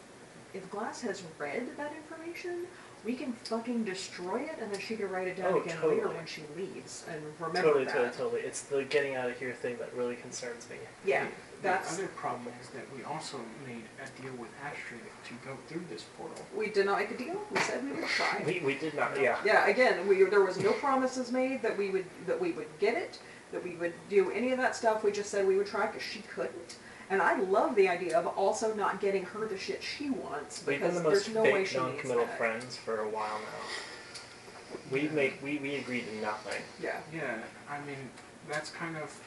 [SPEAKER 5] if Glass has read that information, we can fucking destroy it and then she can write it down
[SPEAKER 3] Oh,
[SPEAKER 5] again later
[SPEAKER 3] totally.
[SPEAKER 5] when she leaves and remember
[SPEAKER 3] Totally,
[SPEAKER 5] that.
[SPEAKER 3] totally, totally. It's the getting out of here thing that really concerns me.
[SPEAKER 5] Yeah,
[SPEAKER 6] The-
[SPEAKER 5] that's,
[SPEAKER 6] The other problem is that we also made a deal with Astrid to go through this portal.
[SPEAKER 5] we did not make a deal, we said we would try.
[SPEAKER 3] We, we did not, yeah.
[SPEAKER 5] Yeah, again, we, there was no promises made that we would, that we would get it, that we would do any of that stuff, we just said we would try, cause she couldn't. And I love the idea of also not getting her the shit she wants,
[SPEAKER 3] We've been
[SPEAKER 5] because
[SPEAKER 3] the most
[SPEAKER 5] there's no way
[SPEAKER 3] fake,
[SPEAKER 5] she needs
[SPEAKER 3] non-committal
[SPEAKER 5] that.
[SPEAKER 3] friends for a while now. We make we, we agree to nothing.
[SPEAKER 5] Yeah,
[SPEAKER 6] Yeah, I mean, that's kind of,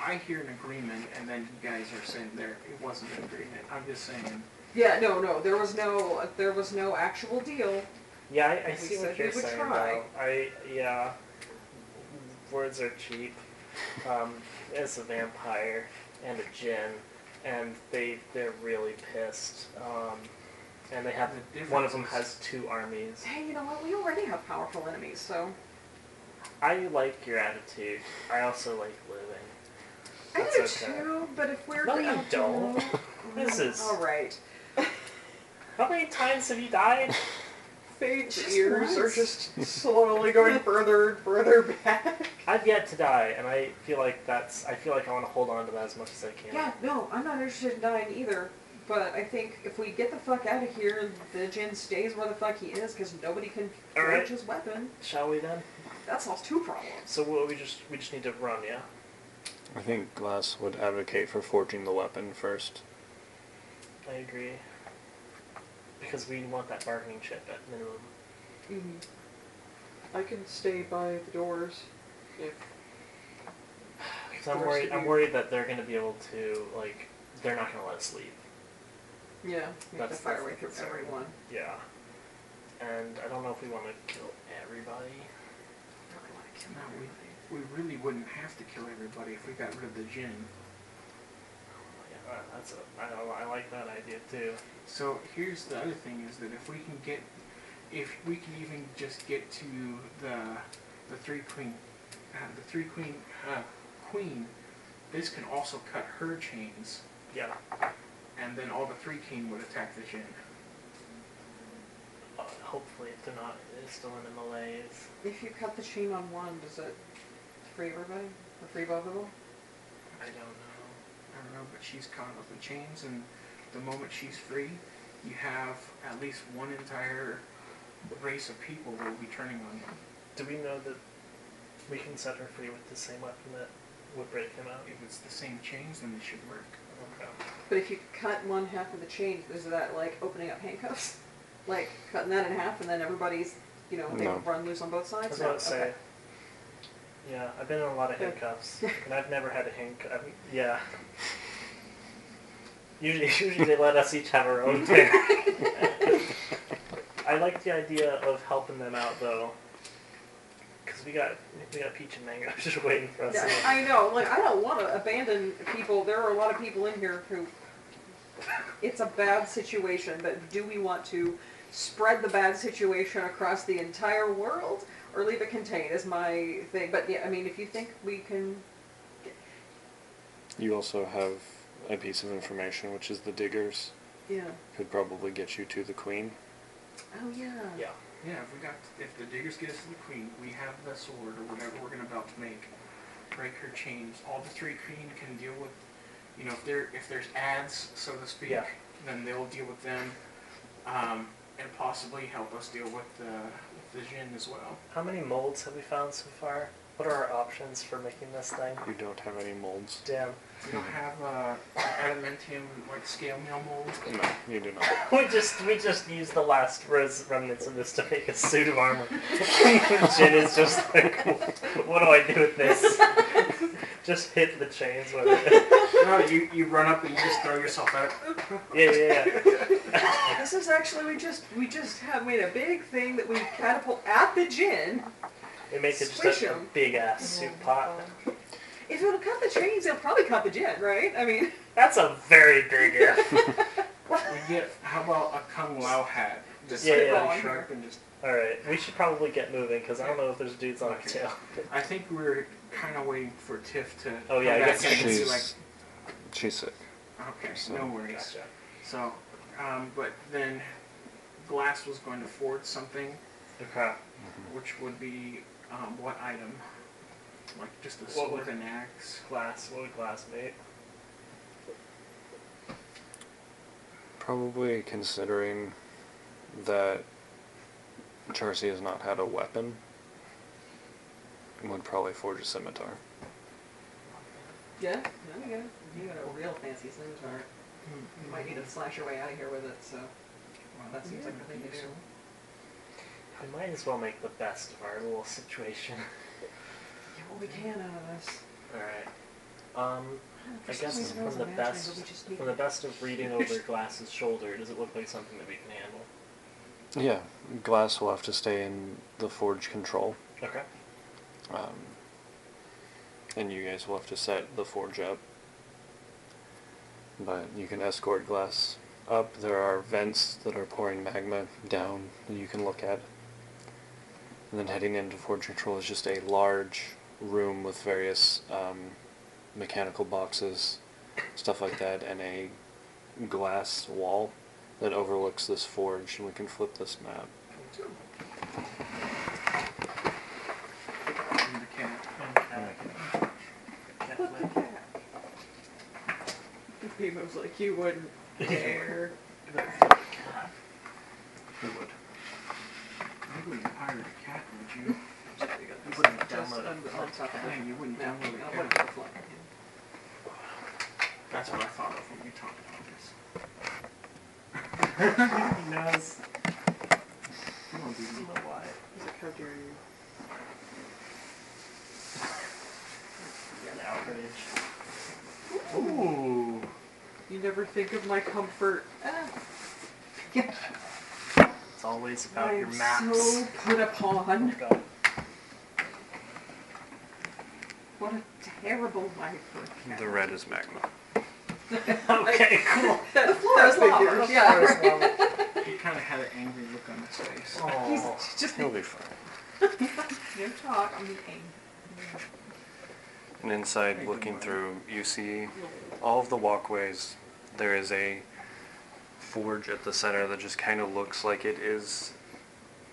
[SPEAKER 6] I hear an agreement and then you guys are saying there, it wasn't an agreement. I'm just saying,
[SPEAKER 5] yeah, no, no, there was no, there was no actual deal,
[SPEAKER 3] Yeah, I, I
[SPEAKER 5] We
[SPEAKER 3] see
[SPEAKER 5] said
[SPEAKER 3] what
[SPEAKER 5] we
[SPEAKER 3] you're
[SPEAKER 5] would
[SPEAKER 3] saying.
[SPEAKER 5] try.
[SPEAKER 3] Though. I yeah, words are cheap. Um, as a vampire and a djinn, and they they're really pissed. Um, and they have
[SPEAKER 6] The
[SPEAKER 3] one of them
[SPEAKER 6] difference
[SPEAKER 3] has two armies.
[SPEAKER 5] hey, you know what, we already have powerful enemies, so.
[SPEAKER 3] I like your attitude. I also like living.
[SPEAKER 5] I
[SPEAKER 3] That's
[SPEAKER 5] do
[SPEAKER 3] okay.
[SPEAKER 5] too, but if we're.
[SPEAKER 3] No, you
[SPEAKER 5] I don't
[SPEAKER 3] don't.
[SPEAKER 5] know.
[SPEAKER 3] This is
[SPEAKER 5] Alright.
[SPEAKER 3] how many times have you died?
[SPEAKER 12] Fade's
[SPEAKER 5] Just
[SPEAKER 12] ears are
[SPEAKER 5] once.
[SPEAKER 12] just slowly going further and further back.
[SPEAKER 3] I've yet to die, and I feel like that's. I feel like I want to hold on to that as much as I can.
[SPEAKER 5] Yeah, no, I'm not interested in dying either. But I think if we get the fuck out of here, the Jin stays where the fuck he is because nobody can
[SPEAKER 3] All
[SPEAKER 5] forge
[SPEAKER 3] right.
[SPEAKER 5] his weapon.
[SPEAKER 3] Shall we then?
[SPEAKER 5] That solves two problems.
[SPEAKER 3] So what, we just we just need to run, yeah.
[SPEAKER 1] I think Glass would advocate for forging the weapon first.
[SPEAKER 3] I agree. Because we want that bargaining chip at minimum.
[SPEAKER 5] Mm-hmm.
[SPEAKER 12] I can stay by the doors if
[SPEAKER 3] Because I'm worried. I'm worried that they're going to be able to like. They're not going to let us leave.
[SPEAKER 5] Yeah, we have to
[SPEAKER 3] That's-
[SPEAKER 5] fight
[SPEAKER 3] that's
[SPEAKER 5] our way
[SPEAKER 3] the
[SPEAKER 5] through
[SPEAKER 3] concern.
[SPEAKER 5] everyone.
[SPEAKER 3] Yeah. And I don't know if we want to kill everybody.
[SPEAKER 5] Really wanna kill
[SPEAKER 6] No, we-
[SPEAKER 5] everybody.
[SPEAKER 6] we really wouldn't have to kill everybody if we got rid of the gin.
[SPEAKER 3] Yeah, uh, that's a. I don't. I like that idea too.
[SPEAKER 6] So here's the other thing is that if we can get, if we can even just get to the, the three queen, uh, the three queen, uh, queen, this can also cut her chains,
[SPEAKER 3] Yeah.
[SPEAKER 6] and then all the three king would attack the gin.
[SPEAKER 3] Uh, hopefully, if they're not they're still in the malaise.
[SPEAKER 5] If you cut the chain on one, does it free everybody? Or free both of them?
[SPEAKER 3] I don't know.
[SPEAKER 6] I don't know, but she's caught up in chains, and the moment she's free, you have at least one entire race of people that will be turning on you.
[SPEAKER 3] Do we know that we can set her free with the same weapon that would break him out?
[SPEAKER 6] If it's the same chains, then it should work.
[SPEAKER 3] Okay.
[SPEAKER 5] But if you cut one half of the chain, is that like opening up handcuffs? Like cutting that in half and then everybody's, you know, they
[SPEAKER 1] No.
[SPEAKER 5] run loose on both
[SPEAKER 3] I
[SPEAKER 5] sides?
[SPEAKER 3] was
[SPEAKER 5] No,
[SPEAKER 3] about to say.
[SPEAKER 5] Oh, okay.
[SPEAKER 3] Yeah, I've been in a lot of
[SPEAKER 5] Yeah.
[SPEAKER 3] handcuffs, and I've never had a handcuff. Yeah. Usually, usually they let us each have our own thing. I like the idea of helping them out though, because we got we got peach and mango just waiting for us.
[SPEAKER 5] Yeah, I know. Like, I don't want to abandon people. There are a lot of people in here who. It's a bad situation, but do we want to spread the bad situation across the entire world or leave it contained? Is my thing. But yeah, I mean, if you think we can.
[SPEAKER 1] You also have a piece of information, which is the diggers
[SPEAKER 5] Yeah.
[SPEAKER 1] could probably get you to the queen.
[SPEAKER 5] Oh, yeah.
[SPEAKER 3] yeah.
[SPEAKER 6] Yeah, if we got if the diggers get us to the queen, we have the sword or whatever we're gonna about to make. Break her chains. All the three queen can deal with you know, if there if there's ads, so to speak,
[SPEAKER 3] Yeah.
[SPEAKER 6] then they'll deal with them. Um, and possibly help us deal with the with the Jin as well.
[SPEAKER 3] How many molds have we found so far? What are our options for making this thing?
[SPEAKER 1] You don't have any molds.
[SPEAKER 3] Damn,
[SPEAKER 6] We
[SPEAKER 3] Mm-hmm.
[SPEAKER 6] don't have uh adamantium like scale mail mold.
[SPEAKER 1] No, you do not.
[SPEAKER 3] we just we just used the last res- remnants of this to make a suit of armor. Jin is just like, what do I do with this? just hit the chains with it.
[SPEAKER 6] no, you, you run up and you just throw yourself out.
[SPEAKER 3] Yeah, yeah, yeah.
[SPEAKER 5] This is actually we just we just had made a big thing that we catapult at the gin.
[SPEAKER 3] We make it just
[SPEAKER 5] Squish
[SPEAKER 3] a, a
[SPEAKER 5] 'em.
[SPEAKER 3] big ass soup pot.
[SPEAKER 5] If it'll cut the chains, it'll probably cut the gin, right? I mean,
[SPEAKER 3] That's a very big if.
[SPEAKER 6] We get how about a kung lao hat? Just
[SPEAKER 3] Yeah,
[SPEAKER 6] like
[SPEAKER 3] yeah.
[SPEAKER 6] really sharp and just.
[SPEAKER 3] All right, we should probably get moving because I don't know if there's dudes on our
[SPEAKER 6] Okay.
[SPEAKER 3] tail.
[SPEAKER 6] I think we're kind of waiting for Tiff to.
[SPEAKER 3] Oh, yeah,
[SPEAKER 6] come
[SPEAKER 3] I
[SPEAKER 6] back
[SPEAKER 3] guess
[SPEAKER 6] in and see,
[SPEAKER 1] she's- She's sick.
[SPEAKER 6] like, okay,
[SPEAKER 1] so-
[SPEAKER 6] no worries.
[SPEAKER 3] Gotcha.
[SPEAKER 6] So, um, but then Glass was going to forge something,
[SPEAKER 3] Okay.
[SPEAKER 6] which would be um, what item? Like just a
[SPEAKER 3] What would-
[SPEAKER 6] sword and axe.
[SPEAKER 3] Glass. What would glass make?
[SPEAKER 1] Probably considering that Charcy has not had a weapon, would probably forge a scimitar.
[SPEAKER 5] yeah, no, you got you got a real fancy scimitar.
[SPEAKER 3] Hmm,
[SPEAKER 5] You might need to slash your way out of here with it. So oh,
[SPEAKER 6] Well,
[SPEAKER 5] that seems like the thing to do.
[SPEAKER 3] We might as well make the best of our little situation.
[SPEAKER 5] Yeah, well, we can out of this.
[SPEAKER 3] All right. Um, I
[SPEAKER 5] For some
[SPEAKER 3] guess
[SPEAKER 5] reason, I was
[SPEAKER 3] from the
[SPEAKER 5] imagining that we
[SPEAKER 3] best
[SPEAKER 5] just need-
[SPEAKER 3] from the best of reading over Glass's shoulder, does it look like something that we can handle?
[SPEAKER 1] Yeah, glass will have to stay in the forge control,
[SPEAKER 3] Okay.
[SPEAKER 1] um, and you guys will have to set the forge up. But you can escort glass up. There are vents that are pouring magma down that you can look at. And then heading into forge control is just a large room with various um, mechanical boxes, stuff like that, and a glass wall that overlooks this forge. And we can flip this map.
[SPEAKER 6] And the cat.
[SPEAKER 3] Cat
[SPEAKER 5] Look
[SPEAKER 3] flip.
[SPEAKER 5] at that. He moves like you wouldn't dare.
[SPEAKER 6] Who would? You wouldn't pirate a cat, would you?
[SPEAKER 3] You wouldn't download it.
[SPEAKER 6] Yeah, you wouldn't download a cat. That's what I thought of when you talked about
[SPEAKER 3] He
[SPEAKER 6] this.
[SPEAKER 3] knows.
[SPEAKER 6] Come on,
[SPEAKER 3] I
[SPEAKER 6] baby.
[SPEAKER 3] don't know why.
[SPEAKER 5] How dare you?
[SPEAKER 3] An outrage. Ooh.
[SPEAKER 5] You never think of my comfort. Ah, yeah,
[SPEAKER 3] It's always about
[SPEAKER 5] I
[SPEAKER 3] your
[SPEAKER 5] am
[SPEAKER 3] maps. Oh
[SPEAKER 5] so put upon.
[SPEAKER 3] Go.
[SPEAKER 5] What a terrible life for a cat.
[SPEAKER 1] The red is magma.
[SPEAKER 3] Okay, cool.
[SPEAKER 5] That, the floor is lava. Yeah.
[SPEAKER 3] First
[SPEAKER 5] right.
[SPEAKER 3] level.
[SPEAKER 6] He kind of had an angry look on his face.
[SPEAKER 5] He's
[SPEAKER 3] Aw.
[SPEAKER 5] just
[SPEAKER 1] He'll be fine.
[SPEAKER 13] No talk, I'm eating.
[SPEAKER 1] And inside, looking through, you see all of the walkways. There is a forge at the center that just kind of looks like it is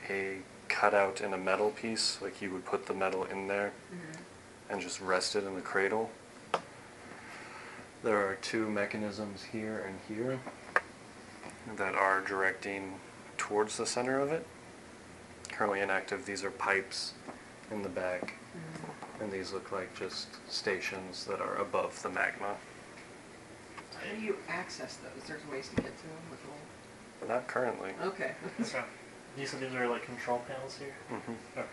[SPEAKER 1] a cutout in a metal piece, like you would put the metal in there and just rest it in the cradle. There are two mechanisms here and here that are directing towards the center of it. Currently inactive, these are pipes in the back. And these look like just stations that are above the magma.
[SPEAKER 5] How do you access those? There's ways to get to them with all.
[SPEAKER 1] Not currently.
[SPEAKER 5] Okay.
[SPEAKER 3] Okay. You said these are like control panels here?
[SPEAKER 1] Mhm.
[SPEAKER 3] Okay.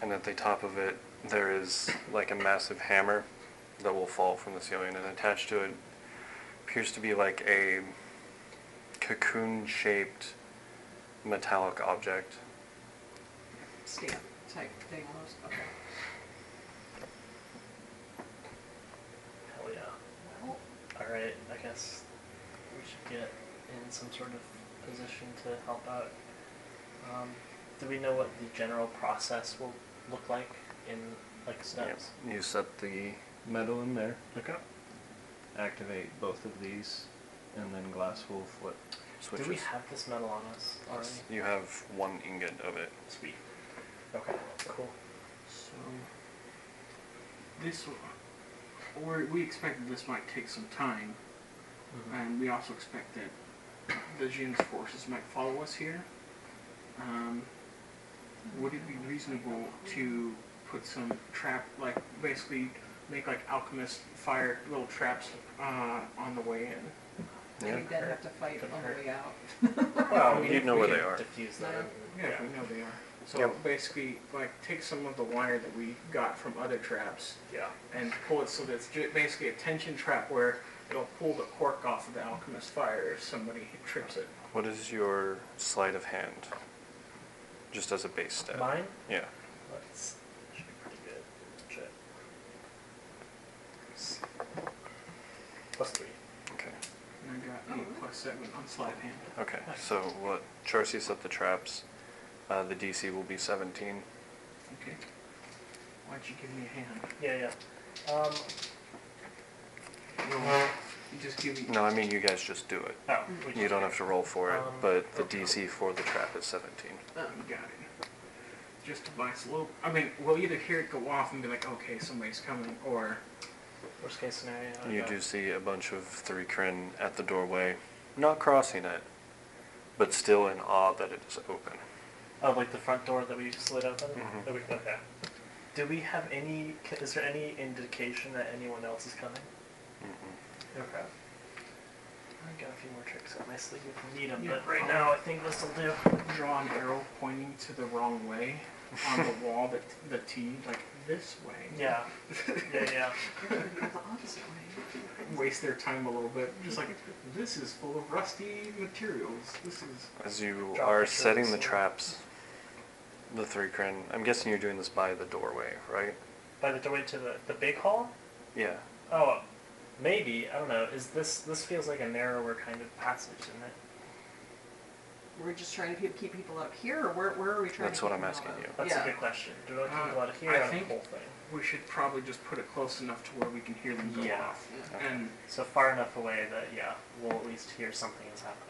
[SPEAKER 1] And at the top of it, there is like a massive hammer that will fall from the ceiling, and attached to it appears to be like a cocoon shaped metallic object.
[SPEAKER 5] Stamp type thing almost. Okay.
[SPEAKER 3] Hell yeah. Well, alright, I guess we should get in some sort of position to help out. Um, do we know what the general process will look like in like steps?
[SPEAKER 1] You set the metal in there,
[SPEAKER 3] Okay.
[SPEAKER 1] activate both of these, and then glass will flip switches.
[SPEAKER 3] Do we have this metal on us already?
[SPEAKER 1] you have one ingot of it.
[SPEAKER 3] Sweet. Okay, cool.
[SPEAKER 6] So, this, or we expected this might take some time, and we also expect that the Jin's forces might follow us here. Um, would it be reasonable to put some trap, like basically make like alchemist fire little traps uh, on the way in?
[SPEAKER 5] And we then have to fight
[SPEAKER 3] Couldn't
[SPEAKER 5] on the
[SPEAKER 3] hurt.
[SPEAKER 5] way out.
[SPEAKER 3] Well,
[SPEAKER 1] you know where they are.
[SPEAKER 3] Diffuse that.
[SPEAKER 6] Yeah, we know they are. So
[SPEAKER 1] Yep.
[SPEAKER 6] basically, like take some of the wire that we got from other traps
[SPEAKER 3] Yeah.
[SPEAKER 6] and pull it so that it's ju- basically a tension trap where It'll pull the cork off of the alchemist fire if somebody trips it.
[SPEAKER 1] What is your sleight of hand? Just as a base stat.
[SPEAKER 3] Mine?
[SPEAKER 1] Yeah.
[SPEAKER 3] Let's should be pretty good. Check. Plus three.
[SPEAKER 1] Okay.
[SPEAKER 6] And I got eight plus seven on slide hand.
[SPEAKER 1] Okay. So what? Charcy set the traps. Uh, the DC will be 17.
[SPEAKER 6] Okay. Why'd you give me a hand?
[SPEAKER 3] Yeah, yeah. Um,
[SPEAKER 6] Well, you just give me.
[SPEAKER 1] No, I mean you guys just do it.
[SPEAKER 3] oh, we
[SPEAKER 1] You don't have to roll for it,
[SPEAKER 3] Um,
[SPEAKER 1] but the DC for the trap is 17.
[SPEAKER 6] Oh, got it. Just to buy slow. I mean, we'll either hear it go off and be like, okay, somebody's coming, or
[SPEAKER 3] Worst case scenario. I
[SPEAKER 1] You
[SPEAKER 3] got-
[SPEAKER 1] do see a bunch of three Kryn at the doorway, not crossing it, but still in awe that it is open.
[SPEAKER 3] Oh, like the front door that we slid open?
[SPEAKER 1] Mhm.
[SPEAKER 3] That we, okay. Do we have any, is there any indication that anyone else is coming?
[SPEAKER 1] Mm-mm.
[SPEAKER 3] Okay. I got a few more tricks up my sleeve if we need them,
[SPEAKER 6] Yeah.
[SPEAKER 3] but right now I think this will do.
[SPEAKER 6] draw an arrow pointing to the wrong way on the wall, that the T, like this way.
[SPEAKER 3] Yeah, yeah, yeah.
[SPEAKER 5] Go the opposite way.
[SPEAKER 6] Waste their time a little bit. Just like, this is full of rusty materials. This is.
[SPEAKER 1] As you
[SPEAKER 3] Drop
[SPEAKER 1] are
[SPEAKER 3] pictures.
[SPEAKER 1] setting the traps, the three Kryn, I'm guessing you're doing this by the doorway, right?
[SPEAKER 3] By the doorway to the, the big hall?
[SPEAKER 1] Yeah.
[SPEAKER 3] Oh, maybe. I don't know. Is this, this feels like a narrower kind of passage, isn't it?
[SPEAKER 5] We're just trying to pe- keep people out of here, or where, where are we trying
[SPEAKER 1] That's
[SPEAKER 5] to
[SPEAKER 1] what
[SPEAKER 5] keep
[SPEAKER 1] I'm
[SPEAKER 5] people
[SPEAKER 1] asking
[SPEAKER 5] out
[SPEAKER 1] you.
[SPEAKER 3] That's
[SPEAKER 5] Yeah.
[SPEAKER 3] a good question. Do I keep
[SPEAKER 6] Uh,
[SPEAKER 3] a lot of here
[SPEAKER 6] I
[SPEAKER 3] out of the
[SPEAKER 6] think-
[SPEAKER 3] whole thing?
[SPEAKER 6] We should probably just put it close enough to where we can hear them go
[SPEAKER 3] Yeah.
[SPEAKER 6] off.
[SPEAKER 1] Okay.
[SPEAKER 6] And
[SPEAKER 3] So far enough away that, yeah, we'll at least hear something is happening.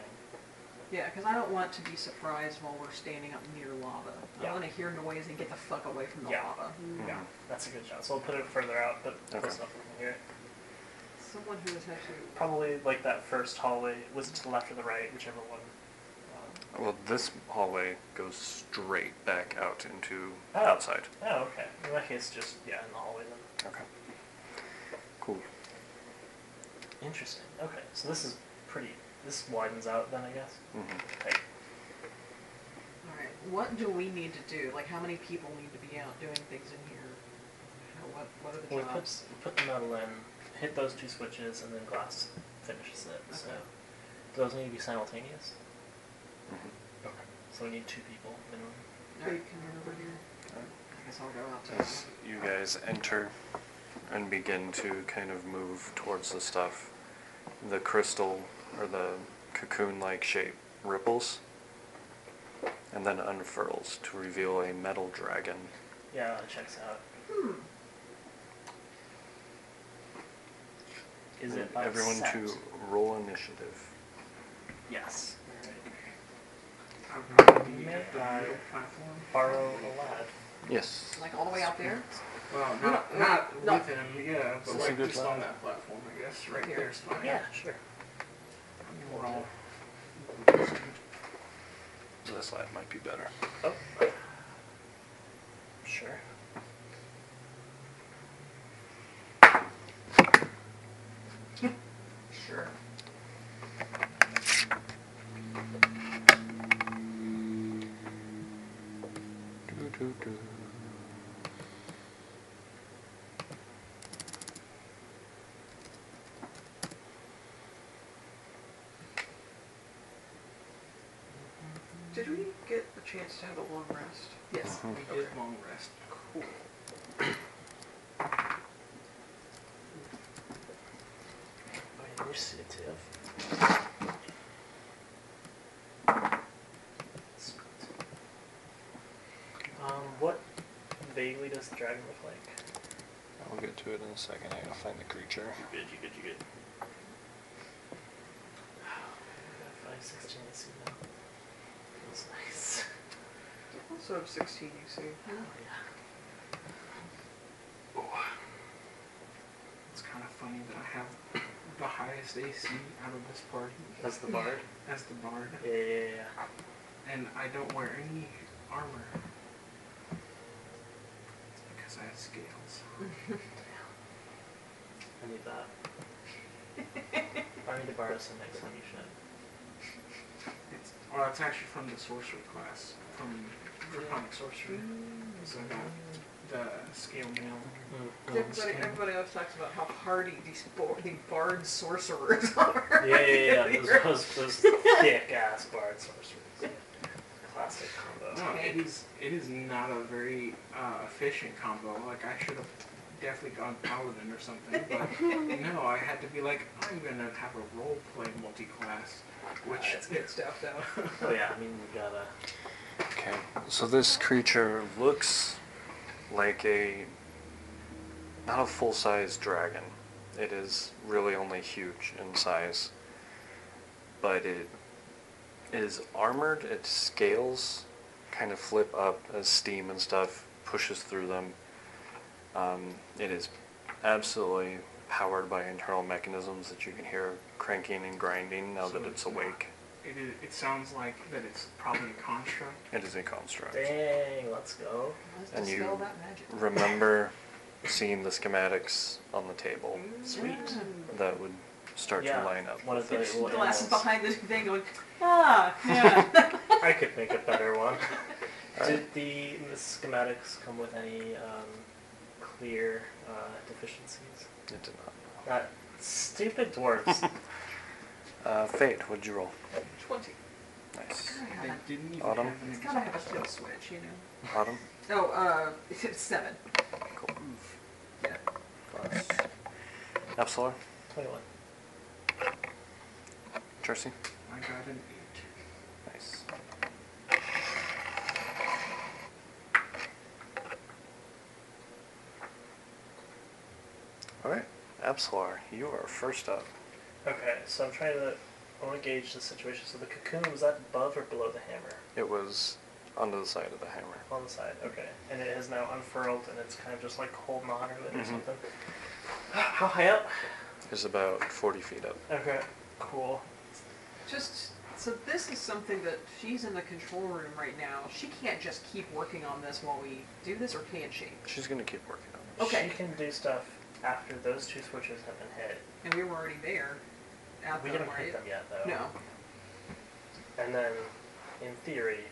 [SPEAKER 5] Yeah, because I don't want to be surprised while we're standing up near lava.
[SPEAKER 3] Yeah.
[SPEAKER 5] I want to hear noise and get the fuck away from the
[SPEAKER 3] Yeah.
[SPEAKER 5] lava.
[SPEAKER 3] Yeah, that's a good shot. So we'll put it further out, but close
[SPEAKER 1] Okay.
[SPEAKER 3] enough we can hear it.
[SPEAKER 5] Someone who has had to.
[SPEAKER 3] Probably like that first hallway. Was it to the left or the right? Whichever one. Um,
[SPEAKER 1] Well, this hallway goes straight back out into
[SPEAKER 3] Oh.
[SPEAKER 1] outside.
[SPEAKER 3] oh, okay. In that case, just, yeah, in the hallway then.
[SPEAKER 1] Okay. Cool.
[SPEAKER 3] Interesting. Okay, so this is pretty. This widens out then, I guess.
[SPEAKER 1] hmm
[SPEAKER 3] Like,
[SPEAKER 5] All right, what do we need to do? Like, how many people need to be out doing things in here? How, what What are
[SPEAKER 3] we
[SPEAKER 5] the
[SPEAKER 3] put,
[SPEAKER 5] jobs?
[SPEAKER 3] we put the metal in, hit those two switches, and then glass finishes it. So
[SPEAKER 5] Okay.
[SPEAKER 3] do those need to be simultaneous?
[SPEAKER 1] Mhm.
[SPEAKER 3] Okay. So we need two people minimum.
[SPEAKER 5] All right, come on over here.
[SPEAKER 1] Alright.
[SPEAKER 5] I guess I'll go out to.
[SPEAKER 1] As you guys enter and begin to kind of move towards the stuff, the crystal or the cocoon like shape ripples and then unfurls to reveal a metal dragon.
[SPEAKER 3] Yeah, it checks out.
[SPEAKER 5] Hmm.
[SPEAKER 3] Is it by
[SPEAKER 1] Everyone
[SPEAKER 3] set?
[SPEAKER 1] to roll initiative.
[SPEAKER 3] Yes. Alright.
[SPEAKER 6] I would rather be
[SPEAKER 3] May
[SPEAKER 6] at the
[SPEAKER 3] I-
[SPEAKER 6] middle platform.
[SPEAKER 3] Borrow a lad.
[SPEAKER 1] Yes.
[SPEAKER 5] Like all the way out there?
[SPEAKER 6] Well,
[SPEAKER 5] No,
[SPEAKER 6] not,
[SPEAKER 5] no,
[SPEAKER 6] not
[SPEAKER 5] no.
[SPEAKER 6] with him, yeah,
[SPEAKER 1] This is a
[SPEAKER 6] but like
[SPEAKER 1] good
[SPEAKER 6] just on
[SPEAKER 1] plan.
[SPEAKER 6] that platform, I guess. Right
[SPEAKER 5] Here.
[SPEAKER 6] there's fine.
[SPEAKER 3] sure.
[SPEAKER 6] We're all
[SPEAKER 1] This lad might be better.
[SPEAKER 3] Oh. Sure.
[SPEAKER 5] Sure.
[SPEAKER 7] Did we get a chance to have a long rest?
[SPEAKER 5] Yes.
[SPEAKER 1] Uh-huh.
[SPEAKER 6] we did long rest. Cool.
[SPEAKER 3] My initiative. Um, what vaguely does the dragon look like?
[SPEAKER 1] I'll get to it in a second. I gotta find the creature.
[SPEAKER 3] You good, you good, you good. Five, sixteen, I see now. Feels nice.
[SPEAKER 7] Also, I'm 16, you see.
[SPEAKER 3] Oh, yeah.
[SPEAKER 6] It's kind of funny that I have the highest AC out of this party
[SPEAKER 3] That's the bard?
[SPEAKER 6] as the bard,
[SPEAKER 3] Yeah, yeah, yeah, yeah.
[SPEAKER 6] and I don't wear any armor. It's because I have scales.
[SPEAKER 3] I need that. I need to borrow some next time you should.
[SPEAKER 6] It's well, it's actually from the sorcery class, from draconic sorcery. So I got uh, scale mail.
[SPEAKER 5] Everybody,
[SPEAKER 3] Mm-hmm.
[SPEAKER 5] everybody always talks about how hardy these bo- the bard sorcerers are.
[SPEAKER 3] Yeah, yeah, yeah. Those, those, those thick ass bard sorcerers. Classic combo.
[SPEAKER 6] No, it is it is not a very uh, efficient combo. Like I should have definitely gone paladin or something, but no, I had to be like I'm gonna have a role play multi class, which
[SPEAKER 5] That's good stuff, though.
[SPEAKER 3] Oh yeah, I mean you gotta.
[SPEAKER 1] Okay, so this creature looks like a not a full size dragon. It is really only huge in size, but it is armored. Its scales kind of flip up as steam and stuff pushes through them. Um, it is absolutely powered by internal mechanisms that you can hear cranking and grinding now that
[SPEAKER 6] So
[SPEAKER 1] it's
[SPEAKER 6] it's not-
[SPEAKER 1] awake.
[SPEAKER 6] it is, it sounds like that it's probably a construct.
[SPEAKER 1] It is a construct.
[SPEAKER 3] Dang, let's go.
[SPEAKER 5] Let's
[SPEAKER 1] And you-
[SPEAKER 5] dispel that magic.
[SPEAKER 1] remember seeing the schematics on the table
[SPEAKER 3] Sweet.
[SPEAKER 1] that would start
[SPEAKER 3] Yeah,
[SPEAKER 1] to line up.
[SPEAKER 3] One of the little
[SPEAKER 5] Glasses
[SPEAKER 3] animals.
[SPEAKER 5] behind Mm. the thing going, ah, yeah.
[SPEAKER 3] I could make a better one.
[SPEAKER 1] All
[SPEAKER 3] Did the, the schematics come with any um, clear uh, deficiencies?
[SPEAKER 1] It did not.
[SPEAKER 3] That stupid dwarves.
[SPEAKER 1] Uh, fate, what'd you roll?
[SPEAKER 5] 20.
[SPEAKER 1] Nice.
[SPEAKER 6] They didn't even
[SPEAKER 1] Autumn?
[SPEAKER 6] have an
[SPEAKER 5] It's gotta have a kill switch, you know.
[SPEAKER 1] Autumn?
[SPEAKER 5] Oh, uh, it's seven.
[SPEAKER 1] Cool.
[SPEAKER 5] Yeah.
[SPEAKER 1] Glass. Epsilon?
[SPEAKER 3] 21.
[SPEAKER 1] Jersey?
[SPEAKER 6] I got an eight.
[SPEAKER 1] Nice. Alright, Epsilon, you are first up.
[SPEAKER 3] Okay, so I'm trying to. I want to gauge the situation. So the cocoon, was that above or below the hammer?
[SPEAKER 1] It was onto the side of the hammer.
[SPEAKER 3] On the side, okay. And it has now unfurled and it's kind of just like holding on to it or
[SPEAKER 1] Mhm.
[SPEAKER 3] something. How high up?
[SPEAKER 1] It's about 40 feet up.
[SPEAKER 3] Okay, cool.
[SPEAKER 5] Just, so this is something that she's in the control room right now. She can't just keep working on this while we do this, or can she?
[SPEAKER 1] She's gonna keep working on it.
[SPEAKER 5] Okay.
[SPEAKER 3] She can do stuff after those two switches have been hit.
[SPEAKER 5] And we were already there. Out
[SPEAKER 3] we
[SPEAKER 5] there,
[SPEAKER 3] haven't hit
[SPEAKER 5] right?
[SPEAKER 3] them yet, though.
[SPEAKER 5] No.
[SPEAKER 3] And then, in theory,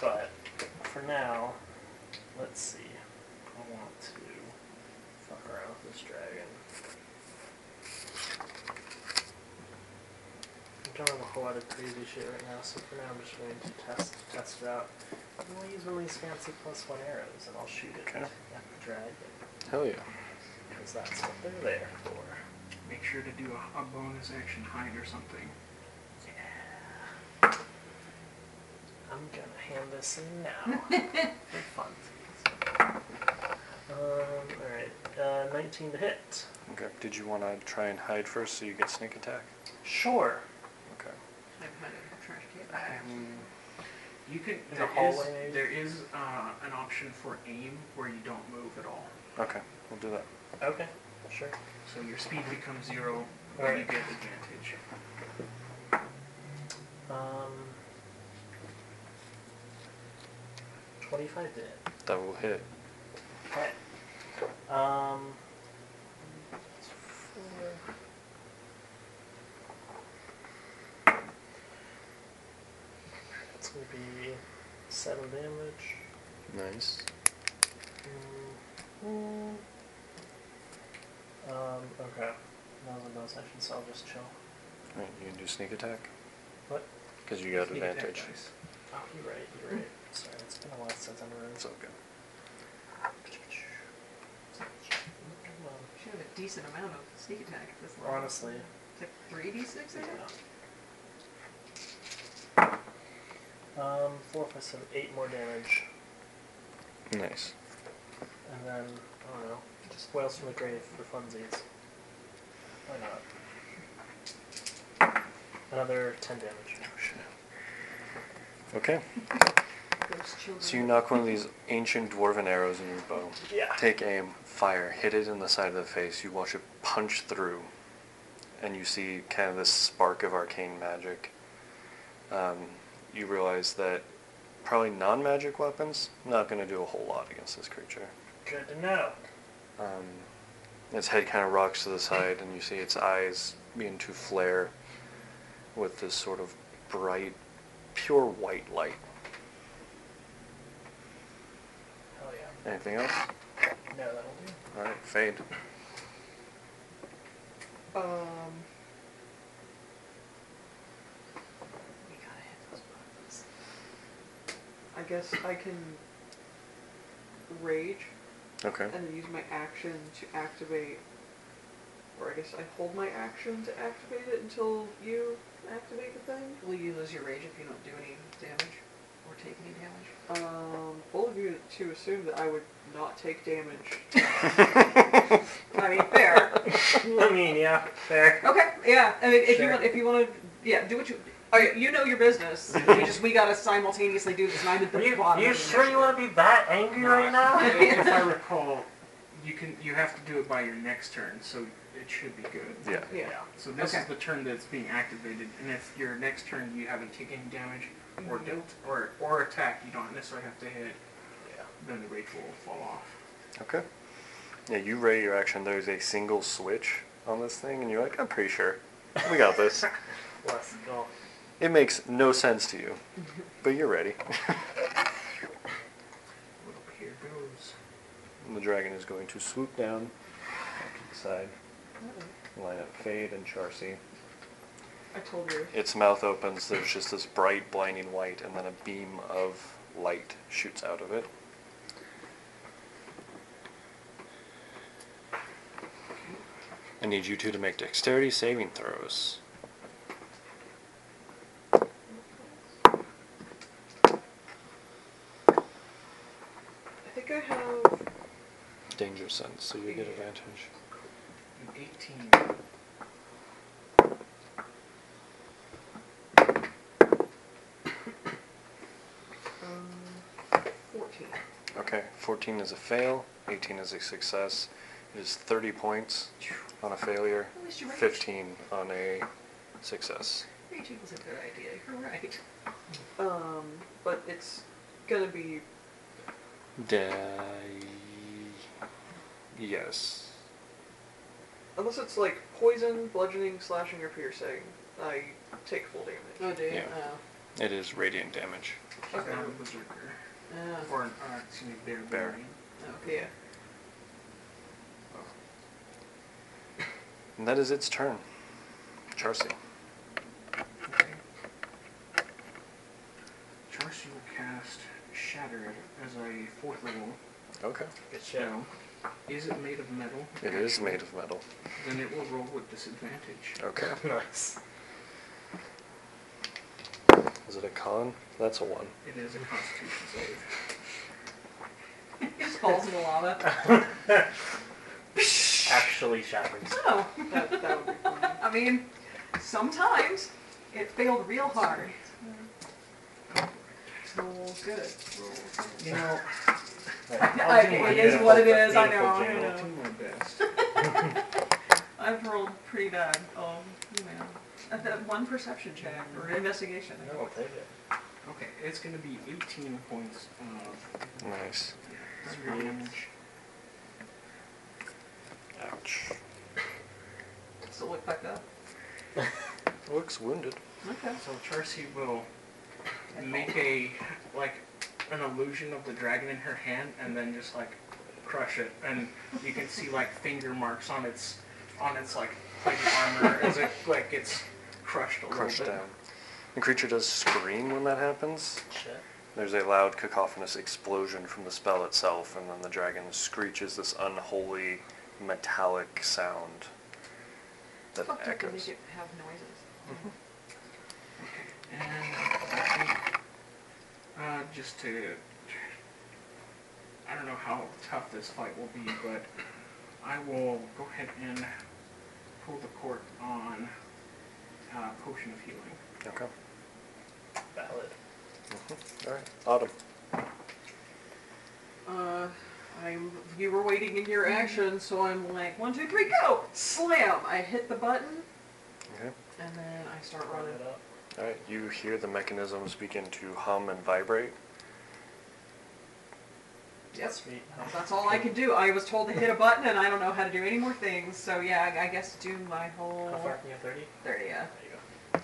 [SPEAKER 3] but for now, let's see. I want to fuck around with this dragon. I'm doing a whole lot of crazy shit right now, so for now I'm just going to test test it out. I'm gonna use one of these fancy plus one arrows, and I'll shoot it
[SPEAKER 1] Okay.
[SPEAKER 3] at the dragon,
[SPEAKER 1] Hell yeah.
[SPEAKER 3] because that's what they're there for.
[SPEAKER 6] Make sure to do a, a bonus action hide or something.
[SPEAKER 3] I'm gonna hand this in now. For fun. Um, alright, uh, 19 to hit.
[SPEAKER 1] Okay. Did you want to try and hide first so you get sneak attack?
[SPEAKER 3] Sure.
[SPEAKER 1] Okay.
[SPEAKER 5] I'm behind a trash can.
[SPEAKER 1] Um,
[SPEAKER 6] You can.
[SPEAKER 3] In the
[SPEAKER 6] there is-
[SPEAKER 3] hallway, maybe?
[SPEAKER 6] there is uh, an option for aim where you don't move at all.
[SPEAKER 1] okay. We'll do that.
[SPEAKER 3] Okay, sure.
[SPEAKER 6] So your speed becomes zero when you
[SPEAKER 3] Alright.
[SPEAKER 6] get advantage.
[SPEAKER 3] Um, 25 to hit.
[SPEAKER 1] That will hit.
[SPEAKER 3] Okay. Um, it's gonna be 7 damage.
[SPEAKER 1] Nice.
[SPEAKER 3] Mm. Um, okay. That was a bonus action, so I'll just chill.
[SPEAKER 1] All right. You can do sneak attack
[SPEAKER 3] What?
[SPEAKER 1] because you got
[SPEAKER 6] Sneak attack
[SPEAKER 1] advantage.
[SPEAKER 6] dice.
[SPEAKER 3] Oh, you're right, you're right. Sorry, it's been a while since I'm running.
[SPEAKER 1] It's all good.
[SPEAKER 3] Well,
[SPEAKER 5] She had a decent amount of sneak attack at this level.
[SPEAKER 3] honestly,
[SPEAKER 5] It's like 3d6, I think?
[SPEAKER 3] yeah. Um, 4 plus 7, 8 more damage.
[SPEAKER 1] Nice.
[SPEAKER 3] And then, I don't know, just whales from the grave for funsies. Why not? Another 10 damage.
[SPEAKER 1] Oh, shit. Okay.
[SPEAKER 5] Those children.
[SPEAKER 1] So you knock one of these ancient dwarven arrows in your bow.
[SPEAKER 3] Yeah.
[SPEAKER 1] Take aim, fire, hit it in the side of the face. You watch it punch through, and you see kind of this spark of arcane magic. Um, you realize that probably non-magic weapons not going to do a whole lot against this creature.
[SPEAKER 3] Good to know.
[SPEAKER 1] Um, its head kind of rocks to the side, and you see its eyes begin to flare with this sort of bright, pure white light.
[SPEAKER 3] Hell
[SPEAKER 1] Anything else?
[SPEAKER 3] No, that'll do.
[SPEAKER 1] All right, fade.
[SPEAKER 5] Um. We gotta hit those buttons. I guess I can rage
[SPEAKER 1] Okay.
[SPEAKER 5] and then use my action to activate, or I guess I hold my action to activate it until you activate the thing.
[SPEAKER 7] Will you lose your rage if you don't do any damage or take any damage?
[SPEAKER 5] Um, bold of you to assume that I would not take damage. I mean, fair.
[SPEAKER 3] I mean, yeah, fair.
[SPEAKER 5] Okay, yeah. I mean, if
[SPEAKER 3] Sure.
[SPEAKER 5] you want, if you want to, yeah, do what you. Oh, yeah, you know your business. We just we gotta simultaneously do this, and I'm at the bottom. of the initiative.
[SPEAKER 3] want to be that angry
[SPEAKER 6] No, if, if I recall, you can you have to do it by your next turn, so it should be good.
[SPEAKER 1] Yeah.
[SPEAKER 5] Yeah.
[SPEAKER 6] So this is
[SPEAKER 5] Okay.
[SPEAKER 6] the turn that's being activated, and if your next turn you haven't taken any damage or dealt or or attack, you don't necessarily have to hit.
[SPEAKER 3] Yeah.
[SPEAKER 6] Then the rage will fall off.
[SPEAKER 1] Okay. Yeah, you ready your action. There's a single switch on this thing, and you're like, I'm pretty sure. We got this.
[SPEAKER 3] Let's go.
[SPEAKER 1] it makes no sense to you, but you're ready.
[SPEAKER 6] Well, here goes.
[SPEAKER 1] And the dragon is going to swoop down to the side, line up Fade and Charcy.
[SPEAKER 5] I told you.
[SPEAKER 1] Its mouth opens, there's just this bright, blinding white, and then a beam of light shoots out of it. I need you two to make dexterity saving throws.
[SPEAKER 5] I think I have.
[SPEAKER 1] Danger sense, so you get advantage.
[SPEAKER 6] An 18.
[SPEAKER 5] Um, 14.
[SPEAKER 1] Okay, 14 is a fail, 18 is a success. It is 30 points on a failure,
[SPEAKER 7] At least you're right.
[SPEAKER 1] 15 on a success.
[SPEAKER 7] Rage equals a good idea. You're right.
[SPEAKER 5] Um, but it's gonna be.
[SPEAKER 1] Die. Yes.
[SPEAKER 5] Unless it's like poison, bludgeoning, slashing, or piercing, I take full
[SPEAKER 7] Oh,
[SPEAKER 5] damage.
[SPEAKER 7] do you?
[SPEAKER 1] Yeah. It is radiant damage.
[SPEAKER 6] She's
[SPEAKER 7] Okay.
[SPEAKER 6] not a berserker.
[SPEAKER 7] Oh.
[SPEAKER 6] Or an, uh, excuse me, bear.
[SPEAKER 1] Bear.
[SPEAKER 6] bearing.
[SPEAKER 7] Oh, okay.
[SPEAKER 5] Yeah.
[SPEAKER 1] And that is its turn. Charcy.
[SPEAKER 6] Okay. Charcy will cast Shatter as a fourth level.
[SPEAKER 1] Okay.
[SPEAKER 3] Good shit.
[SPEAKER 6] So, is it made of metal?
[SPEAKER 1] It is made of metal.
[SPEAKER 6] Then it will roll with disadvantage.
[SPEAKER 1] Okay.
[SPEAKER 3] Nice.
[SPEAKER 1] Is it a con? That's a one.
[SPEAKER 6] It is a Constitution save.
[SPEAKER 7] It just falls in the lava.
[SPEAKER 3] Actually, shepherds.
[SPEAKER 7] Oh,
[SPEAKER 5] That, that would be fun.
[SPEAKER 7] I mean, sometimes it failed real hard. So good.
[SPEAKER 6] You know,
[SPEAKER 7] I- it is what it is, I know, I
[SPEAKER 6] I'll
[SPEAKER 7] know.
[SPEAKER 6] do my best.
[SPEAKER 7] I've rolled pretty bad. Um, you know, I've had one perception check or investigation.
[SPEAKER 3] No, I'll take it.
[SPEAKER 6] Okay, it's gonna be 18 points of
[SPEAKER 1] Nice.
[SPEAKER 6] fire damage.
[SPEAKER 1] Ouch.
[SPEAKER 7] Still look back up.
[SPEAKER 1] Looks wounded.
[SPEAKER 7] Okay.
[SPEAKER 6] So Charcy will make a like an illusion of the dragon in her hand and then just like crush it and you can see like finger marks on its on its like plate armor as it like gets crushed a
[SPEAKER 1] Crushed
[SPEAKER 6] little bit.
[SPEAKER 1] down. The creature does scream when that happens.
[SPEAKER 3] Shit.
[SPEAKER 1] There's a loud cacophonous explosion from the spell itself, and then the dragon screeches this unholy metallic sound that
[SPEAKER 7] Fucked up to make
[SPEAKER 1] echoes.
[SPEAKER 7] it have noises.
[SPEAKER 6] And I think, uh, just to, I don't know how tough this fight will be, but I will go ahead and pull the cork on uh, potion of healing.
[SPEAKER 1] Okay. Mm-hmm.
[SPEAKER 3] Valid.
[SPEAKER 1] All right. Autumn.
[SPEAKER 5] Uh, I'm. You were waiting in your
[SPEAKER 7] Mm-hmm.
[SPEAKER 5] action, so I'm like one, two, three, go! Slam! I hit the button,
[SPEAKER 1] Okay.
[SPEAKER 5] and then I start
[SPEAKER 3] Run
[SPEAKER 5] running.
[SPEAKER 3] it up.
[SPEAKER 1] All right. You hear the mechanisms begin to hum and vibrate.
[SPEAKER 5] Yep.
[SPEAKER 3] Sweet.
[SPEAKER 5] That's all I could do. I was told to hit a button, and I don't know how to do any more things. So yeah, I, I guess do my whole
[SPEAKER 3] How far can you have 30?
[SPEAKER 5] there. Yeah.
[SPEAKER 3] There you go.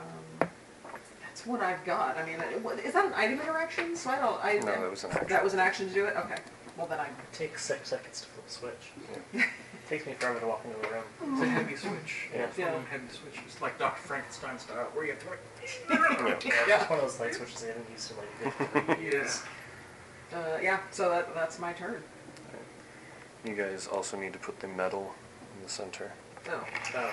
[SPEAKER 5] Um, that's that's what I've got. I mean, it- what- is that an item interaction? So I don't. I,
[SPEAKER 1] No, that was an action.
[SPEAKER 5] That was an action to do it. Okay. Well then I.
[SPEAKER 3] Takes six seconds to flip a switch. Takes me forever to walk into the room.
[SPEAKER 6] It's a heavy switch.
[SPEAKER 3] Yeah.
[SPEAKER 6] It's one of them heavy switches, like Dr. Frankenstein style, where you have to
[SPEAKER 3] It's one of those light switches they haven't used in like a good
[SPEAKER 6] like, yes.
[SPEAKER 5] Uh, yeah. So that, that's my turn.
[SPEAKER 1] You guys also need to put the metal in the center.
[SPEAKER 5] Oh.
[SPEAKER 3] Oh,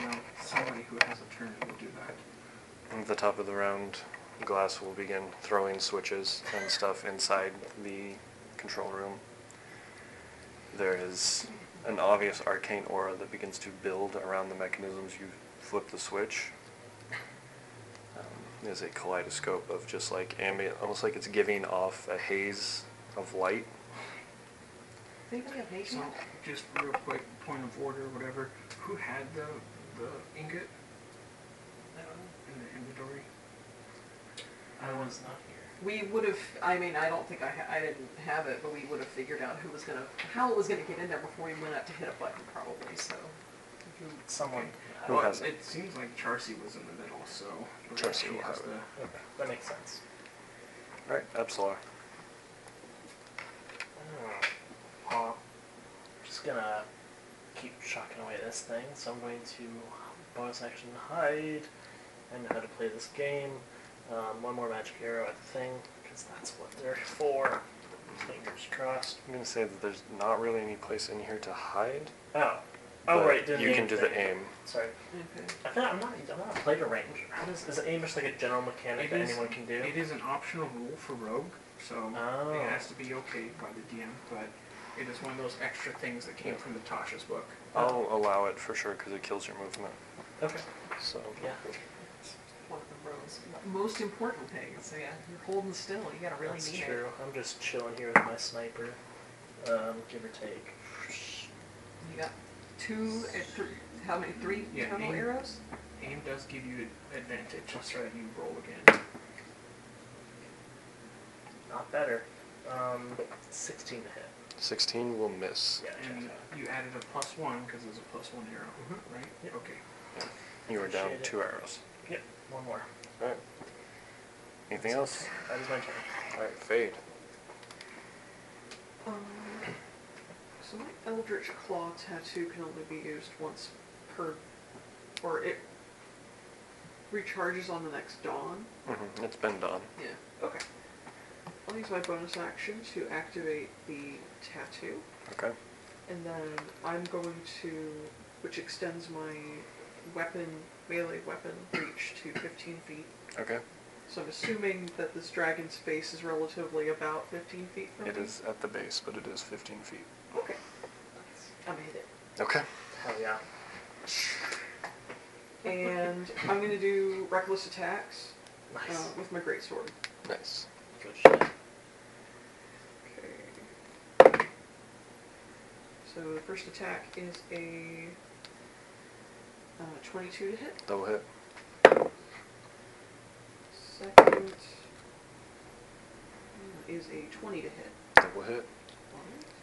[SPEAKER 6] You know, somebody who has a turn will do that.
[SPEAKER 1] At the top of the round, Glass will begin throwing switches and stuff inside the control room. There is an obvious arcane aura that begins to build around the mechanisms you flip the switch. Um, there's a kaleidoscope of just like ambient, almost like it's giving off a haze of light.
[SPEAKER 5] Does anybody have haste?
[SPEAKER 6] So, just real quick, point of order, whatever. Who had the the ingot in the inventory?
[SPEAKER 3] I was not here.
[SPEAKER 5] We would have. I mean, I don't think I. Ha- I didn't have it, but we would have figured out who was gonna, how it was gonna get in there before we went up to hit a button, probably. So. if you-
[SPEAKER 3] Someone.
[SPEAKER 1] Who
[SPEAKER 6] well,
[SPEAKER 1] has
[SPEAKER 6] it? seems like Charcy was in the middle, so
[SPEAKER 1] Charcy
[SPEAKER 6] she
[SPEAKER 1] will have
[SPEAKER 6] has
[SPEAKER 1] it.
[SPEAKER 6] the-
[SPEAKER 3] Okay, that makes sense.
[SPEAKER 1] All right, Epsilon.
[SPEAKER 3] Oh, Well, I'm just gonna keep shocking away this thing, so I'm going to bonus action hide. I know how to play this game. Um, one more magic arrow at the thing, because that's what they're for. Fingers crossed.
[SPEAKER 1] I'm gonna say that there's not really any place in here to hide.
[SPEAKER 3] Oh. Oh
[SPEAKER 1] but
[SPEAKER 3] right, didn't
[SPEAKER 1] You
[SPEAKER 3] aim
[SPEAKER 1] can do
[SPEAKER 3] thing.
[SPEAKER 1] the aim.
[SPEAKER 3] Sorry.
[SPEAKER 5] Okay.
[SPEAKER 3] I feel I'm not I'm not a player ranger. How does is aim just like a general mechanic
[SPEAKER 6] It
[SPEAKER 3] that
[SPEAKER 6] is-
[SPEAKER 3] anyone can do?
[SPEAKER 6] It is an optional rule for Rogue, so
[SPEAKER 3] Oh.
[SPEAKER 6] it has to be okayed by the DM, but it is one of those extra things that came from Natasha's book.
[SPEAKER 1] I'll allow it for sure because it kills your movement.
[SPEAKER 3] Okay.
[SPEAKER 1] So
[SPEAKER 3] Yeah.
[SPEAKER 5] One of the rows. Most important thing. So yeah, you're holding still. You gotta really
[SPEAKER 3] That's
[SPEAKER 5] need it.
[SPEAKER 3] true. I'm just chilling here with my sniper, um, give or take.
[SPEAKER 5] You got two and three. How many? Three
[SPEAKER 6] Yeah,
[SPEAKER 5] total
[SPEAKER 6] aim.
[SPEAKER 5] arrows.
[SPEAKER 6] Aim does give you advantage, just that you roll again.
[SPEAKER 3] Not better. Um, 16 to hit.
[SPEAKER 1] 16 will miss.
[SPEAKER 3] Yeah,
[SPEAKER 6] And you added a plus one because there's a plus one arrow, right?
[SPEAKER 3] Yep.
[SPEAKER 6] Okay.
[SPEAKER 1] You are down
[SPEAKER 3] Appreciate it.
[SPEAKER 1] two arrows.
[SPEAKER 3] Yep, one more.
[SPEAKER 1] Alright. Anything else?
[SPEAKER 3] That is my turn.
[SPEAKER 1] Alright, Fade.
[SPEAKER 5] Um, so my Eldritch Claw tattoo can only be used once per, or it recharges on the next dawn.
[SPEAKER 1] hmm It's been done.
[SPEAKER 5] Yeah. Okay. I'll use my bonus action to activate the tattoo,
[SPEAKER 1] Okay.
[SPEAKER 5] and then I'm going to, which extends my weapon melee weapon reach to 15 feet.
[SPEAKER 1] Okay.
[SPEAKER 3] Mm-hmm.
[SPEAKER 5] So I'm assuming that this dragon's face is relatively about 15 feet from
[SPEAKER 1] It
[SPEAKER 5] me?
[SPEAKER 1] is at the base, but it is 15 feet.
[SPEAKER 5] Okay. I'm hit it.
[SPEAKER 1] Okay.
[SPEAKER 3] Hell yeah.
[SPEAKER 5] And I'm going to do reckless attacks uh,
[SPEAKER 3] Nice.
[SPEAKER 5] with my greatsword.
[SPEAKER 1] Nice.
[SPEAKER 3] Good shit.
[SPEAKER 5] Okay. So the first attack is a uh, 22 to hit.
[SPEAKER 1] Double hit.
[SPEAKER 5] Second is a 20 to hit.
[SPEAKER 1] Double hit.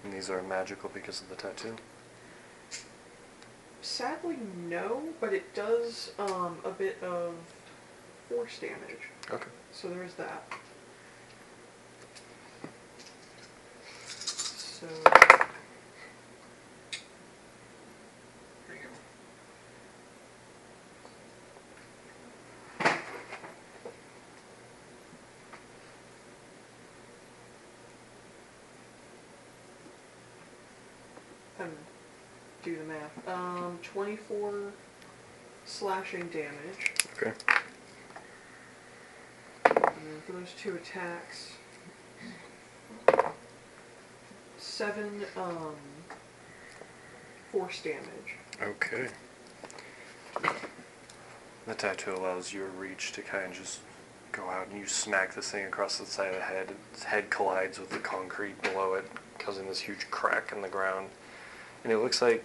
[SPEAKER 1] And these are magical because of the tattoo.
[SPEAKER 5] Sadly, no, but it does um, a bit of force damage.
[SPEAKER 1] Okay.
[SPEAKER 5] So there's that. So. There you go. Um, do the math. Um, 24 slashing damage.
[SPEAKER 1] Okay.
[SPEAKER 5] And then for Uh, those two attacks, seven um, force damage.
[SPEAKER 1] Okay. The tattoo allows your reach to kind of just go out and you smack this thing across the side of the head. Its head collides with the concrete below it, causing this huge crack in the ground. And it looks like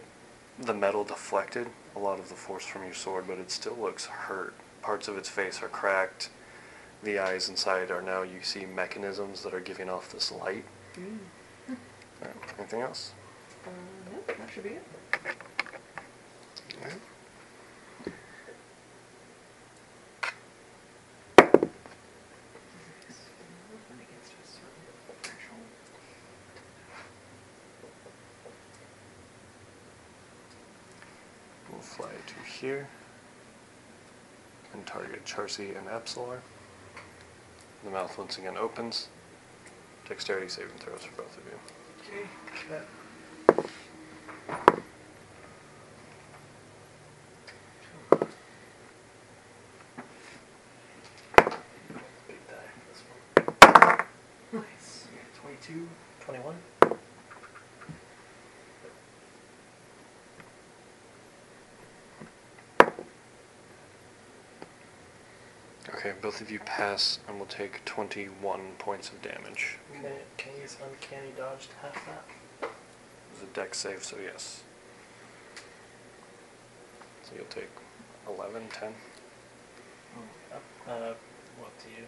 [SPEAKER 1] the metal deflected a lot of the force from your sword, but it still looks hurt. Parts of its face are cracked. The eyes inside are now, you see mechanisms that are giving off this light.
[SPEAKER 5] Mm.
[SPEAKER 1] Alright, anything else?
[SPEAKER 5] Uh, no, that should be it.
[SPEAKER 1] fly to here and target Charcy and Epsilon. The mouth once again opens. Dexterity saving throws for both of you.
[SPEAKER 3] Okay. That big die. This one.
[SPEAKER 5] Nice.
[SPEAKER 6] Yeah, 22.
[SPEAKER 3] Twenty-one.
[SPEAKER 1] Okay, both of you pass and will take 21 points of damage.
[SPEAKER 3] Can I, can I use uncanny dodge to half that?
[SPEAKER 1] It's a deck save, so yes. So you'll take 11, 10,
[SPEAKER 6] Oh,
[SPEAKER 3] Up, uh, what do you?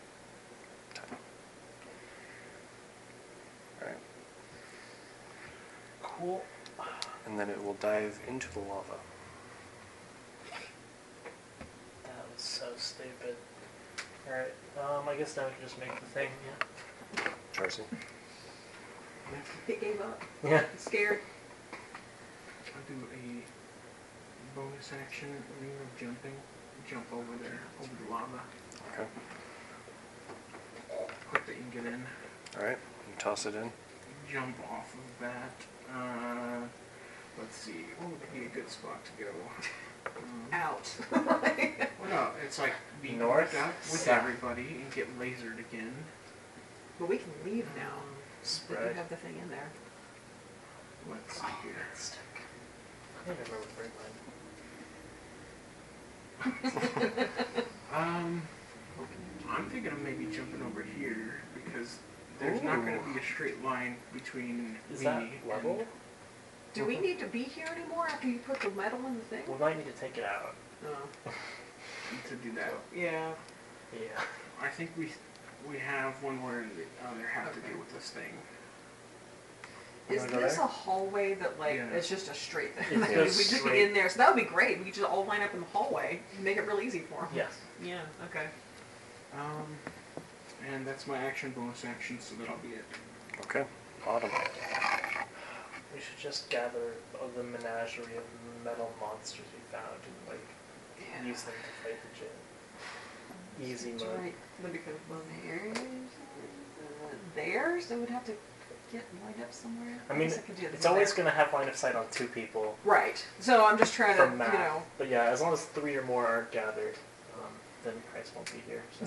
[SPEAKER 1] 10. Alright.
[SPEAKER 3] Cool.
[SPEAKER 1] And then it will dive into the lava.
[SPEAKER 3] That was so stupid. Alright, um, I guess now we can just make the thing,
[SPEAKER 1] Charcy?
[SPEAKER 5] It gave up.
[SPEAKER 3] yeah? Yeah.
[SPEAKER 5] I'm scared.
[SPEAKER 6] I'll do a bonus action when you're jumping. Jump over there, over the lava.
[SPEAKER 1] Okay.
[SPEAKER 6] Put the ingot in.
[SPEAKER 1] Alright, you toss it in.
[SPEAKER 6] Jump off of that. Uh, let's see. What would be a good spot to go? Um,
[SPEAKER 5] Out.
[SPEAKER 6] well, no, it's like be
[SPEAKER 3] North?
[SPEAKER 6] north up with
[SPEAKER 3] South.
[SPEAKER 6] everybody and get lasered again. Um,
[SPEAKER 5] but we can leave now. We
[SPEAKER 3] Right.
[SPEAKER 5] can have the thing in there.
[SPEAKER 6] Let's see here.
[SPEAKER 3] I don't remember where mine.
[SPEAKER 6] Um, I'm thinking of maybe jumping over here because there's not going to be a straight line between
[SPEAKER 3] Is
[SPEAKER 6] me
[SPEAKER 3] that
[SPEAKER 6] and-
[SPEAKER 3] level?
[SPEAKER 5] Do we need to be here anymore after you put the metal in the thing? Oh.
[SPEAKER 3] We might need to take it out.
[SPEAKER 5] No.
[SPEAKER 6] to do that.
[SPEAKER 5] Yeah.
[SPEAKER 3] Yeah.
[SPEAKER 6] I think we we have one way or the other uh, have to
[SPEAKER 5] Okay.
[SPEAKER 6] deal with this thing.
[SPEAKER 5] Is
[SPEAKER 3] wanna go
[SPEAKER 5] this
[SPEAKER 3] there?
[SPEAKER 5] a hallway that like
[SPEAKER 6] Yeah.
[SPEAKER 5] it's just a straight
[SPEAKER 3] It's
[SPEAKER 5] thing? Like,
[SPEAKER 3] just
[SPEAKER 5] we just
[SPEAKER 3] straight.
[SPEAKER 5] get in there, so that would be great. We could just all line up in the hallway, make it real easy for them.
[SPEAKER 3] Yes.
[SPEAKER 5] Yeah. Okay.
[SPEAKER 6] Um, and that's my action bonus action, so that'll be it.
[SPEAKER 1] Okay. Autumn.
[SPEAKER 3] We should just gather all the menagerie of metal monsters we found and like
[SPEAKER 5] Yeah.
[SPEAKER 3] use them to fight the gym. Easy
[SPEAKER 5] That's
[SPEAKER 3] mode.
[SPEAKER 5] right. Then we could have gone there. There, so we'd have to get lined up somewhere.
[SPEAKER 3] I mean,
[SPEAKER 5] guess could do it
[SPEAKER 3] it's
[SPEAKER 5] from
[SPEAKER 3] always
[SPEAKER 5] there.
[SPEAKER 3] going to have line of sight on two people
[SPEAKER 5] right. So I'm just trying to
[SPEAKER 3] from
[SPEAKER 5] you
[SPEAKER 3] map.
[SPEAKER 5] know.
[SPEAKER 3] But yeah, as long as three or more aren't gathered, um, then Christ won't be here. So.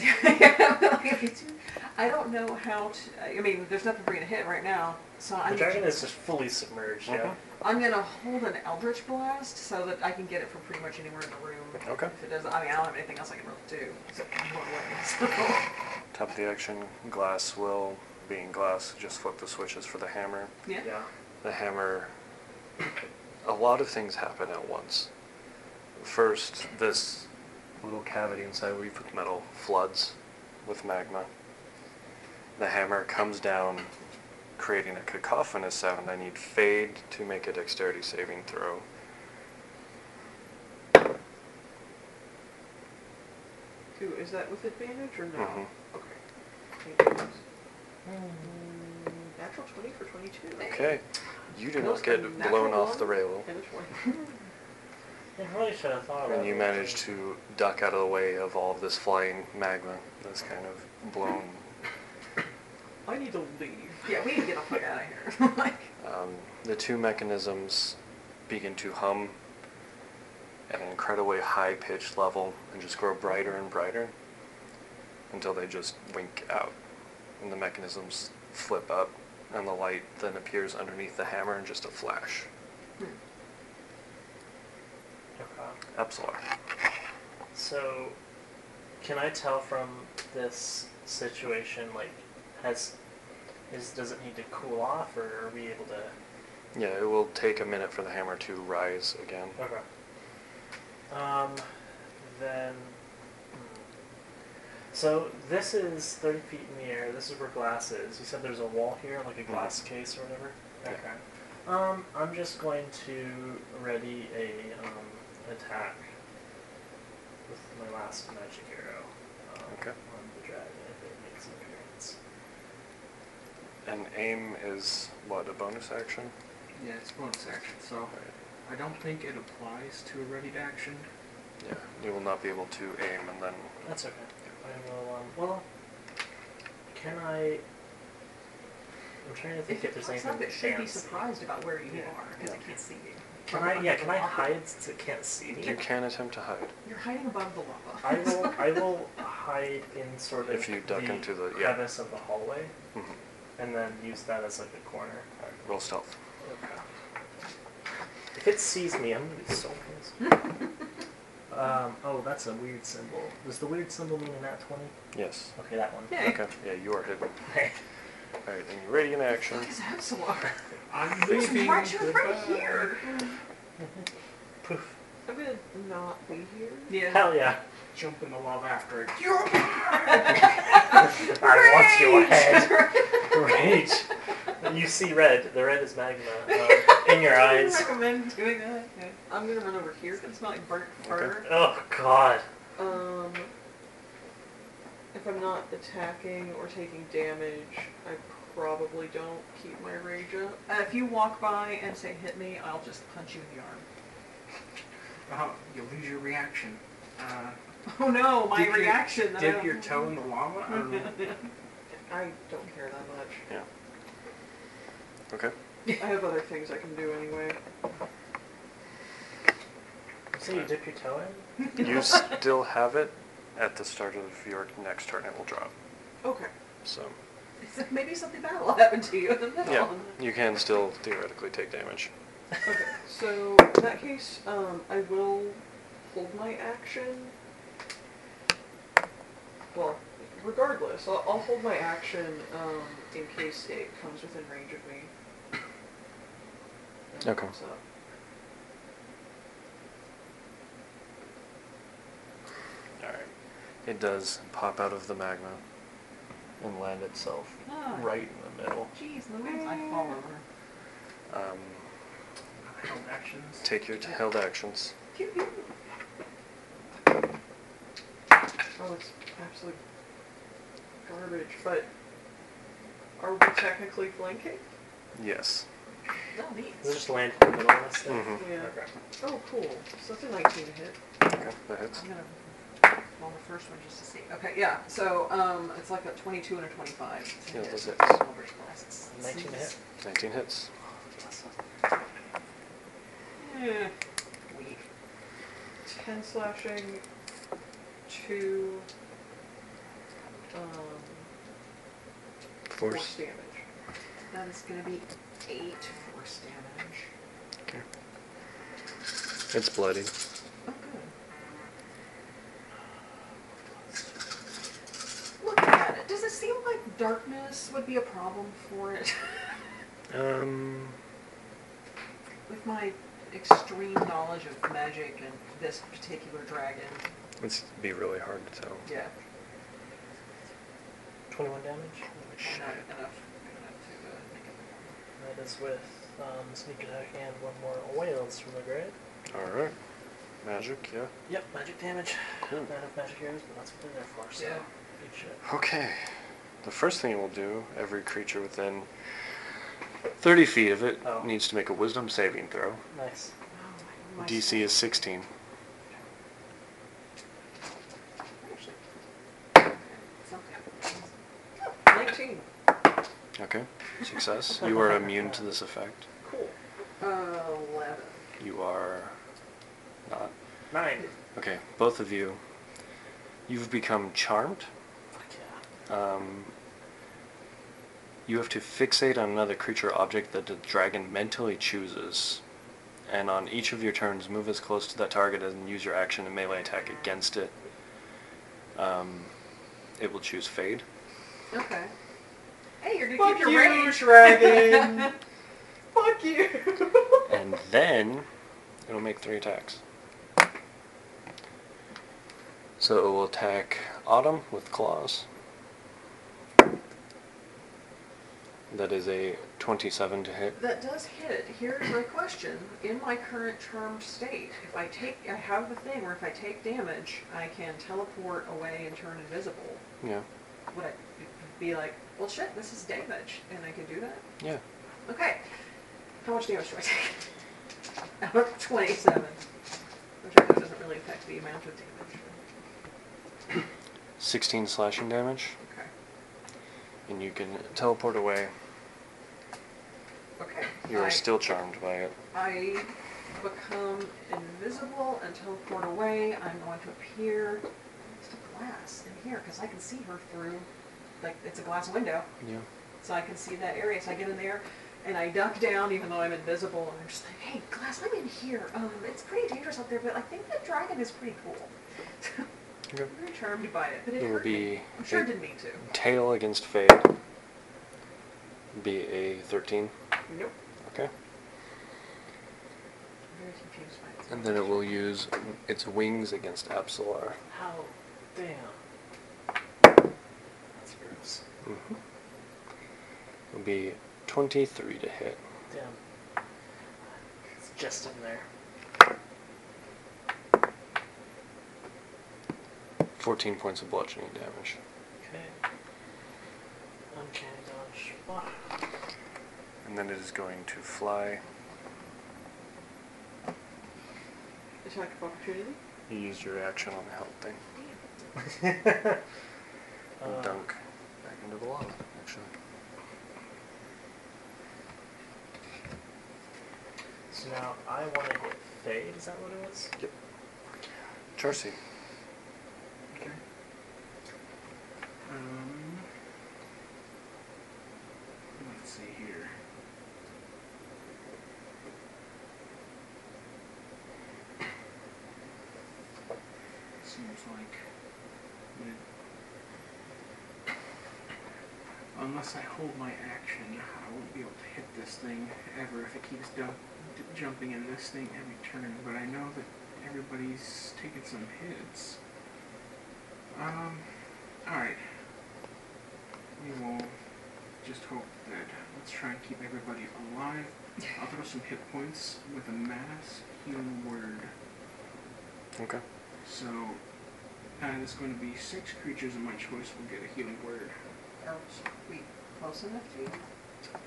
[SPEAKER 5] I don't know how to. I mean, there's nothing for you to hit right now, so
[SPEAKER 3] the
[SPEAKER 5] I'm,
[SPEAKER 3] dragon is just fully submerged. Yeah.
[SPEAKER 1] Mhm.
[SPEAKER 5] I'm gonna hold an Eldritch Blast so that I can get it from pretty much anywhere in the room.
[SPEAKER 1] Okay.
[SPEAKER 5] If it doesn't, I mean, I don't have anything else I can really do. So, one way,
[SPEAKER 1] Top of the action, glass will, being glass, just flip the switches for the hammer.
[SPEAKER 5] so- yeah.
[SPEAKER 3] Yeah.
[SPEAKER 1] The hammer. A lot of things happen at once. First, this little cavity inside where you put the metal floods with magma. The hammer comes down, creating a cacophonous sound. I need Fade to make a dexterity saving throw.
[SPEAKER 7] Ooh, is that with advantage or no?
[SPEAKER 1] Mhm.
[SPEAKER 7] Okay. Thank goodness.
[SPEAKER 3] Mm,
[SPEAKER 5] Mm,
[SPEAKER 7] Natural 20 for 22.
[SPEAKER 1] Okay. You do
[SPEAKER 7] Those
[SPEAKER 1] not get
[SPEAKER 7] are natural
[SPEAKER 1] blown off
[SPEAKER 7] one
[SPEAKER 1] the rail.
[SPEAKER 7] And a 20.
[SPEAKER 3] I really should have thought about
[SPEAKER 1] And you
[SPEAKER 3] it.
[SPEAKER 1] manage to duck out of the way of all of this flying magma that's kind of blown.
[SPEAKER 7] I need to leave.
[SPEAKER 5] Yeah, we need to get the fuck out of here. like,
[SPEAKER 1] Um, the two mechanisms begin to hum at an incredibly high pitched level and just grow brighter and brighter until they just wink out. And the mechanisms flip up, and the light then appears underneath the hammer in just a flash.
[SPEAKER 3] Okay.
[SPEAKER 1] Epsilon.
[SPEAKER 3] So, can I tell from this situation, like, has is does it need to cool off, or are we able to?
[SPEAKER 1] Yeah, it will take a minute for the hammer to rise again.
[SPEAKER 3] Okay. Um, then. hmm. So this is thirty feet in the air. This is where glass is. You said there's a wall here, like a glass case or whatever.
[SPEAKER 1] Mm-hmm. Yeah.
[SPEAKER 3] Okay. Um, I'm just going to ready a um, attack with my last magic arrow. Um,
[SPEAKER 1] Okay.
[SPEAKER 3] On the dragon, if it makes an appearance.
[SPEAKER 1] And aim is what, a bonus action?
[SPEAKER 6] Yeah, it's bonus action, so
[SPEAKER 1] Alright.
[SPEAKER 6] I don't think it applies to a ready to action.
[SPEAKER 1] Yeah, you will not be able to aim and then.
[SPEAKER 3] That's okay. I will, um, well, can I... I'm trying to think
[SPEAKER 5] If
[SPEAKER 3] if
[SPEAKER 5] it
[SPEAKER 3] there's
[SPEAKER 5] pops
[SPEAKER 3] anything
[SPEAKER 5] up,
[SPEAKER 3] that
[SPEAKER 5] it should be
[SPEAKER 3] stands.
[SPEAKER 5] surprised about where you
[SPEAKER 3] Yeah.
[SPEAKER 5] are, because
[SPEAKER 1] Yeah.
[SPEAKER 5] it can't see you.
[SPEAKER 3] Can I, yeah, can I hide so it can't see me?
[SPEAKER 1] You can attempt to hide.
[SPEAKER 5] You're hiding above the lava.
[SPEAKER 3] I will, I will hide in sort of
[SPEAKER 1] If you duck
[SPEAKER 3] the
[SPEAKER 1] into the- yeah.
[SPEAKER 3] crevice of the hallway,
[SPEAKER 1] Mhm.
[SPEAKER 3] and then use that as like a corner.
[SPEAKER 1] Roll stealth.
[SPEAKER 3] Okay. If it sees me, I'm gonna be so pissed. um, oh, that's a weird symbol. Does the weird symbol mean an at 20?
[SPEAKER 1] Yes.
[SPEAKER 3] Okay, that one.
[SPEAKER 5] Yeah.
[SPEAKER 1] Okay. Yeah, you are hidden. All right, and you're ready in action.
[SPEAKER 5] What is Absalar?
[SPEAKER 6] I'm
[SPEAKER 5] It's
[SPEAKER 6] leaving.
[SPEAKER 5] right you're right
[SPEAKER 6] Goodbye.
[SPEAKER 5] here.
[SPEAKER 3] Poof.
[SPEAKER 7] I'm gonna not be here.
[SPEAKER 5] Yeah.
[SPEAKER 3] Hell yeah.
[SPEAKER 6] Jump in the lava after it.
[SPEAKER 3] I want your head. Rage. You see red. The red is magma um, in your
[SPEAKER 5] I
[SPEAKER 3] eyes.
[SPEAKER 5] recommend doing that. Yeah.
[SPEAKER 7] I'm gonna run over here.
[SPEAKER 5] It's gonna smell like burnt fur.
[SPEAKER 3] Oh god.
[SPEAKER 7] Um, if I'm not attacking or taking damage, I probably don't keep my rage up.
[SPEAKER 5] Uh, if you walk by and say hit me, I'll just punch you in the arm.
[SPEAKER 6] Oh, you lose your reaction. Uh,
[SPEAKER 5] Oh no, my
[SPEAKER 6] Dip your-
[SPEAKER 5] reaction. I
[SPEAKER 6] dip
[SPEAKER 5] don't-
[SPEAKER 6] your toe in the lava? I don't know.
[SPEAKER 7] I don't care that much.
[SPEAKER 1] Okay.
[SPEAKER 7] I have other things I can do anyway.
[SPEAKER 3] So you dip your toe in?
[SPEAKER 1] You still have it at the start of your next turn. It will drop.
[SPEAKER 7] Okay.
[SPEAKER 1] So
[SPEAKER 5] It's like maybe something bad will happen to you in the middle.
[SPEAKER 1] yeah, you can still theoretically take damage.
[SPEAKER 7] Okay. So in that case, um, I will hold my action. Well, regardless, I'll, I'll hold my action um, in case it comes within range of me. And
[SPEAKER 1] Okay.
[SPEAKER 7] comes up.
[SPEAKER 1] All right. It does pop out of the magma and land itself
[SPEAKER 5] Ah.
[SPEAKER 1] right in the middle.
[SPEAKER 5] Jeez, Louise, I fall over.
[SPEAKER 1] Um,
[SPEAKER 6] Held actions.
[SPEAKER 1] take your held actions.
[SPEAKER 7] Pew, pew. Oh, it's absolute garbage, but are we technically flanking?
[SPEAKER 1] Yes.
[SPEAKER 5] No,
[SPEAKER 3] Does it
[SPEAKER 5] neat.
[SPEAKER 3] just land in Mm-hmm. the middle of this thing?
[SPEAKER 1] Mhm.
[SPEAKER 7] Yeah.
[SPEAKER 3] Okay.
[SPEAKER 7] Oh, cool. So that's a 19 to hit.
[SPEAKER 1] Okay, that hits.
[SPEAKER 5] I'm gonna roll the first one just to see.
[SPEAKER 7] Okay, yeah. So um, it's like a 22 and a 25.
[SPEAKER 1] Yeah, those hit.
[SPEAKER 5] Silver's glasses.
[SPEAKER 3] 19 to hit.
[SPEAKER 1] 19 hits.
[SPEAKER 7] Yeah. Weak. 10 slashing, 2 um, force damage.
[SPEAKER 5] That is gonna be eight force damage.
[SPEAKER 1] It's bloody.
[SPEAKER 5] Oh, good. Looking at it, does it seem like darkness would be a problem for it?
[SPEAKER 1] Um,
[SPEAKER 5] With my extreme knowledge of magic and this particular dragon,
[SPEAKER 1] it's be really hard to tell.
[SPEAKER 5] yeah,
[SPEAKER 3] 21 damage.
[SPEAKER 5] not enough, enough to uh, make it.
[SPEAKER 3] That is with um, sneak attack and one more whales from the grave.
[SPEAKER 1] All right. Magic, yeah.
[SPEAKER 3] Yep, magic damage.
[SPEAKER 1] Cool.
[SPEAKER 3] Not enough magic arrows, but that's what they're there for. So
[SPEAKER 5] Yeah.
[SPEAKER 3] good shit.
[SPEAKER 1] Okay. The first thing it will do, every creature within 30 feet of it
[SPEAKER 3] Oh.
[SPEAKER 1] needs to make a wisdom saving throw.
[SPEAKER 3] Nice.
[SPEAKER 5] Oh, my- my
[SPEAKER 1] DC is 16.
[SPEAKER 5] Actually, something.
[SPEAKER 7] 19.
[SPEAKER 1] Okay. Success. You are immune to this effect.
[SPEAKER 7] Cool. Uh, 11.
[SPEAKER 1] You are not.
[SPEAKER 3] Nine.
[SPEAKER 1] Okay, both of you. You've become charmed.
[SPEAKER 3] Fuck yeah.
[SPEAKER 1] Um, you have to fixate on another creature or object that the dragon mentally chooses. And on each of your turns, move as close to that target and use your action to melee attack against it. Um, it will choose Fade.
[SPEAKER 7] Okay.
[SPEAKER 5] Hey, you're gonna
[SPEAKER 7] Fuck
[SPEAKER 5] keep your
[SPEAKER 7] you,
[SPEAKER 5] range.
[SPEAKER 7] dragon. Fuck you!
[SPEAKER 1] And then it'll make three attacks. So it will attack Autumn with claws. That is a 27 to hit.
[SPEAKER 7] That does hit. Here's my question. In my current charmed state, if I take, I have the thing where if I take damage, I can teleport away and turn invisible.
[SPEAKER 1] Yeah.
[SPEAKER 7] Would I be like, well, shit, this is damage, and I can do that?
[SPEAKER 1] Yeah.
[SPEAKER 7] Okay. How much damage do I take?
[SPEAKER 5] out of 27. Which I know doesn't really affect the amount of damage.
[SPEAKER 1] 16 slashing damage,
[SPEAKER 5] Okay.
[SPEAKER 1] and you can teleport away.
[SPEAKER 5] Okay.
[SPEAKER 1] You
[SPEAKER 5] I-
[SPEAKER 1] are still charmed by it.
[SPEAKER 5] I become invisible and teleport away. I'm going to appear next to glass in here because I can see her through, like, it's a glass window.
[SPEAKER 1] Yeah.
[SPEAKER 5] So I can see that area. So I get in there and I duck down even though I'm invisible. And I'm just like, hey, glass, I'm in here. Um, it's pretty dangerous up there, but I think that dragon is pretty cool.
[SPEAKER 1] Okay.
[SPEAKER 5] I'm very charmed by it, but it
[SPEAKER 1] It'll
[SPEAKER 5] hurt me.
[SPEAKER 1] be
[SPEAKER 5] I'm sure
[SPEAKER 1] a-
[SPEAKER 5] it didn't mean to.
[SPEAKER 1] Tail against Fade. Be a 13.
[SPEAKER 14] Nope.
[SPEAKER 1] Okay.
[SPEAKER 5] I'm very confused by it.
[SPEAKER 1] And then it will use its wings against Epsilar.
[SPEAKER 3] How? Damn. That's gross.
[SPEAKER 1] Mm-hmm. It'll be 23 to hit.
[SPEAKER 3] Damn. It's just in there.
[SPEAKER 1] 14 points of bludgeoning damage.
[SPEAKER 3] Okay. Uncanny dodge. Wow.
[SPEAKER 1] And then it is going to fly.
[SPEAKER 14] Attack of opportunity.
[SPEAKER 1] You used your action on the health thing. And
[SPEAKER 3] Uh,
[SPEAKER 1] dunk back into the lava, actually.
[SPEAKER 3] So now I want to hit Fade, is that what it was?
[SPEAKER 1] Yep. Charcy.
[SPEAKER 6] Okay. Um, let's see here. Seems like it, unless I hold my action, I won't be able to hit this thing ever if it keeps dump, d- jumping in this thing every turn. But I know that everybody's taking some hits. Um, alright. We will just hope that. Let's try and keep everybody alive. I'll throw some hit points with a mass healing word.
[SPEAKER 1] Okay.
[SPEAKER 6] So, uh, there's going to be six creatures of my choice will get a healing word.
[SPEAKER 14] Are we close enough to you?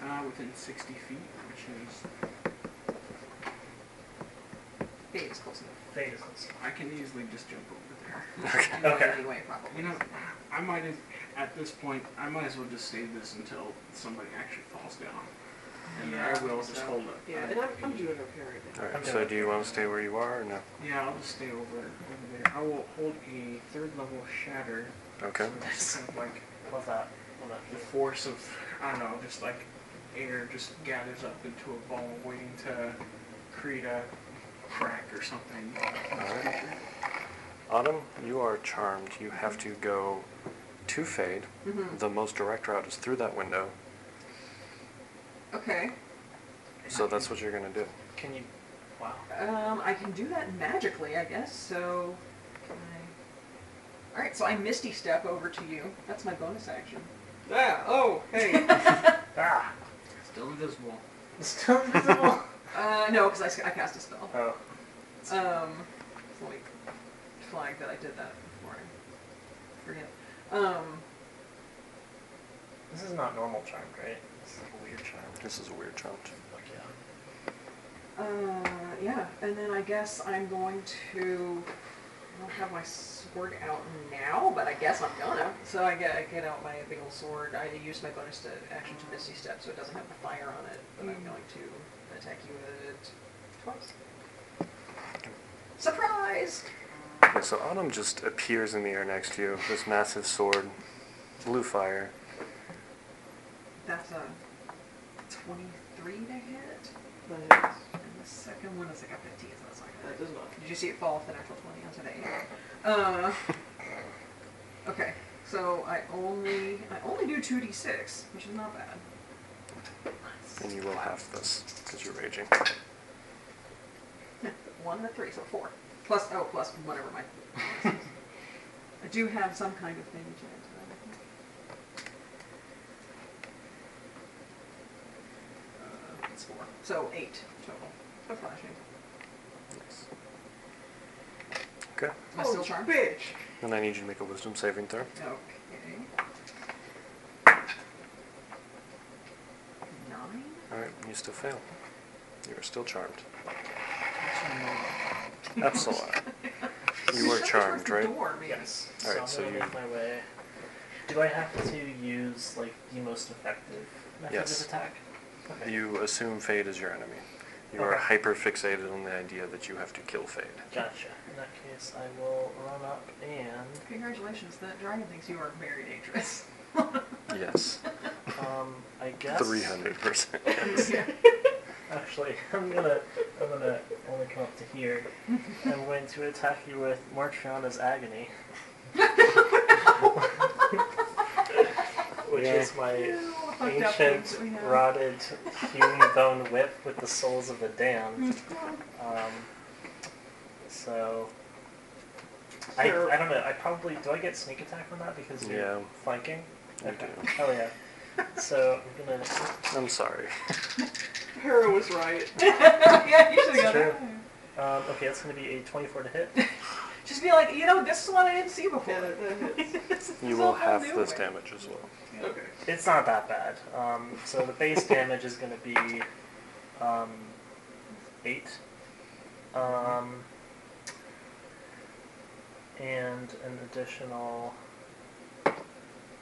[SPEAKER 6] Uh, within 60 feet, which is.
[SPEAKER 14] Fade is close enough.
[SPEAKER 3] Fade is close.
[SPEAKER 6] I can easily just jump over there.
[SPEAKER 14] You know,
[SPEAKER 3] Okay.
[SPEAKER 14] Anyway, probably.
[SPEAKER 6] You know, I might as, at this point, I might as well just save this until somebody actually falls down. And
[SPEAKER 14] Yeah,
[SPEAKER 6] I will just
[SPEAKER 14] so-
[SPEAKER 6] hold it.
[SPEAKER 14] Yeah, and I'm, I'm doing okay right now.
[SPEAKER 1] Alright,
[SPEAKER 3] I'm
[SPEAKER 1] so
[SPEAKER 3] done.
[SPEAKER 1] do you want to stay where you are or no?
[SPEAKER 6] Yeah, I'll just stay over over there. I will hold a third level shatter.
[SPEAKER 1] Okay.
[SPEAKER 6] So it's kind of like
[SPEAKER 3] Love that. Love that.
[SPEAKER 6] the force of I don't know, just like air just gathers up into a ball, waiting to create a crack or something.
[SPEAKER 1] Alright. Autumn, you are charmed. You have to go to Fade.
[SPEAKER 5] Mm-hmm.
[SPEAKER 14] Mhm.
[SPEAKER 1] The most direct route is through that window.
[SPEAKER 5] Okay.
[SPEAKER 1] So that's what you're going to do.
[SPEAKER 3] Can you? Wow.
[SPEAKER 5] Um, I can do that magically, I guess. So, can I? All right. So I misty step over to you. That's my bonus action.
[SPEAKER 14] Yeah. Oh, hey.
[SPEAKER 3] Ah.
[SPEAKER 6] Still invisible.
[SPEAKER 3] It's still invisible.
[SPEAKER 5] Uh, no, because I, s- I cast a spell.
[SPEAKER 3] oh.
[SPEAKER 5] Um, so let me flag that I did that before I forget. Um,
[SPEAKER 3] This is not normal charmed, right? This is like a weird charmed.
[SPEAKER 1] This is a weird challenge.
[SPEAKER 3] Fuck yeah.
[SPEAKER 5] uh, yeah, and then I guess I'm going to. I don't have my sword out now, but I guess I'm gonna. So I get I get out my big old sword. I use my bonus to action to misty step, so it doesn't have the fire on it. But I'm going to attack you with it twice. Surprise!
[SPEAKER 1] Okay, so Autumn just appears in the air next to you. This massive sword, blue fire.
[SPEAKER 5] That's a 23 to hit.
[SPEAKER 14] That
[SPEAKER 5] And the second one is like a 15, so that's not good.
[SPEAKER 14] does not.
[SPEAKER 5] Did you see it fall off the natural 20 onto the 8? Uh, okay, so I only I only do 2d6, which is not bad.
[SPEAKER 1] And you will have this because you're raging.
[SPEAKER 5] One and a three, so four. Plus, oh, plus whatever my. I do have some kind of thing to add to that. I think. Uh, it's four. So eight total. So flashing.
[SPEAKER 1] Okay.
[SPEAKER 5] Am I still charmed?
[SPEAKER 14] bitch.
[SPEAKER 1] And I need you to make a wisdom saving throw.
[SPEAKER 5] Okay. Nine?
[SPEAKER 1] Alright, you still fail. You're still charmed.
[SPEAKER 8] That's
[SPEAKER 1] Absolutely. You were
[SPEAKER 5] Shut the
[SPEAKER 1] charmed,
[SPEAKER 5] door,
[SPEAKER 1] right?
[SPEAKER 5] maybe.
[SPEAKER 3] Yes.
[SPEAKER 1] All right,
[SPEAKER 3] I'm
[SPEAKER 1] so
[SPEAKER 3] gonna
[SPEAKER 1] you-
[SPEAKER 3] make my way. Do I have to use like the most effective method
[SPEAKER 1] Yes.
[SPEAKER 3] of attack? Okay.
[SPEAKER 1] You assume Fade is your enemy. You are
[SPEAKER 3] Okay.
[SPEAKER 1] hyper fixated on the idea that you have to kill Fade.
[SPEAKER 3] Gotcha. In that case, I will run up and
[SPEAKER 5] Congratulations, that dragon thinks you are very dangerous.
[SPEAKER 1] Yes.
[SPEAKER 3] um, I guess.
[SPEAKER 1] Three hundred percent.
[SPEAKER 3] Actually, I'm gonna I'm gonna only come up to here. I'm going to attack you with Marchiona's agony. Which is my
[SPEAKER 5] Fucked up things
[SPEAKER 3] ancient,
[SPEAKER 5] we have.
[SPEAKER 3] rotted, hewn bone whip with the souls of the damned.
[SPEAKER 5] Mm-hmm.
[SPEAKER 3] Um, so, I, I don't know. I probably do. I get sneak attack on that because
[SPEAKER 1] Yeah.
[SPEAKER 3] you're flanking.
[SPEAKER 1] You
[SPEAKER 3] Okay.
[SPEAKER 1] do.
[SPEAKER 3] Oh yeah. So I'm gonna.
[SPEAKER 1] I'm sorry.
[SPEAKER 7] Hera was right.
[SPEAKER 5] yeah, you should
[SPEAKER 3] It's
[SPEAKER 5] have got
[SPEAKER 3] true.
[SPEAKER 5] that.
[SPEAKER 3] Um, okay, that's gonna be a 24 to hit.
[SPEAKER 5] Just be like, you know, this is one I didn't see before.
[SPEAKER 7] Yeah, that- that hits.
[SPEAKER 5] This is
[SPEAKER 1] You
[SPEAKER 5] a
[SPEAKER 1] will
[SPEAKER 5] whole
[SPEAKER 1] half
[SPEAKER 5] new
[SPEAKER 1] this
[SPEAKER 5] way.
[SPEAKER 1] damage as well.
[SPEAKER 7] Okay.
[SPEAKER 3] It's not that bad. Um, so the base damage is going to be um, eight, um, and an additional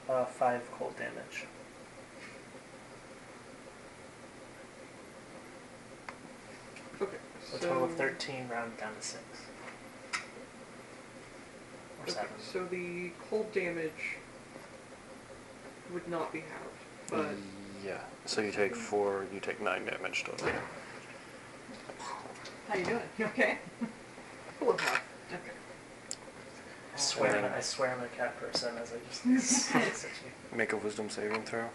[SPEAKER 3] uh, five cold damage.
[SPEAKER 7] Okay.
[SPEAKER 3] A total of
[SPEAKER 7] so-
[SPEAKER 3] thirteen, rounded down to six or
[SPEAKER 7] Okay,
[SPEAKER 3] seven.
[SPEAKER 7] so the cold damage would not be halved, but
[SPEAKER 1] Mm-hmm. Yeah. So you take four. You take nine damage total.
[SPEAKER 5] How you doing? You okay?
[SPEAKER 7] full of half.
[SPEAKER 5] Okay.
[SPEAKER 3] I swear,
[SPEAKER 1] And then-
[SPEAKER 3] I swear, I'm a cat person. As I just at you.
[SPEAKER 1] Make a Wisdom saving throw.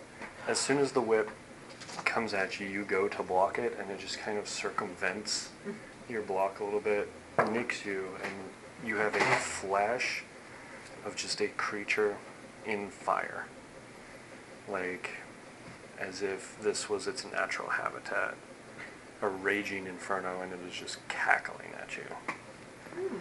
[SPEAKER 1] As soon as the whip comes at you, you go to block it, and it just kind of circumvents your block a little bit, nicks you, and you have a flash of just a creature in fire. Like, as if this was its natural habitat. A raging inferno, and it is just cackling at you.
[SPEAKER 7] Hmm,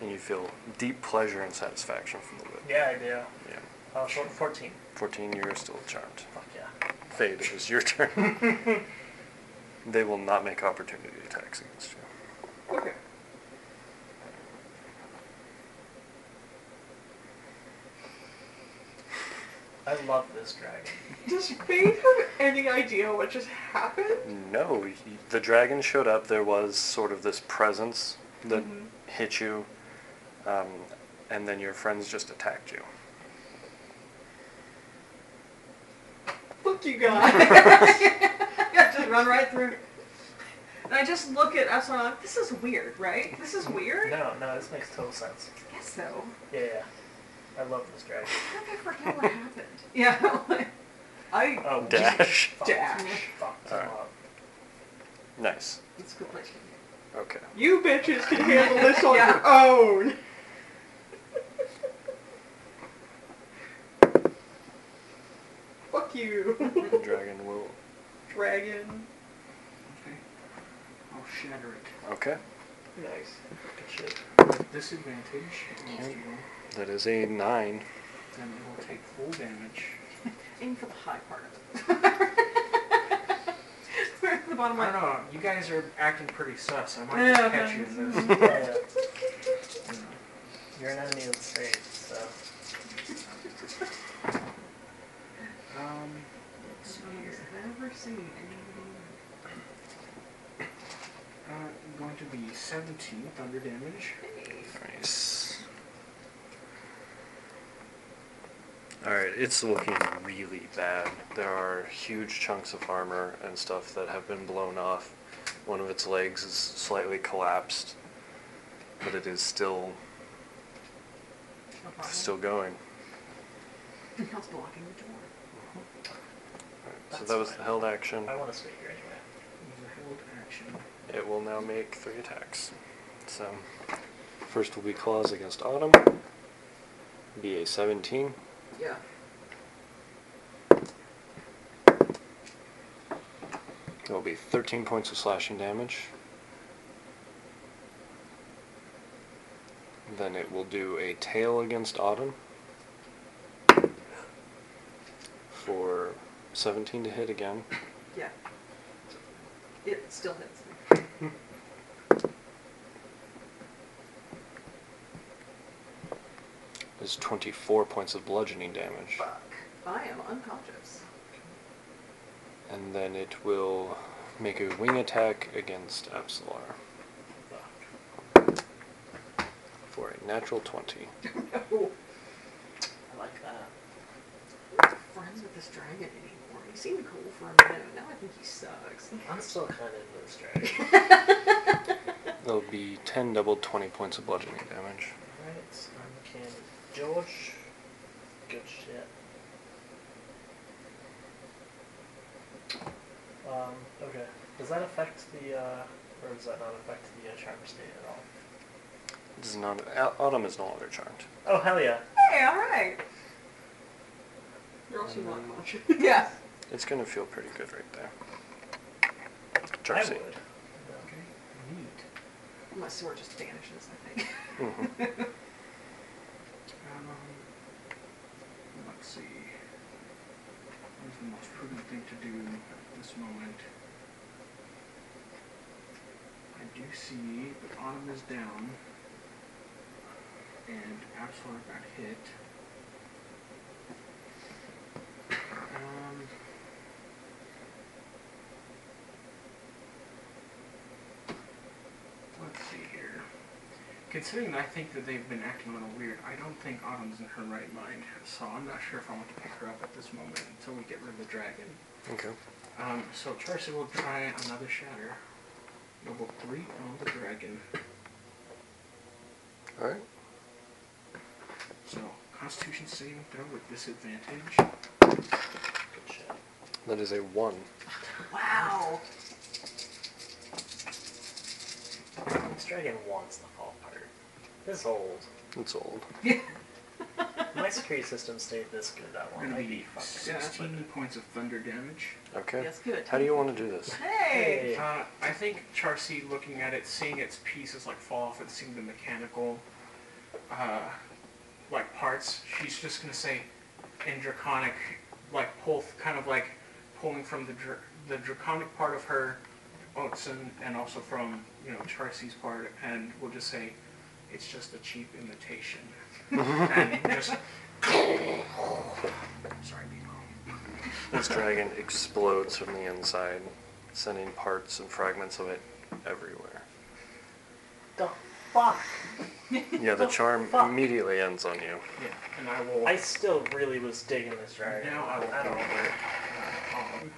[SPEAKER 1] And you feel deep pleasure and satisfaction from the whip.
[SPEAKER 3] Yeah, I do.
[SPEAKER 1] Yeah.
[SPEAKER 3] Uh, four- Fourteen.
[SPEAKER 1] 14, you're still charmed.
[SPEAKER 3] Fuck yeah.
[SPEAKER 1] Fade, it is your turn. they will not make opportunity attacks against you.
[SPEAKER 7] Okay.
[SPEAKER 3] I love this dragon.
[SPEAKER 7] Does Bane have any idea what just happened?
[SPEAKER 1] No, y- the dragon showed up. There was sort of this presence that hit you, um, and then your friends just attacked you.
[SPEAKER 7] Fuck you guys.
[SPEAKER 5] yeah, just run right through. And I just look at us and I'm like, this is weird, right? This is weird?
[SPEAKER 3] No, no, this makes total sense.
[SPEAKER 5] I guess so.
[SPEAKER 3] Yeah, yeah. I love this dragon.
[SPEAKER 5] How did I forget what happened? Yeah. like, I
[SPEAKER 3] Oh,
[SPEAKER 1] Dash.
[SPEAKER 3] fuck.
[SPEAKER 5] dash.
[SPEAKER 3] Fuck them
[SPEAKER 1] Alright.
[SPEAKER 3] up.
[SPEAKER 1] Nice.
[SPEAKER 5] It's a good place.
[SPEAKER 1] Okay.
[SPEAKER 7] you bitches can handle this on
[SPEAKER 5] Yeah.
[SPEAKER 7] your own. Fuck you,
[SPEAKER 1] The dragon will.
[SPEAKER 7] dragon.
[SPEAKER 8] Okay. I'll shatter it.
[SPEAKER 1] Okay.
[SPEAKER 7] Nice.
[SPEAKER 3] Good shit.
[SPEAKER 8] With disadvantage, against you,
[SPEAKER 1] That is a nine.
[SPEAKER 8] then it will take full damage.
[SPEAKER 5] Aim for the high part of it. We're at the
[SPEAKER 6] I
[SPEAKER 5] bottom
[SPEAKER 6] don't
[SPEAKER 5] line.
[SPEAKER 6] know. You guys are acting pretty sus. I might just catch you in this.
[SPEAKER 3] Yeah, yeah. You're an enemy of the state, so.
[SPEAKER 8] Um,
[SPEAKER 5] I've never seen anybody.
[SPEAKER 8] uh, going to be 17 thunder damage.
[SPEAKER 1] Nice. Alright, it's looking really bad. There are huge chunks of armor and stuff that have been blown off. One of its legs is slightly collapsed, but it is still still going.
[SPEAKER 5] How's blocking the door?
[SPEAKER 1] So
[SPEAKER 3] That's
[SPEAKER 1] that was
[SPEAKER 3] fine.
[SPEAKER 1] the held action.
[SPEAKER 3] I want to speak here anyway.
[SPEAKER 8] Use a held action.
[SPEAKER 1] It will now make three attacks. So first will be claws against Autumn. Be a 17.
[SPEAKER 5] Yeah.
[SPEAKER 1] It will be 13 points of slashing damage. Then it will do a tail against Autumn for 17 to hit again.
[SPEAKER 5] Yeah.
[SPEAKER 7] It still hits me.
[SPEAKER 1] is 24 points of bludgeoning damage.
[SPEAKER 7] Fuck. I am unconscious.
[SPEAKER 1] And then it will make a wing attack against Absolar for a natural 20.
[SPEAKER 7] No.
[SPEAKER 3] I like that.
[SPEAKER 7] I'm not friends with this dragon anymore. He seemed cool for a minute, but now I think he sucks.
[SPEAKER 3] I'm still kind of into this dragon.
[SPEAKER 1] That'll be 10 doubled 20 points of bludgeoning damage.
[SPEAKER 3] Alright, so I'm can George. Good shit. Um, okay. Does that affect the, uh, or does that not affect the uh, charm state at all?
[SPEAKER 1] This is not, Au- Autumn is no longer charmed.
[SPEAKER 3] Oh, hell yeah.
[SPEAKER 7] Hey, alright.
[SPEAKER 5] You're also not much.
[SPEAKER 7] Yeah.
[SPEAKER 1] It's going to feel pretty good right there.
[SPEAKER 3] I
[SPEAKER 1] Charcy.
[SPEAKER 3] would. Okay. Neat.
[SPEAKER 7] My sword just vanishes, I think.
[SPEAKER 1] Mhm.
[SPEAKER 8] Um, let's see. What is the most prudent thing to do at this moment? I do see that Autumn is down, and Absolar got hit. Um,
[SPEAKER 6] Let's see here. Considering that I think that they've been acting a little weird, I don't think Autumn's in her right mind, so I'm not sure if I want to pick her up at this moment until we get rid of the dragon.
[SPEAKER 1] Okay.
[SPEAKER 6] Um, so Charcy will try another shatter. Level 3 on the dragon.
[SPEAKER 1] Alright.
[SPEAKER 6] So, Constitution saving throw with disadvantage.
[SPEAKER 3] Good shit.
[SPEAKER 1] That is a 1.
[SPEAKER 7] Wow.
[SPEAKER 3] This dragon wants to fall apart. This old.
[SPEAKER 1] It's old.
[SPEAKER 3] My security system stayed this good that long.
[SPEAKER 6] Gonna
[SPEAKER 3] I'd
[SPEAKER 6] be
[SPEAKER 3] be fucked. up.
[SPEAKER 6] 16 points of thunder damage.
[SPEAKER 1] Okay.
[SPEAKER 7] Yes, good.
[SPEAKER 1] How do you want to do this?
[SPEAKER 7] Hey.
[SPEAKER 3] Hey.
[SPEAKER 6] Uh, I think Charcy, looking at it, seeing its pieces like fall off and seeing the mechanical, uh, like parts, she's just gonna say, in draconic, like pull, kind of like pulling from the dr- the draconic part of her, Otson, and also from you know Charcy's part, and we'll just say, it's just a cheap imitation, and just. Sorry, Miko.
[SPEAKER 1] This dragon explodes from the inside, sending parts and fragments of it everywhere.
[SPEAKER 3] The fuck?
[SPEAKER 1] Yeah, the charm
[SPEAKER 3] fuck?
[SPEAKER 1] immediately ends on you.
[SPEAKER 6] Yeah, and I will.
[SPEAKER 3] I still really was digging this dragon.
[SPEAKER 6] now I will
[SPEAKER 3] I don't know.
[SPEAKER 6] over. Uh, um,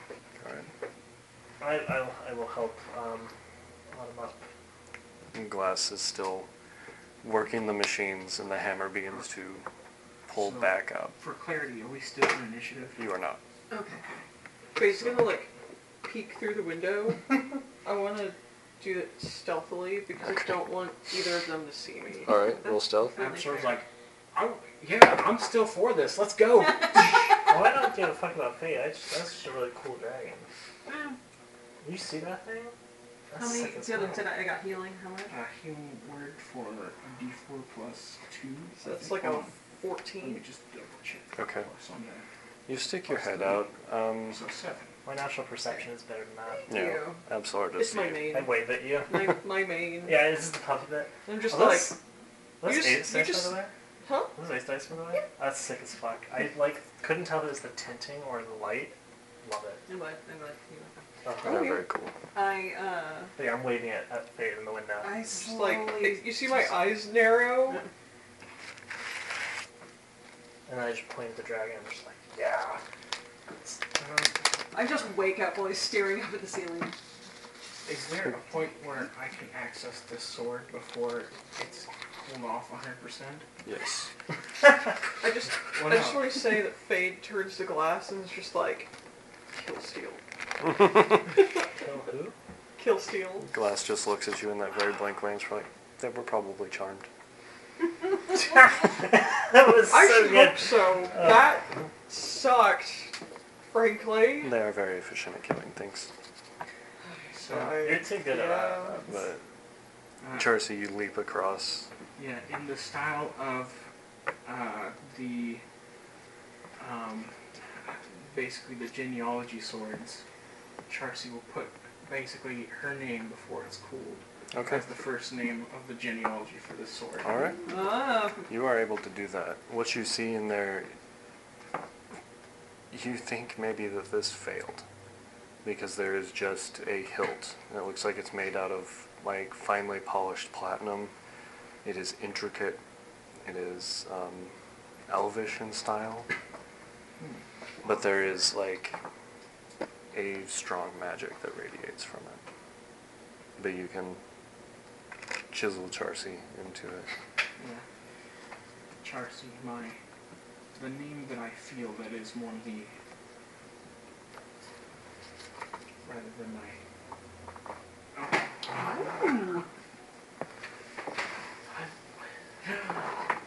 [SPEAKER 1] Alright.
[SPEAKER 3] I, I, I will help um, lot him up.
[SPEAKER 1] And Glass is still working the machines, and the hammer begins to pull
[SPEAKER 6] So-
[SPEAKER 1] back up.
[SPEAKER 6] For clarity, are we still in initiative?
[SPEAKER 1] You are not.
[SPEAKER 7] Okay.
[SPEAKER 5] But he's gonna like peek through the window. I wanna do it stealthily because I don't want either of them to see me.
[SPEAKER 1] Alright, roll stealth.
[SPEAKER 6] Absol's like, oh yeah, I'm still for this. Let's go.
[SPEAKER 3] Well, I don't give a fuck about fate. I just, that's just a really cool dragon.
[SPEAKER 5] Eh,
[SPEAKER 7] Mm.
[SPEAKER 3] You see that thing?
[SPEAKER 7] How
[SPEAKER 3] That's
[SPEAKER 7] many
[SPEAKER 3] sick as
[SPEAKER 7] did I,
[SPEAKER 3] hell.
[SPEAKER 7] did I, I got healing? How much?
[SPEAKER 6] uh, healing word for D4 plus two.
[SPEAKER 5] So
[SPEAKER 6] I
[SPEAKER 5] it's
[SPEAKER 6] think.
[SPEAKER 5] like a
[SPEAKER 6] Hold on, Let me
[SPEAKER 5] fourteen.
[SPEAKER 6] just double check.
[SPEAKER 1] Okay.
[SPEAKER 6] Plus on that.
[SPEAKER 1] You stick your head out. Um,
[SPEAKER 6] So seven.
[SPEAKER 3] My natural perception is better than that.
[SPEAKER 1] yeah,
[SPEAKER 5] you.
[SPEAKER 1] Absolar does
[SPEAKER 5] It's my
[SPEAKER 1] you.
[SPEAKER 5] main.
[SPEAKER 3] I wave at you.
[SPEAKER 5] My, my main.
[SPEAKER 3] Yeah, this is the puppy bit.
[SPEAKER 5] I'm just
[SPEAKER 3] Oh,
[SPEAKER 5] like,
[SPEAKER 3] that's- Was
[SPEAKER 5] you
[SPEAKER 3] ace
[SPEAKER 5] just-
[SPEAKER 3] dice
[SPEAKER 5] you
[SPEAKER 3] by
[SPEAKER 5] just-
[SPEAKER 3] the way?
[SPEAKER 5] huh?
[SPEAKER 3] Was ace dice by the way? That's sick as fuck. I like couldn't tell if it was the tinting or the light. Love it.
[SPEAKER 7] I'm glad. I'm glad. you know.
[SPEAKER 5] Oh,
[SPEAKER 3] Uh-huh.
[SPEAKER 1] They're very cool.
[SPEAKER 7] I, uh.
[SPEAKER 3] Yeah, I'm waving it at Fade in the window.
[SPEAKER 7] I
[SPEAKER 5] Just
[SPEAKER 7] slowly.
[SPEAKER 5] like you see my eyes narrow.
[SPEAKER 3] And I just point at the dragon. I'm just like, yeah. It's- um,
[SPEAKER 7] I just wake up while he's staring up at the ceiling.
[SPEAKER 6] Is there a point where I can access this sword before it's cooled off 100 percent?
[SPEAKER 1] Yes.
[SPEAKER 5] I just
[SPEAKER 6] Why
[SPEAKER 5] I just
[SPEAKER 6] not?
[SPEAKER 5] want to say that Fade turns to glass and is just like, kill steal,
[SPEAKER 3] Kill who?
[SPEAKER 5] kill steal.
[SPEAKER 1] Glass just looks at you in that very blank way and is like, they were probably charmed.
[SPEAKER 3] That was
[SPEAKER 5] I
[SPEAKER 3] so
[SPEAKER 5] should
[SPEAKER 3] good. Uh,
[SPEAKER 5] hope so. that sucked, frankly.
[SPEAKER 1] They are very efficient at killing things.
[SPEAKER 6] So
[SPEAKER 3] You're too good at that.
[SPEAKER 5] Yeah.
[SPEAKER 1] But
[SPEAKER 5] Hmm.
[SPEAKER 6] uh,
[SPEAKER 1] Charcy, you leap across.
[SPEAKER 6] Yeah, in the style of uh, the um, basically the genealogy swords, Charcy will put basically her name before it's cooled.
[SPEAKER 1] Okay.
[SPEAKER 6] That's the first name of the genealogy for this sword.
[SPEAKER 1] All right.
[SPEAKER 5] Ah,
[SPEAKER 1] You are able to do that. What you see in there, you think maybe that this failed. Because there is just a hilt. And it looks like it's made out of like finely polished platinum. It is intricate. It is um, elvish in style. But there is like a strong magic that radiates from it. But you can chisel Charcy into it.
[SPEAKER 6] Yeah. Charcy, my the name that I feel that is more the rather than my oh.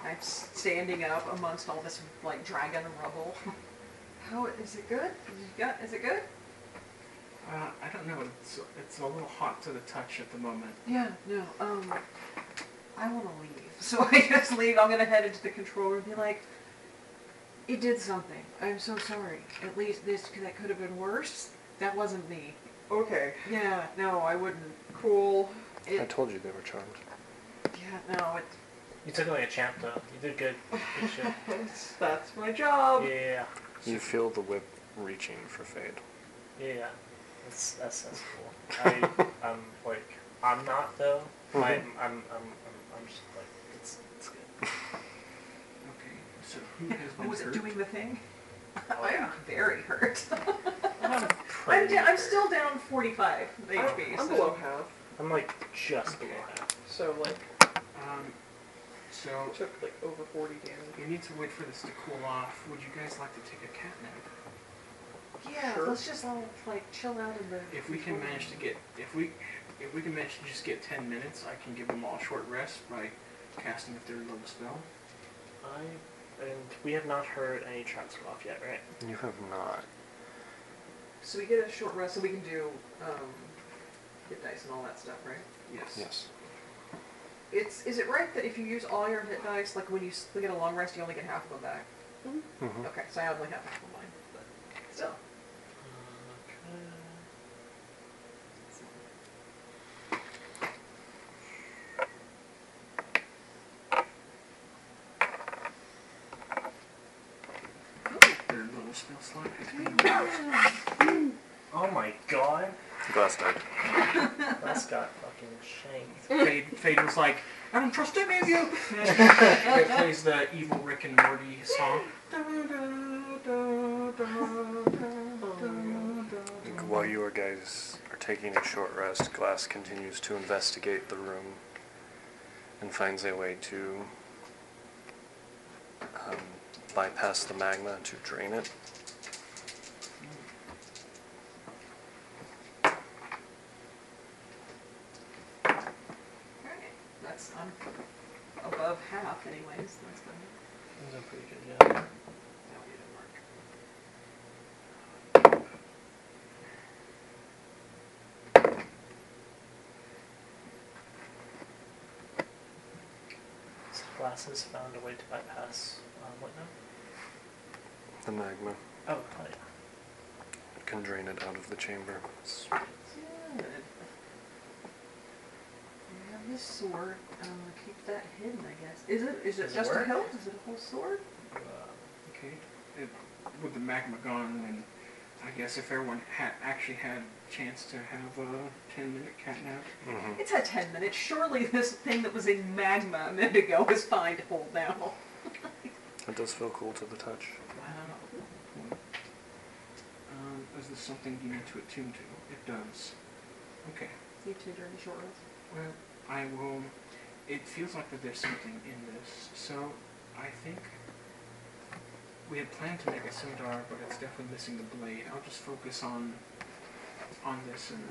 [SPEAKER 5] I'm standing up amongst all this like dragon rubble. How is it good? You got- Is it good?
[SPEAKER 6] Uh, I don't know. It's it's a little hot to the touch at the moment.
[SPEAKER 5] Yeah, no. Um, I want to leave, so I just leave. I'm gonna head into the control room. and Be like, it did something. I'm so sorry. At least this that could have been worse. That wasn't me.
[SPEAKER 7] Okay.
[SPEAKER 5] Yeah, no, I wouldn't.
[SPEAKER 7] Cool.
[SPEAKER 1] I
[SPEAKER 5] It,
[SPEAKER 1] told you they were charmed.
[SPEAKER 5] yeah, no, it.
[SPEAKER 3] You took away a champ though. You did good.
[SPEAKER 5] Oh.
[SPEAKER 3] Good shit.
[SPEAKER 7] That's, that's my
[SPEAKER 5] Um.
[SPEAKER 7] job.
[SPEAKER 3] Yeah,
[SPEAKER 1] You feel the whip reaching for Fade.
[SPEAKER 3] yeah. That's that's, that's cool. I I'm like I'm not though. My, I'm, I'm I'm I'm I'm just like it's it's good.
[SPEAKER 6] Okay. So who has been
[SPEAKER 5] Oh, was it
[SPEAKER 6] hurt?
[SPEAKER 5] doing the thing?
[SPEAKER 3] Oh,
[SPEAKER 5] I'm very hurt.
[SPEAKER 3] I'm
[SPEAKER 5] I'm,
[SPEAKER 3] pretty
[SPEAKER 5] da- I'm
[SPEAKER 3] sure.
[SPEAKER 5] still down 45 HP.
[SPEAKER 7] I'm,
[SPEAKER 5] so.
[SPEAKER 7] I'm below half,
[SPEAKER 3] I'm like just below half.
[SPEAKER 7] so like
[SPEAKER 6] Um, so
[SPEAKER 7] took like over 40 damage.
[SPEAKER 6] you need to wait for this to cool off. Would you guys like to take a cat nap?
[SPEAKER 5] Yeah,
[SPEAKER 7] Sure.
[SPEAKER 5] let's just all like chill out in the.
[SPEAKER 6] If we can manage to get, if we, if we can manage to just get ten minutes, I can give them all a short rest by casting a third level spell.
[SPEAKER 3] I and we have not heard any traps go off yet, right?
[SPEAKER 1] You have not.
[SPEAKER 5] So we get a short rest, so we can do um, hit dice and all that stuff, right?
[SPEAKER 6] Yes.
[SPEAKER 1] Yes.
[SPEAKER 5] It's is it right that if you use all your hit dice, like when you s- get a long rest, you only get half of them back?
[SPEAKER 1] Mm-hmm.
[SPEAKER 5] Okay, so I only have half of mine, but still.
[SPEAKER 6] Third level spell slot.
[SPEAKER 3] Oh my god,
[SPEAKER 1] Glass died.
[SPEAKER 3] that's got fucking shanked.
[SPEAKER 6] Fade, Fade was like, I don't trust any of you. it plays the evil Rick and Morty song.
[SPEAKER 1] While you guys are taking a short rest, Glass continues to investigate the room and finds a way to um, bypass the magma to drain it.
[SPEAKER 5] Alright, that's I'm above half, anyways. That's good.
[SPEAKER 3] That was a pretty good job.
[SPEAKER 5] That one didn't work.
[SPEAKER 3] So glasses found a way to bypass um, what now?
[SPEAKER 1] The magma
[SPEAKER 3] Oh, oh yeah.
[SPEAKER 1] can drain it out of the chamber.
[SPEAKER 5] Good. I have this sword. I'm gonna keep that hidden, I guess. Is it? Is it
[SPEAKER 3] Does it
[SPEAKER 5] just a
[SPEAKER 3] work?
[SPEAKER 5] hilt? Is it a whole sword?
[SPEAKER 3] Uh,
[SPEAKER 6] Okay. It, with the magma gone, and I guess if everyone had actually had a chance to have a ten minute cat nap.
[SPEAKER 1] Mm-hmm.
[SPEAKER 5] It's at 10 minutes. Surely this thing that was in magma a minute ago is fine to hold now.
[SPEAKER 1] It does feel cool to the touch.
[SPEAKER 6] Wow. Um, is this something you need to attune to? It does. Okay.
[SPEAKER 5] You two during the short rest.
[SPEAKER 6] Well, I will. It feels like that there's something in this, so I think we had planned to make a Sildar, but it's definitely missing the blade. I'll just focus on on this and